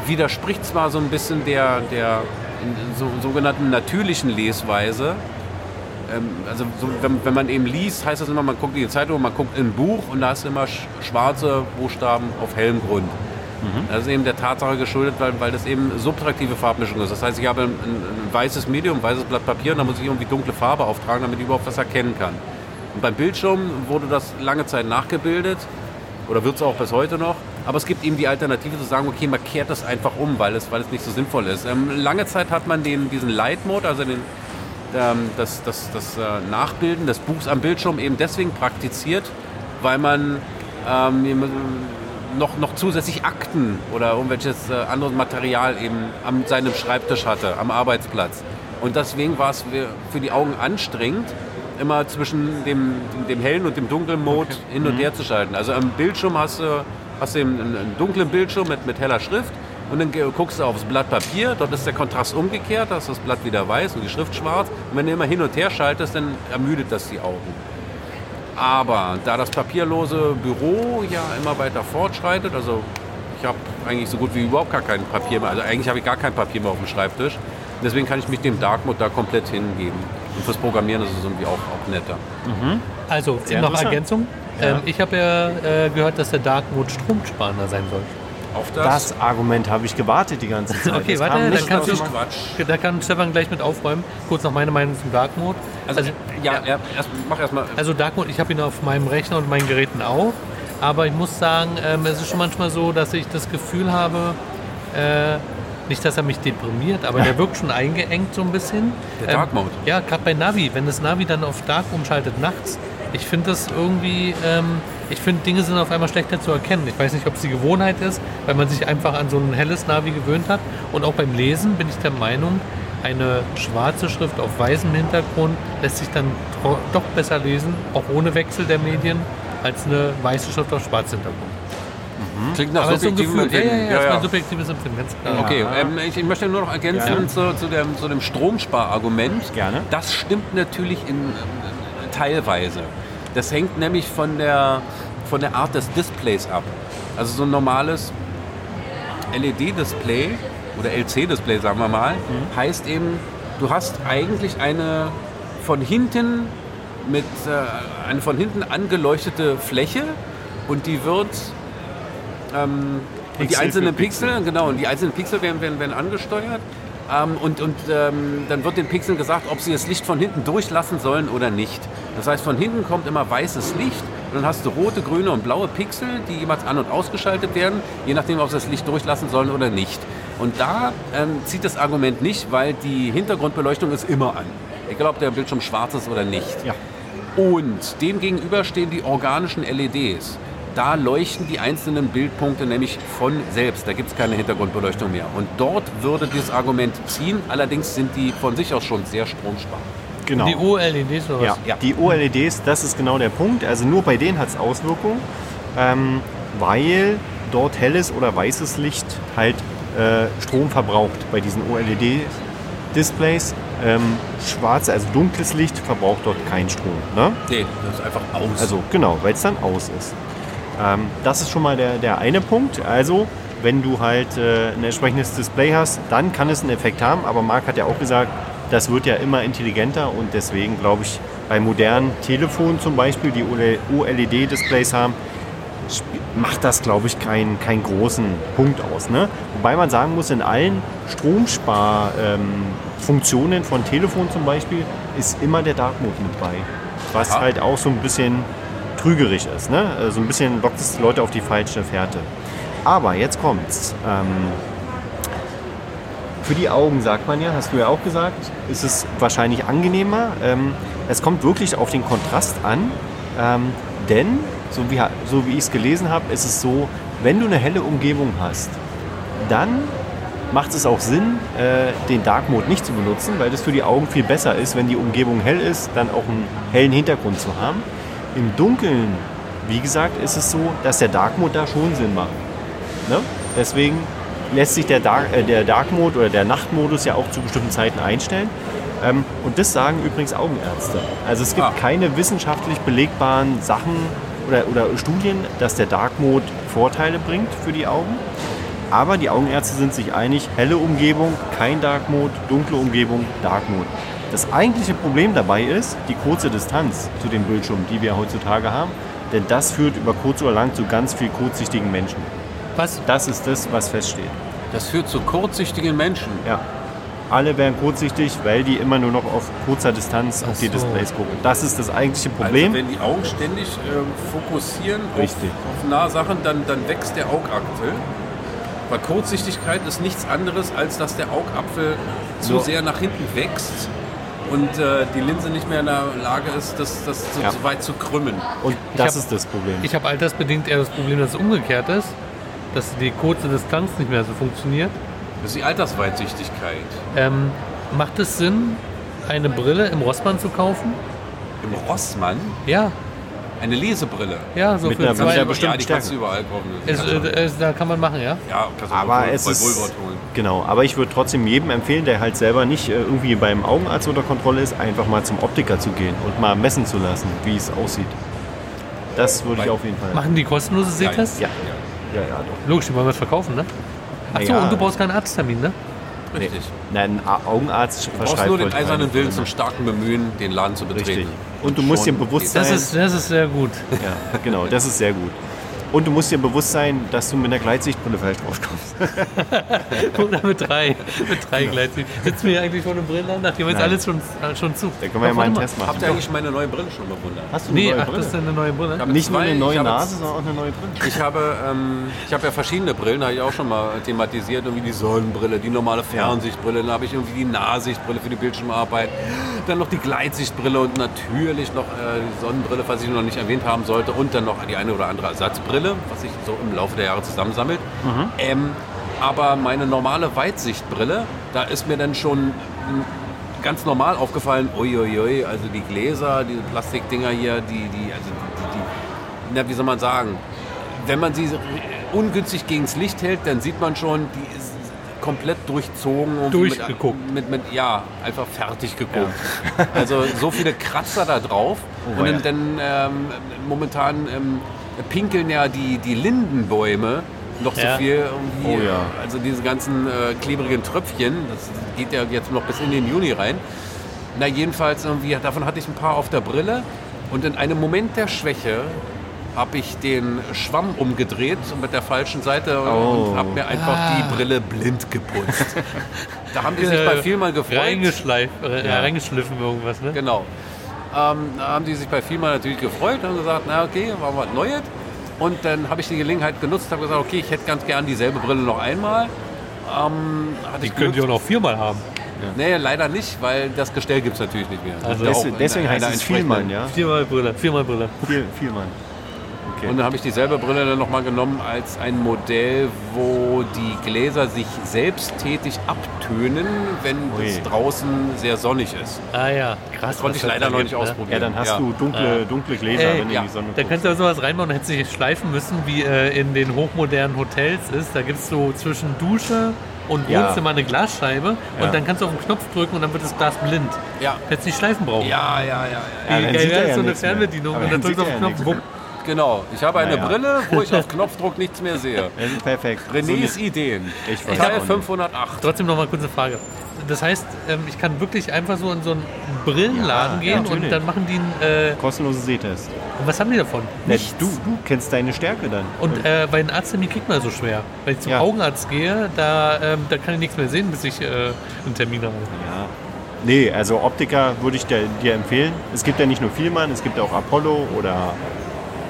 S1: widerspricht zwar so ein bisschen der, der in- so, sogenannten natürlichen Lesweise, ähm, also so, wenn, wenn man eben liest, heißt das immer, man guckt in die Zeitung, man guckt in ein Buch und da hast du immer sch- schwarze Buchstaben auf hellem Grund. Das ist eben der Tatsache geschuldet, weil, weil das eben subtraktive Farbmischung ist. Das heißt, ich habe ein, ein, ein weißes Medium, ein weißes Blatt Papier und da muss ich irgendwie dunkle Farbe auftragen, damit ich überhaupt was erkennen kann. Und beim Bildschirm wurde das lange Zeit nachgebildet oder wird es auch bis heute noch. Aber es gibt eben die Alternative zu sagen, okay, man kehrt das einfach um, weil es, weil es nicht so sinnvoll ist. Ähm, lange Zeit hat man den, diesen Light Mode, also den, ähm, das, das, das äh, Nachbilden des Buchs am Bildschirm eben deswegen praktiziert, weil man ähm, noch, noch zusätzlich Akten oder irgendwelches äh, anderes Material eben an seinem Schreibtisch hatte, am Arbeitsplatz. Und deswegen war es wir- für die Augen anstrengend, immer zwischen dem, dem hellen und dem dunklen Mode hin und her zu schalten. Also am Bildschirm hast du, hast du eben einen, einen dunklen Bildschirm mit, mit heller Schrift und dann ge- guckst du aufs Blatt Papier, dort ist der Kontrast umgekehrt, da ist das Blatt wieder weiß und die Schrift schwarz. Und wenn du immer hin und her schaltest, dann ermüdet das die Augen. Aber da das papierlose Büro ja immer weiter fortschreitet, also ich habe eigentlich so gut wie überhaupt gar kein Papier mehr, also eigentlich habe ich gar kein Papier mehr auf dem Schreibtisch. Deswegen kann ich mich dem Dark Mode da komplett hingeben. Und fürs Programmieren ist es irgendwie auch, auch netter.
S3: Also,
S2: Sehr
S3: noch
S2: interessant.
S3: Ergänzung. Ähm, ich habe ja äh, gehört, dass der Dark Mode stromsparender sein soll.
S1: Auf das,
S2: Das Argument habe ich gewartet die ganze Zeit.
S3: Okay,
S2: Das
S3: warte,
S2: kam
S3: dann
S2: nicht
S3: kannst
S2: aus
S3: du-
S2: dem-
S1: Quatsch.
S3: Da kann Stefan gleich mit aufräumen. Kurz noch meine Meinung zum Dark Mode.
S1: Also, ja, ja erst, mach erstmal.
S3: Also Dark Mode, ich habe ihn auf meinem Rechner und meinen Geräten auch. Aber ich muss sagen, ähm, es ist schon manchmal so, dass ich das Gefühl habe, äh, nicht, dass er mich deprimiert, aber der wirkt schon eingeengt so ein bisschen.
S1: Der Dark Mode?
S3: Ähm, ja, gerade bei Navi. Wenn das Navi dann auf Dark umschaltet nachts, ich finde das irgendwie, ähm, ich finde Dinge sind auf einmal schlechter zu erkennen. Ich weiß nicht, ob es die Gewohnheit ist, weil man sich einfach an so ein helles Navi gewöhnt hat. Und auch beim Lesen bin ich der Meinung, eine schwarze Schrift auf weißem Hintergrund lässt sich dann tro- doch besser lesen, auch ohne Wechsel der Medien, als eine weiße Schrift auf schwarzem Hintergrund.
S1: Klingt nach
S3: Aber es ist so ein
S1: subjektivem
S3: Gefühl. Ja, ja, ja,
S1: Empfinden.
S3: ja, ist mein subjektives Empfinden, ganz klar.
S1: Okay,
S2: Ja.
S1: ähm, ich, ich möchte nur noch ergänzen
S2: Ja.
S1: zu, zu dem, zu dem Stromsparargument.
S2: Gerne.
S1: Das stimmt natürlich in, ähm, teilweise. Das hängt nämlich von der, von der Art des Displays ab. Also so ein normales LED-Display oder LC-Display, sagen wir mal,
S2: Mhm.
S1: heißt eben, du hast eigentlich eine von hinten mit äh, eine von hinten angeleuchtete Fläche und die wird ähm, und die
S2: Pixel für
S1: einzelnen
S2: Pixel.
S1: Pixel, genau, und die einzelnen Pixel werden, werden, werden angesteuert. Ähm, und und ähm, dann wird den Pixeln gesagt, ob sie das Licht von hinten durchlassen sollen oder nicht. Das heißt, von hinten kommt immer weißes Licht und dann hast du rote, grüne und blaue Pixel, die jeweils an- und ausgeschaltet werden, je nachdem, ob sie das Licht durchlassen sollen oder nicht. Und da ähm, zieht das Argument nicht, weil die Hintergrundbeleuchtung ist immer an. Egal, ob der Bildschirm schwarz ist oder nicht.
S2: Ja.
S1: Und dem gegenüber stehen die organischen LEDs. Da leuchten die einzelnen Bildpunkte nämlich von selbst. Da gibt es keine Hintergrundbeleuchtung mehr. Und dort würde dieses Argument ziehen. Allerdings sind die von sich aus schon sehr stromsparend.
S2: Genau.
S3: Die OLEDs oder was?
S2: Ja,
S1: Ja.
S2: die OLEDs, das ist genau der Punkt. Also nur bei denen hat es Auswirkungen, ähm, weil dort helles oder weißes Licht halt äh, Strom verbraucht bei diesen OLED-Displays. Ähm, schwarze, also dunkles Licht verbraucht dort keinen Strom. Ne?
S1: Nee, das ist einfach aus.
S2: Also genau, weil es dann aus ist. Ähm, das ist schon mal der, der eine Punkt. Also wenn du halt äh, ein entsprechendes Display hast, dann kann es einen Effekt haben. Aber Marc hat ja auch gesagt, das wird ja immer intelligenter und deswegen glaube ich, bei modernen Telefonen zum Beispiel, die E, OLED-Displays haben, sp- macht das, glaube ich, keinen keinen großen Punkt aus. Ne? Wobei man sagen muss, in allen Stromsparfunktionen ähm, Funktionen von Telefon zum Beispiel ist immer der Dark Mode mit bei. was
S1: Ja.
S2: halt auch so ein bisschen trügerig ist. Ne? Äh, So ein bisschen lockt es die Leute auf die falsche Fährte. Aber jetzt kommt's. Ähm, für die Augen, sagt man ja, hast du ja auch gesagt, ist es wahrscheinlich angenehmer. Ähm, es kommt wirklich auf den Kontrast an, ähm, denn, so wie, ha- so wie ich es gelesen habe, ist es so, wenn du eine helle Umgebung hast, dann macht es auch Sinn, äh, den Dark Mode nicht zu benutzen, weil das für die Augen viel besser ist, wenn die Umgebung hell ist, dann auch einen hellen Hintergrund zu haben. Im Dunkeln, wie gesagt, ist es so, dass der Dark Mode da schon Sinn macht. Ne? Deswegen lässt sich der Dark, äh, der Dark Mode oder der Nachtmodus ja auch zu bestimmten Zeiten einstellen. Ähm, und das sagen übrigens Augenärzte. Also es gibt
S1: Ah.
S2: keine wissenschaftlich belegbaren Sachen oder, oder Studien, dass der Dark Mode Vorteile bringt für die Augen. Aber die Augenärzte sind sich einig, helle Umgebung, kein Dark Mode, dunkle Umgebung, Dark Mode. Das eigentliche Problem dabei ist die kurze Distanz zu dem Bildschirm, die wir heutzutage haben. Denn das führt über kurz oder lang zu ganz viel kurzsichtigen Menschen.
S3: Was?
S2: Das ist das, was feststeht.
S1: Das führt zu kurzsichtigen Menschen.
S2: Ja. Alle werden kurzsichtig, weil die immer nur noch auf kurzer Distanz auf
S3: Ach
S2: die
S3: so.
S2: Displays gucken. Das ist das eigentliche Problem.
S1: Also wenn die Augen ständig ähm, fokussieren auf,
S2: Richtig.
S1: auf nahe Sachen, dann, dann wächst der Augapfel. Weil Kurzsichtigkeit ist nichts anderes, als dass der Augapfel zu
S2: So.
S1: sehr nach hinten wächst und äh, die Linse nicht mehr in der Lage ist, das, das so,
S2: Ja.
S1: so weit zu krümmen.
S2: Und das
S3: hab-
S2: ist das Problem.
S3: Ich habe altersbedingt eher das Problem, dass es umgekehrt ist, dass die kurze Distanz nicht mehr so funktioniert.
S1: Das ist die Altersweitsichtigkeit.
S3: Ähm, macht es Sinn, eine Brille im Rossmann zu kaufen?
S1: Im Rossmann
S3: Ja,
S1: eine Lesebrille.
S3: ja, so
S2: Mit
S3: für
S2: einer- mit
S3: zwei.
S2: einer
S3: Euro.
S2: Best- bestimmt
S1: ja, die kannst
S2: Stärke.
S1: du überall kaufen.
S3: Es, äh, es, da kann man machen, ja?
S1: ja, kannst du
S2: Aber
S1: bei,
S2: es
S1: bei
S2: ist-
S1: Woolworth holen.
S2: Genau, aber ich würde trotzdem jedem empfehlen, der halt selber nicht äh, irgendwie beim Augenarzt unter Kontrolle ist, einfach mal zum Optiker zu gehen und mal messen zu lassen, wie es aussieht. Das würde ich
S1: Weil-
S2: auf jeden Fall.
S3: Machen die kostenlose Sehtests?
S2: Ja, ja, ja, doch.
S3: Logisch, die wollen was verkaufen, ne? Ach so,
S2: Naja.
S3: und du brauchst keinen Arzttermin, ne?
S1: Richtig.
S2: Nein, ein A- Augenarzt
S1: Du brauchst nur den
S2: heute
S1: eisernen
S2: keine
S1: Willen
S2: Brille.
S1: zum starken Bemühen, den Laden zu betreten.
S2: Richtig. Und du musst dir
S1: schon geht's.
S2: bewusst sein,
S3: Das ist, das ist sehr gut.
S2: ja, genau, das ist sehr gut. Und du musst dir bewusst sein, dass du mit einer Gleitsichtbrille falsch rauskommst.
S3: Oder mit drei, mit drei gleichzeitig. Sitzen wir hier eigentlich vor einem Brillen, nachdem jetzt
S2: Nein.
S3: alles schon, äh, schon zu.
S2: Da können wir ja mal einen Test machen.
S1: Habt ihr eigentlich meine neue Brille schon bewundert?
S2: Hast du eine
S3: Nee,
S2: neue
S3: ach, das
S2: Brille?
S3: ist eine neue Brille.
S1: Ja.
S2: Nicht nur
S1: Weil
S2: eine
S1: ich
S2: neue
S1: habe-
S2: Nase, sondern auch eine neue Brille.
S1: Ich habe, ähm, ich habe ja verschiedene Brillen, habe ich auch schon mal thematisiert. Irgendwie die Sonnenbrille, die normale Fernsichtbrille, dann habe ich irgendwie die Nahsichtbrille für die Bildschirmarbeit, dann noch die Gleitsichtbrille und natürlich noch äh, die Sonnenbrille, was ich noch nicht erwähnt haben sollte, und dann noch die eine oder andere Ersatzbrille, was sich so im Laufe der Jahre zusammensammelt.
S2: Mhm.
S1: Ähm, aber meine normale Weitsichtbrille, da ist mir dann schon ganz normal aufgefallen, uiuiui, also die Gläser, diese Plastikdinger hier, die, die, also die, die, na, wie soll man sagen, wenn man sie ungünstig gegens Licht hält, dann sieht man schon, die ist komplett durchzogen. und
S3: Durchgeguckt.
S1: Mit, mit, mit, ja, einfach fertig geguckt. Also so viele Kratzer da drauf.
S2: Oh,
S1: und
S2: ja.
S1: dann, dann ähm, momentan ähm, pinkeln ja die, die Lindenbäume noch
S3: Ja.
S1: so viel irgendwie,
S2: Oh, ja.
S1: also diese ganzen äh, klebrigen Tröpfchen, das geht ja jetzt noch bis in den Juni rein. Na jedenfalls irgendwie, davon hatte ich ein paar auf der Brille und in einem Moment der Schwäche habe ich den Schwamm umgedreht mit der falschen Seite
S2: Oh. Ah.
S1: und habe mir einfach die Brille blind geputzt. da haben die sich bei viel mal gefreut.
S3: Reingeschleift, äh, Reingeschliffen irgendwas, ne?
S1: Genau. Ähm, da haben die sich bei FIMA natürlich gefreut und gesagt, na okay, machen wir was Neues. Und dann habe ich die Gelegenheit genutzt, habe gesagt, okay, ich hätte ganz gern dieselbe Brille noch einmal. Ähm, hatte
S3: Die
S1: ich
S3: könnt ihr auch
S1: genutzt.
S3: noch viermal haben.
S1: Nee, leider nicht, weil das Gestell gibt es natürlich nicht mehr.
S3: Also
S1: Das ist ja
S2: Deswegen,
S1: auch
S2: deswegen
S1: in
S2: heißt
S1: einer
S2: es
S1: entsprechenden-
S2: Vielmann, ja?
S3: Viermal Brille, viermal Brille.
S2: Viel, Vielmann. Okay.
S1: Und dann habe ich dieselbe Brille dann nochmal genommen als ein Modell, wo die Gläser sich selbsttätig abtönen, wenn
S2: Ui.
S1: es draußen sehr sonnig ist.
S3: Ah ja, krass.
S1: Das konnte
S3: was
S1: ich
S3: das
S1: leider
S3: da
S1: noch nicht
S3: gibt, ne?
S1: ausprobieren.
S2: Ja, dann hast du dunkle,
S3: Äh,
S2: dunkle Gläser,
S3: Ey,
S2: wenn du
S1: ja.
S2: in die Sonne
S3: Da
S2: guckst.
S3: könntest du sowas reinbauen und hättest nicht schleifen müssen, wie äh, in den hochmodernen Hotels ist. Da gibt es so zwischen Dusche und
S2: Ja.
S3: Wohnzimmer eine Glasscheibe
S2: Ja.
S3: und dann kannst du auf den Knopf drücken und dann wird das Glas blind.
S1: Ja,
S3: Hättest nicht schleifen brauchen.
S1: ja, ja, ja. ja.
S2: Ja, dann
S3: Wie geil
S2: sieht er
S3: wäre
S2: ja
S3: so eine
S2: nichts mehr.
S3: Fernbedienung
S2: Aber
S3: und
S2: dann
S3: dann drückst du auf
S2: sieht
S3: den
S2: er ja
S3: Knopf, wupp.
S1: Genau, ich habe eine
S2: Naja.
S1: Brille, wo ich auf Knopfdruck nichts mehr sehe.
S2: Das ist perfekt.
S1: Renés
S2: So
S1: Ideen.
S2: Ich weiß auch
S1: Teil
S2: nicht.
S1: 508.
S3: Trotzdem noch mal kurz eine Frage. Das heißt, ähm, ich kann wirklich einfach so in so einen Brillenladen
S2: Ja, ja,
S3: gehen und
S2: natürlich.
S3: dann machen die einen, äh,
S2: eine kostenlose Sehtest.
S3: und was haben die davon?
S2: Na, du, du kennst deine Stärke dann.
S3: Und äh, bei den Arzttermin kriegt man so schwer. Wenn ich zum
S2: Ja. Genau.
S3: Augenarzt gehe, da, ähm, da kann ich nichts mehr sehen, bis ich äh, einen Termin habe.
S2: ja. Nee, also Optiker würde ich dir, dir empfehlen. Es gibt ja nicht nur Vielmann, es gibt ja auch Apollo oder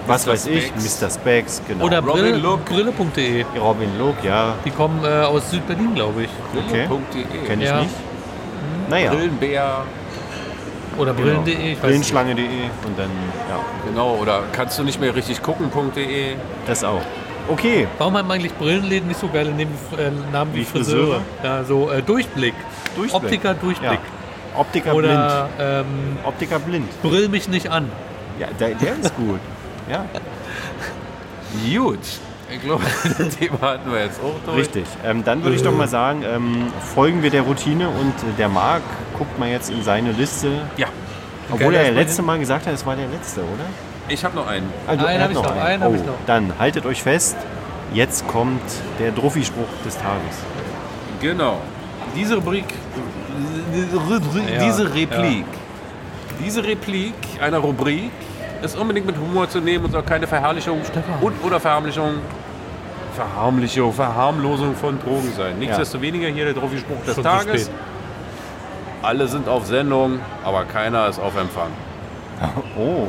S2: was
S1: Mr.
S2: weiß ich,
S1: Specs.
S2: Mr. Specs, genau.
S3: Oder
S1: Robin
S3: Brille-
S1: Look.
S3: brille.de.
S2: Robin Luke, ja,
S3: Die kommen äh, aus Südberlin, glaube ich.
S2: Okay.
S1: Brille.de.
S2: kenne ich
S3: Ja.
S2: nicht. Naja,
S1: E. Brillenbär,
S3: Oder
S2: genau.
S3: brillen.de. Ich weiß nicht.
S2: Brillenschlange.de und dann, ja,
S1: genau. Oder kannst du nicht mehr richtig gucken.de.
S2: das auch. Okay,
S3: Warum haben eigentlich Brillenläden nicht so geile Neben äh, Namen wie,
S2: Wie Friseure?
S3: Friseure? Ja, so äh, Durchblick.
S2: Durchblick.
S3: Optiker Durchblick.
S2: ja. Optiker
S3: Oder ähm,
S2: blind. Optiker blind.
S3: Brill mich nicht an.
S2: Ja, der, der ist gut. Ja,
S1: Gut. Ich glaube, das Thema hatten wir jetzt auch durch.
S2: richtig. Ähm, dann würde ich doch mal sagen, ähm, folgen wir der Routine und äh, der Marc guckt mal jetzt in seine Liste.
S1: Ja,
S2: Obwohl er
S3: Geil,
S2: ja
S3: erst mal
S2: letzte Mal gesagt hat, es war der letzte, oder?
S1: ich habe noch einen.
S2: Also,
S3: Einen
S2: er hat
S3: hab ich noch, einen hab
S2: oh,
S3: ich noch.
S2: Dann haltet euch fest, jetzt kommt der Druffi-Spruch des Tages.
S1: Genau. Diese Rubrik,
S3: Ja,
S1: diese
S3: ja.
S1: Replik, diese Replik einer Rubrik ist unbedingt mit Humor zu nehmen und soll keine Verherrlichung
S3: Stefan.
S1: und oder Verharmlichung, Verharmlichung, Verharmlosung von Drogen sein. Nichtsdestoweniger hier der Trophy-Spruch des
S3: Schon zu
S1: Tages.
S3: spät.
S1: Alle sind auf Sendung, aber keiner ist auf Empfang.
S2: Oh,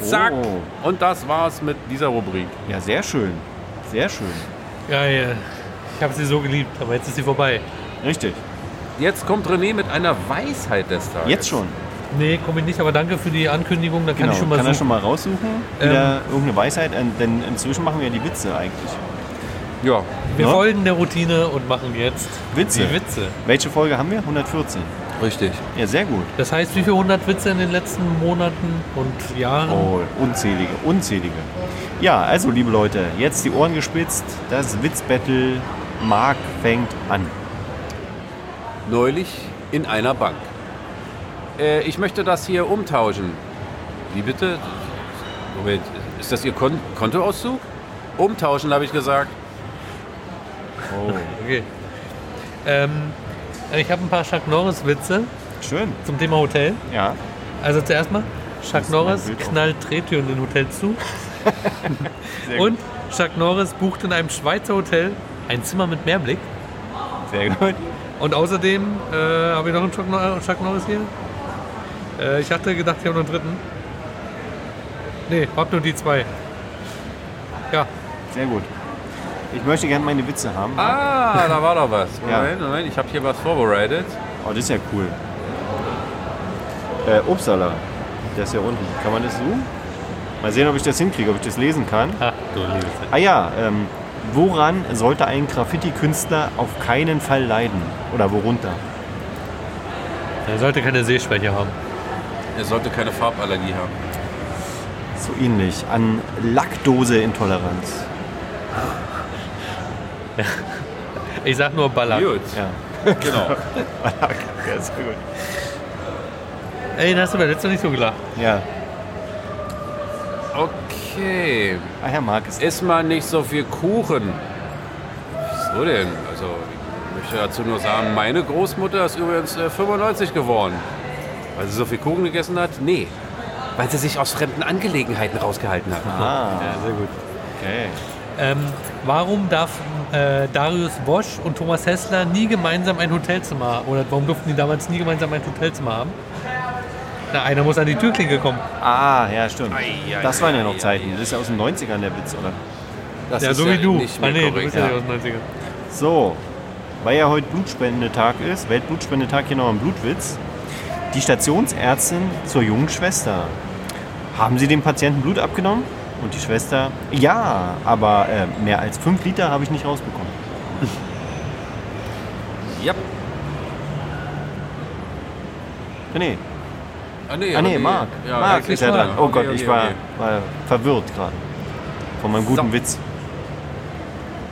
S1: Zack!
S2: Oh.
S1: Und das war's mit dieser Rubrik.
S2: ja, sehr schön. Sehr schön.
S3: Geil. Ich habe sie so geliebt, aber jetzt ist sie vorbei.
S2: Richtig.
S1: Jetzt kommt René mit einer Weisheit des Tages.
S2: Jetzt schon.
S3: Nee, komme ich nicht, aber danke für die Ankündigung. Da kann
S2: Genau.
S3: ich schon mal
S2: Kann er schon
S3: suchen.
S2: mal raussuchen?
S3: Ähm.
S2: Wieder irgendeine Weisheit? Ähm, Denn inzwischen machen wir ja die Witze eigentlich.
S1: Ja,
S3: Wir
S2: ne?
S3: folgen der Routine und machen jetzt
S2: Witze.
S3: die Witze.
S2: Welche Folge haben wir? 114.
S1: richtig.
S2: Ja, sehr gut.
S3: Das heißt, wie viele hundert Witze in den letzten Monaten und Jahren?
S2: Oh, unzählige, unzählige. Ja, also liebe Leute, jetzt die Ohren gespitzt. Das Witzbattle. Marc fängt an.
S1: neulich in einer Bank. Äh, ich möchte das hier umtauschen. Wie bitte? Moment, ist das Ihr Kon Kontoauszug? Umtauschen, habe ich gesagt.
S2: Oh,
S3: Okay. Ähm, ich habe ein paar Chuck Norris-Witze
S2: schön.
S3: zum Thema Hotel.
S2: Ja.
S3: Also zuerst mal, Chuck
S2: ist
S3: Norris
S2: mein Bild auf.
S3: knallt Drehtüren in Hotels zu.
S2: Sehr
S3: Und Chuck Norris bucht in einem Schweizer Hotel ein Zimmer mit Meerblick.
S2: gut. Sehr gut.
S3: Und außerdem äh, habe ich noch einen Chuck, Nor Chuck Norris hier. Äh, ich hatte gedacht, ich habe noch einen dritten. Nee, hab nur die zwei. Ja,
S2: Sehr gut. Ich möchte gerne meine Witze haben.
S1: Ah, da war doch was.
S2: Ja.
S1: Moment, Moment, ich habe hier was vorbereitet.
S2: Oh, das ist ja cool. Äh, Uppsala. Der ist ja unten. Kann man das zoomen? Mal sehen, ob ich das hinkriege, ob ich das lesen kann.
S3: Ach, du liebes.
S2: Ah ja, ähm, woran sollte ein Graffiti-Künstler auf keinen Fall leiden? Oder worunter?
S3: Er sollte keine Sehschwäche haben.
S1: Er sollte keine Farballergie haben.
S2: So ähnlich. An Laktoseintoleranz.
S3: Ich sag nur Baller.
S1: Gut,
S2: Ja.
S1: genau.
S2: Ja, sehr gut.
S3: Ey, da hast du beim letzten Mal nicht so gelacht.
S2: Ja.
S1: Okay.
S2: Ah, Herr Marc ist.
S1: Iss mal nicht so viel Kuchen. Wieso denn? Also, ich möchte dazu nur sagen, meine Großmutter ist übrigens äh, 95 geworden. Weil sie so viel Kuchen gegessen hat? Nee. Weil sie sich aus fremden Angelegenheiten rausgehalten hat.
S2: Ah,
S3: sehr gut.
S2: okay.
S3: Ähm, warum darf äh, Darius Bosch und Thomas Hessler nie gemeinsam ein Hotelzimmer haben? Oder warum durften die damals nie gemeinsam ein Hotelzimmer haben? Na, einer muss an die Türklinke kommen.
S2: Ah, ja, stimmt.
S1: Ei, ei,
S2: Das waren ja
S1: ei,
S2: noch
S1: ei,
S2: Zeiten.
S1: ei.
S2: Das ist ja aus den 90ern der Witz, oder?
S1: Das
S3: ja,
S1: ist
S3: so wie du.
S1: Nicht mehr
S3: Ah, nee, du
S1: korrekt.
S3: bist ja nicht aus den 90ern.
S2: So, weil ja heute Blutspendetag ist, Weltblutspendetag, hier noch ein Blutwitz. Die Stationsärztin zur jungen Schwester. Haben Sie dem Patienten Blut abgenommen? Und die Schwester, ja, aber äh, mehr als 5 Liter habe ich nicht rausbekommen.
S1: Ja.
S2: René,
S1: Ah, nee,
S2: ah nee, Marc. Marc
S1: okay,
S2: ist ja dran. Oh
S1: okay,
S2: Gott,
S1: okay,
S2: ich war,
S1: okay.
S2: war verwirrt gerade. Von meinem guten
S1: So.
S2: Witz.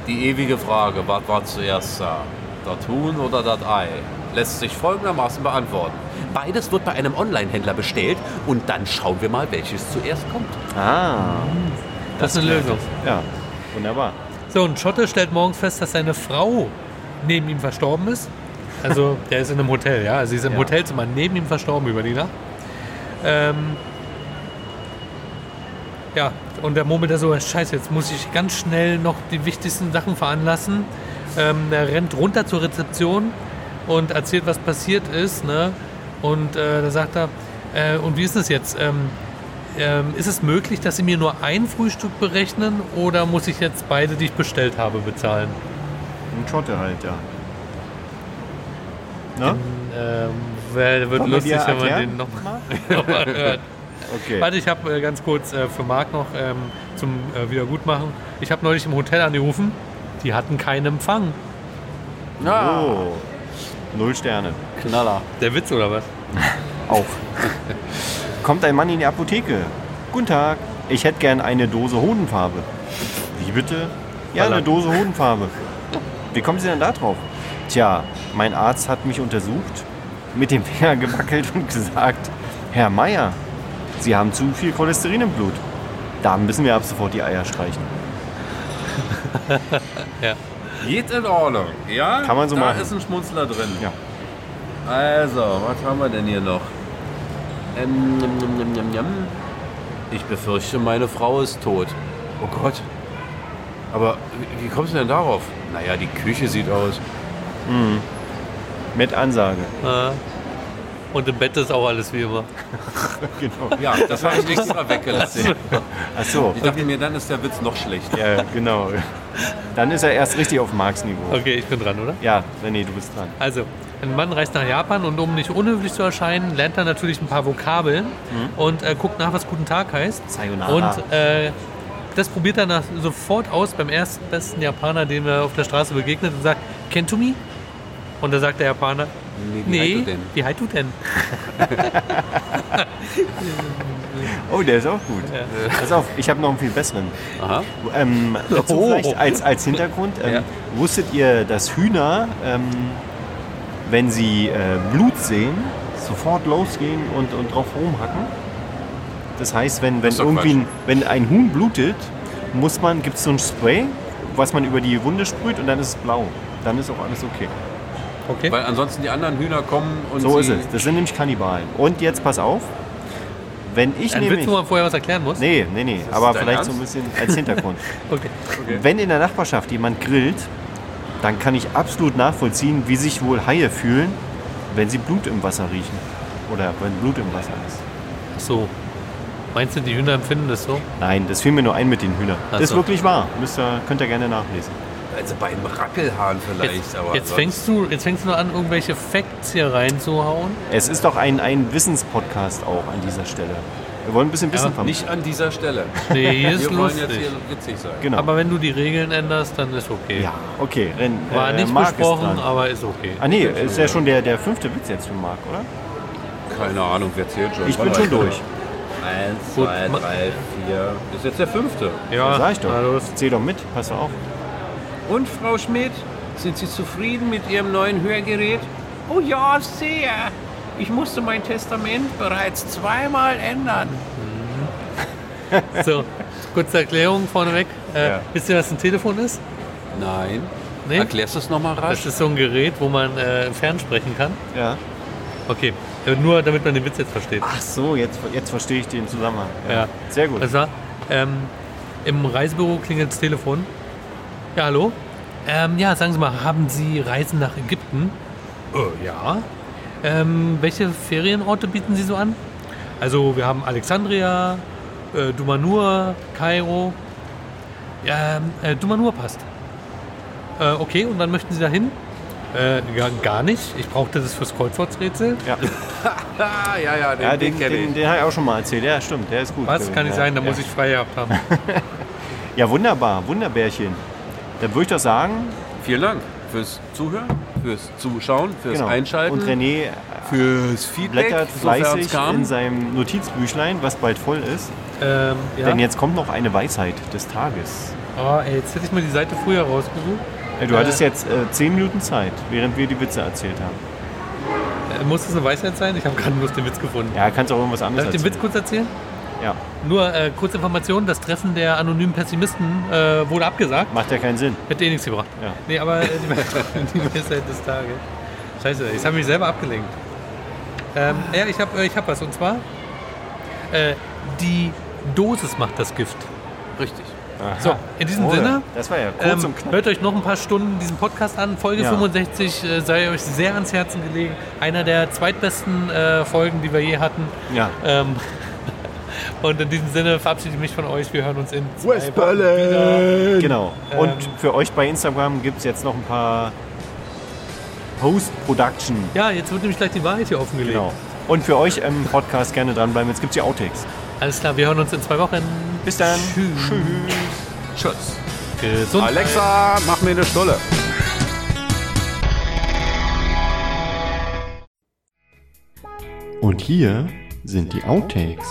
S1: Die ewige Frage, was war zuerst da? Das Huhn oder das Ei? Lässt sich folgendermaßen beantworten. Beides wird bei einem Online-Händler bestellt und dann schauen wir mal, welches zuerst kommt.
S2: Ah,
S3: Das, ist eine Lösung.
S2: ja, wunderbar.
S3: So, ein Schotte stellt morgens fest, dass seine Frau neben ihm verstorben ist. Also, der ist in einem Hotel, ja. Also, sie ist im
S2: Ja.
S3: Hotelzimmer neben ihm verstorben über die Nacht. Ähm, ja, und der murmelt da so, scheiße, jetzt muss ich ganz schnell noch die wichtigsten Sachen veranlassen. Ähm, er rennt runter zur Rezeption und erzählt, was passiert ist. Ne? Und äh, da sagt er, äh, und wie ist es jetzt? Ähm, ähm, ist es möglich, dass Sie mir nur ein Frühstück berechnen oder muss ich jetzt beide, die ich bestellt habe, bezahlen?
S2: Ein Schotte halt, ja. Ne?
S3: Ähm, wär, wird
S2: Wollen wir
S3: lustig,
S2: dir
S3: wenn man
S2: erklären?
S3: den nochmal noch mal hört.
S2: Okay.
S3: Warte, ich habe äh, ganz kurz äh, für Marc noch ähm, zum äh, Wiedergutmachen. Ich habe neulich im Hotel angerufen, die hatten keinen Empfang.
S1: Ja,
S2: Oh. Null Sterne.
S1: Knaller.
S3: Der Witz oder was?
S2: Auch. Kommt ein Mann in die Apotheke. Guten Tag, ich hätte gern eine Dose Hodenfarbe. Wie bitte? Ja,
S3: Ballern.
S2: eine Dose Hodenfarbe. Wie kommen Sie denn da drauf? Tja, mein Arzt hat mich untersucht, mit dem Finger gewackelt und gesagt, Herr Meier, Sie haben zu viel Cholesterin im Blut. Da müssen wir ab sofort die Eier streichen.
S1: Geht in Ordnung. Ja,
S2: Kann man so
S1: da
S2: machen.
S1: ist ein Schmunzler drin.
S2: Ja.
S1: Also, was haben wir denn hier noch? Ähm, njam, njam, njam, njam, njam. Ich befürchte, meine Frau ist tot. Oh Gott. Aber wie- wie kommst du denn darauf? Naja, die Küche sieht aus.
S2: Mit Ansage.
S3: Äh, und im Bett ist auch alles wie immer.
S2: Genau.
S1: Ja, das habe ich extra weggelassen.
S2: Ach so.
S1: Ich dachte mir, dann ist der Witz noch schlechter.
S2: Ja, genau. Dann ist er erst richtig auf Marx Niveau.
S3: Okay, ich bin dran, oder?
S2: Ja, René, du bist dran.
S3: Also, ein Mann reist nach Japan und um nicht unhöflich zu erscheinen, lernt er natürlich ein paar Vokabeln
S1: Mhm.
S3: und äh, guckt nach, was Guten Tag heißt.
S2: Sayonara.
S3: Und äh, das probiert er nach, sofort aus beim ersten besten Japaner, dem er auf der Straße begegnet und sagt, kennst du mich? Und da sagt der Japaner,
S1: Nee, wie heißt
S3: nee,
S1: du denn?
S3: wie heißt du denn?
S2: Oh, der ist auch gut. Pass auf, ich habe noch einen viel besseren.
S1: Aha.
S2: Ähm, dazu
S3: Oh.
S2: vielleicht als, als Hintergrund, ähm,
S1: Ja.
S2: wusstet ihr, dass Hühner, ähm, wenn sie äh, Blut sehen, sofort losgehen und, und drauf rumhacken? Das heißt, wenn, wenn
S1: ist doch
S2: irgendwie
S1: Quatsch.
S2: ein, wenn ein Huhn blutet, muss man, gibt es so ein Spray, was man über die Wunde sprüht und dann ist es blau. Dann ist auch alles okay.
S3: Okay.
S1: Weil ansonsten die anderen Hühner kommen und
S2: So ist
S1: sie
S2: es. Das sind nämlich Kannibalen. Und jetzt pass auf, wenn ich
S3: Ein Witz,
S2: nämlich...
S3: wo man vorher was erklären muss?
S2: Nee, nee, nee, aber
S1: dein
S2: vielleicht
S1: Ernst?
S2: so ein bisschen als Hintergrund.
S3: Okay.
S2: Wenn in der Nachbarschaft jemand grillt, dann kann ich absolut nachvollziehen, wie sich wohl Haie fühlen, wenn sie Blut im Wasser riechen. Oder wenn Blut im Wasser ist.
S3: Ach So. Meinst du, die Hühner empfinden das so?
S2: Nein, das fiel mir nur ein mit den Hühnern.
S3: Ach
S2: Das ist
S3: so.
S2: wirklich wahr. Müsst ihr, könnt ihr gerne nachlesen.
S1: Also bei einem Rackelhahn vielleicht.
S3: Jetzt,
S1: aber
S3: jetzt,
S1: sonst-
S3: fängst du, jetzt fängst du nur an, irgendwelche Facts hier reinzuhauen.
S2: Es ist doch ein, ein Wissenspodcast auch an dieser Stelle. Wir wollen ein bisschen Wissen vermitteln.
S1: Nicht an dieser Stelle.
S3: Nee, hier ist
S1: Wir wollen jetzt
S3: lustig.
S1: hier witzig sein.
S2: Genau.
S3: Aber wenn du die Regeln änderst, dann ist okay.
S2: ja, okay. Ren,
S3: War
S2: äh,
S3: nicht
S2: Marc ist
S3: besprochen,
S2: dran.
S3: aber ist okay.
S2: Ah nee, ist ja schon der, der fünfte Witz jetzt von Marc, oder?
S1: Keine Ahnung, wer zählt schon?
S2: Ich bin schon durch.
S1: Eins,
S3: Gut,
S1: zwei,
S3: ma-
S1: drei, vier. Ist jetzt der fünfte.
S3: Ja,
S2: Sag ich doch.
S3: Ah, na los.
S2: Zähl doch mit, pass doch auf.
S1: Und Frau Schmidt, sind Sie zufrieden mit Ihrem neuen Hörgerät? Oh ja, sehr. Ich musste mein Testament bereits zweimal ändern.
S3: So, kurze Erklärung vorneweg. Äh,
S2: Ja.
S3: Wisst ihr, was ein Telefon ist?
S1: Nein.
S3: Nee?
S1: Erklärst du es nochmal
S3: Das
S1: rasch?
S3: ist so ein Gerät, wo man äh, fernsprechen kann.
S2: Ja.
S3: Okay, äh, nur damit man den Witz jetzt versteht.
S2: Ach so, jetzt, jetzt verstehe ich den Zusammenhang.
S3: Ja.
S2: Sehr gut.
S3: Also, ähm, im Reisebüro klingelt das Telefon. Ja, hallo? Ähm, ja, sagen Sie mal, haben Sie Reisen nach Ägypten? Äh, ja. Ähm, welche Ferienorte bieten Sie so an? Also, wir haben Alexandria, äh, Dumanur, Kairo. Ähm, äh, Dumanur passt. Äh, okay, und dann möchten Sie dahin? Äh, gar, gar nicht. Ich brauchte das fürs Kreuzworträtsel.
S2: ja.
S1: Ah, ja, ja, den,
S2: Ja,
S1: den
S2: den,
S1: kenne ich.
S2: den, den habe ich auch schon mal erzählt. Ja, stimmt, der ist gut.
S3: Was?
S2: gewesen,
S3: Kann nicht
S2: ja.
S3: sein, da
S2: ja.
S3: muss ich frei gehabt haben.
S2: Ja, wunderbar, Wunderbärchen. Dann würde ich doch sagen,
S1: Vielen Dank fürs Zuhören, fürs Zuschauen, fürs
S2: genau.
S1: Einschalten,
S2: Und René
S1: fürs Feedback,
S2: blättert
S1: sofern's
S2: fleißig
S1: kam.
S2: in seinem Notizbüchlein, was bald voll ist.
S3: ähm, ja.
S2: Denn jetzt kommt noch eine Weisheit des Tages.
S3: Oh, ey, jetzt hätte ich mal die Seite früher rausgesucht.
S2: Äh, Du
S3: Äh.
S2: hattest jetzt äh, 10 Minuten Zeit, während wir die Witze erzählt haben.
S3: Äh, muss das eine Weisheit sein? Ich habe gerade bloß den Witz gefunden.
S2: Ja, kannst auch irgendwas anderes
S3: Darf ich den Witz
S2: erzählen.
S3: kurz erzählen?
S2: Ja,
S3: Nur äh, kurze Information, das Treffen der anonymen Pessimisten äh, wurde abgesagt.
S2: macht ja keinen Sinn.
S3: Hätte eh nichts gebracht.
S2: Ja.
S3: Nee, aber äh, die, die Weisheit des Tages. Scheiße, ich habe mich selber abgelenkt. Ähm, ja, ich habe äh, ich hab was. Und zwar, äh, die Dosis macht das Gift.
S1: Richtig.
S3: So, in diesem
S2: Ohne.
S3: Sinne,
S2: Das war ja kurz
S3: ähm,
S2: und knapp.
S3: hört euch noch ein paar Stunden diesen Podcast an. Folge
S2: Ja.
S3: 65 äh, sei euch sehr ans Herzen gelegen. Einer der zweitbesten äh, Folgen, die wir je hatten.
S2: Ja.
S3: Ähm, und in diesem Sinne verabschiede ich mich von euch. Wir hören uns in zwei
S2: West
S3: Wochen wieder.
S2: Genau.
S3: Ähm,
S2: Und für euch bei Instagram gibt es jetzt noch ein paar Post-Production.
S3: Ja, jetzt wird nämlich gleich die Wahrheit hier offengelegt.
S2: Genau. Und für euch im Podcast gerne dranbleiben. Jetzt gibt es die Outtakes.
S3: Alles klar, wir hören uns in zwei Wochen.
S2: Bis dann.
S3: Tschüss.
S1: Tschüss.
S3: Gesundheit.
S1: Alexa, mach mir eine Stulle.
S2: Und hier sind die Outtakes.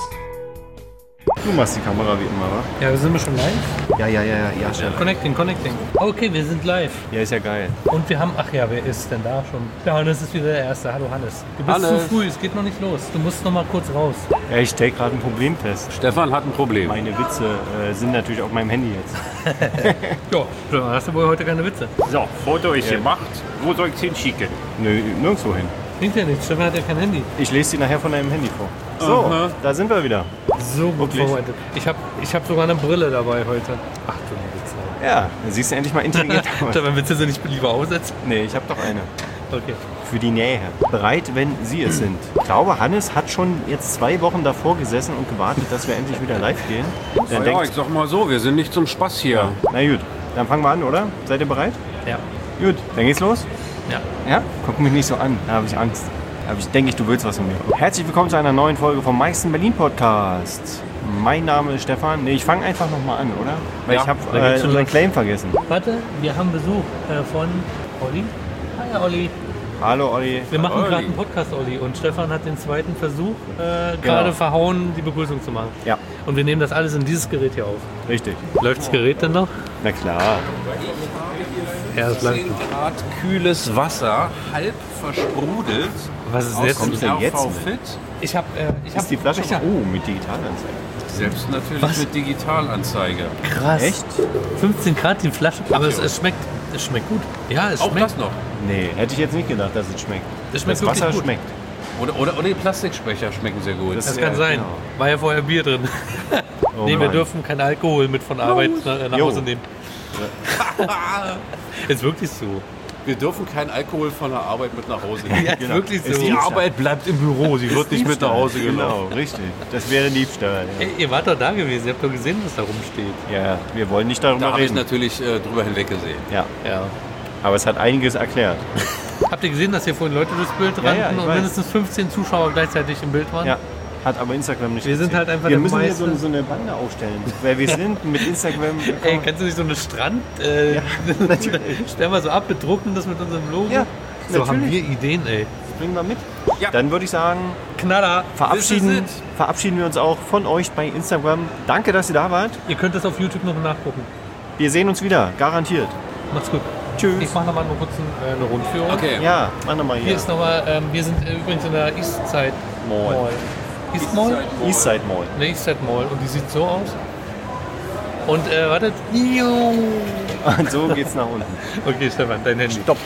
S2: Du machst die Kamera wie immer, wa?
S3: Ja, sind wir schon live?
S2: Ja, ja, ja, ja, ja, schon.
S3: Connecting, connecting. Okay, wir sind live.
S2: Ja, ist ja geil.
S3: Und wir haben, ach ja, wer ist denn da schon? Der Hannes ist wieder der Erste. Hallo Hannes. Du bist
S1: Hannes.
S3: zu früh, es geht noch nicht los. Du musst noch mal kurz raus.
S2: Ja, ich stelle gerade ein Problem fest.
S1: Stefan hat ein Problem.
S2: Meine Witze äh, sind natürlich auf meinem Handy jetzt.
S3: Ja, du hast ja wohl heute keine Witze.
S4: So, Foto ist gemacht. Wo soll ich es hinschicken?
S2: Nö, nirgendwo hin.
S3: Klingt ja nichts, Stefan hat ja kein Handy.
S2: Ich lese die nachher von deinem Handy vor. So,
S1: Aha.
S2: da sind wir wieder.
S3: So gut
S2: Wirklich?
S3: vorbereitet. Ich habe ich hab sogar eine Brille dabei heute. Ach du liebe
S2: Ja, dann siehst du endlich mal intelligent
S3: Zeit.
S2: aus.
S3: Stefan, willst du sie nicht lieber aussetzen?
S2: Nee, ich habe doch eine.
S3: Okay.
S2: Für die Nähe. Bereit, wenn Sie es sind. Ich glaube, Hannes hat schon jetzt zwei Wochen davor gesessen und gewartet, dass wir endlich wieder live gehen. Dann
S1: Ja, ich
S2: denkt,
S1: sag mal so, wir sind nicht zum Spaß hier.
S2: na gut, dann fangen wir an, oder? Seid ihr bereit?
S3: Ja.
S2: Gut, dann geht's los.
S3: Ja.
S2: Ja? Guck mich nicht so an, da habe ich Angst. Aber ich denke, ich, du willst was von mir. Herzlich willkommen zu einer neuen Folge vom Meißen Berlin Podcast. Mein Name ist Stefan. Nee, ich fange einfach nochmal an, oder? Weil
S1: Ja,
S2: ich habe
S3: dann geht's
S2: äh,
S3: schon
S2: unseren
S3: los.
S2: Claim vergessen.
S3: Warte, wir haben Besuch äh, von Olli. Hi Olli.
S2: Hallo Olli.
S3: Wir machen
S1: Olli.
S3: gerade einen Podcast, Olli. Und Stefan hat den zweiten Versuch äh,
S2: Genau.
S3: gerade verhauen, die Begrüßung zu machen.
S2: Ja,
S3: Und wir nehmen das alles in dieses Gerät hier auf.
S2: richtig.
S3: Läuft das Gerät denn noch?
S2: Na klar.
S3: Ja, es läuft.
S1: 10 Grad kühles Wasser, halb versprudelt.
S3: Was ist
S1: aus
S3: jetzt?
S1: dem
S2: Kommst du denn jetzt
S1: RV
S2: mit?
S1: Fit.
S3: Ich habe äh, ich hab
S2: Ist die Flasche?
S3: ich hab-
S2: Oh, mit Digitalanzeige.
S1: Selbst natürlich
S3: Was?
S1: mit Digitalanzeige.
S3: krass.
S2: Echt?
S3: 15 Grad die Flasche. Aber es, es schmeckt es schmeckt gut. Ja, es
S1: Auch
S3: schmeckt.
S1: das noch.
S2: Nee, hätte ich jetzt nicht gedacht, dass es schmeckt.
S3: Es schmeckt
S2: das Wasser
S3: wirklich gut.
S2: schmeckt.
S1: Oder, oder, oder die Plastikspeicher schmecken sehr gut.
S2: Das-
S3: Das kann
S2: Ja,
S3: sein.
S2: genau.
S3: War ja vorher Bier drin.
S2: Oh
S3: nee, wir
S2: Mann.
S3: dürfen keinen Alkohol mit von Arbeit nach, nach
S2: Jo.
S3: Hause nehmen.
S1: Ah,
S3: ist wirklich so.
S1: wir dürfen keinen Alkohol von der Arbeit mit nach Hause
S3: Ja,
S1: nehmen.
S3: ist wirklich so.
S2: Ist
S1: Die Arbeit bleibt im Büro, sie wird nicht mit nach Hause genommen.
S2: Genau, richtig. Das wäre Diebstahl. Ja.
S3: Ey, ihr wart doch da gewesen, ihr habt doch gesehen, was da rumsteht.
S2: ja, wir wollen nicht darüber
S1: Da habe ich
S2: reden.
S1: natürlich äh, drüber hinweggesehen.
S2: ja,
S3: Ja.
S2: aber es hat einiges erklärt.
S3: Habt ihr gesehen, dass hier vorhin Leute durchs Bild rannten
S2: ja, ich
S3: und
S2: weiß.
S3: mindestens 15 Zuschauer gleichzeitig im Bild waren?
S2: Ja. Hat aber Instagram nicht
S3: Wir sind
S2: gezählt.
S3: halt einfach
S2: Wir
S3: der
S2: müssen hier
S3: meiste-
S2: so, so eine Bande aufstellen. Weil wir sind mit Instagram.
S3: Ey, kannst du nicht so eine Strand? Äh,
S2: Ja, natürlich.
S3: stell mal so ab, bedrucken das mit unserem Logo.
S2: Ja,
S3: so haben wir
S2: natürlich.
S3: Ideen, ey.
S2: Bringen wir mit.
S1: Ja.
S2: Dann würde ich sagen,
S3: Knaller.
S2: verabschieden,
S1: This is
S2: verabschieden wir uns auch von euch bei Instagram. Danke, dass ihr da wart.
S3: Ihr könnt das auf YouTube noch nachgucken.
S2: Wir sehen uns wieder, garantiert.
S3: Macht's gut.
S2: Tschüss.
S3: Ich mache nochmal nur kurz ein- äh, eine Rundführung.
S1: Okay,
S2: Ja, mach nochmal
S3: Hier
S2: hier.
S3: ist nochmal, ähm, wir sind äh, übrigens in der Eastside
S2: Mall.
S3: Mall. East Mall?
S2: Eastside Mall.
S3: Ne, Eastside Mall. Und die sieht so aus. Und äh, wartet. Iu.
S2: Und so geht's nach unten.
S3: Okay, Stefan, dein Handy.
S2: Stopp.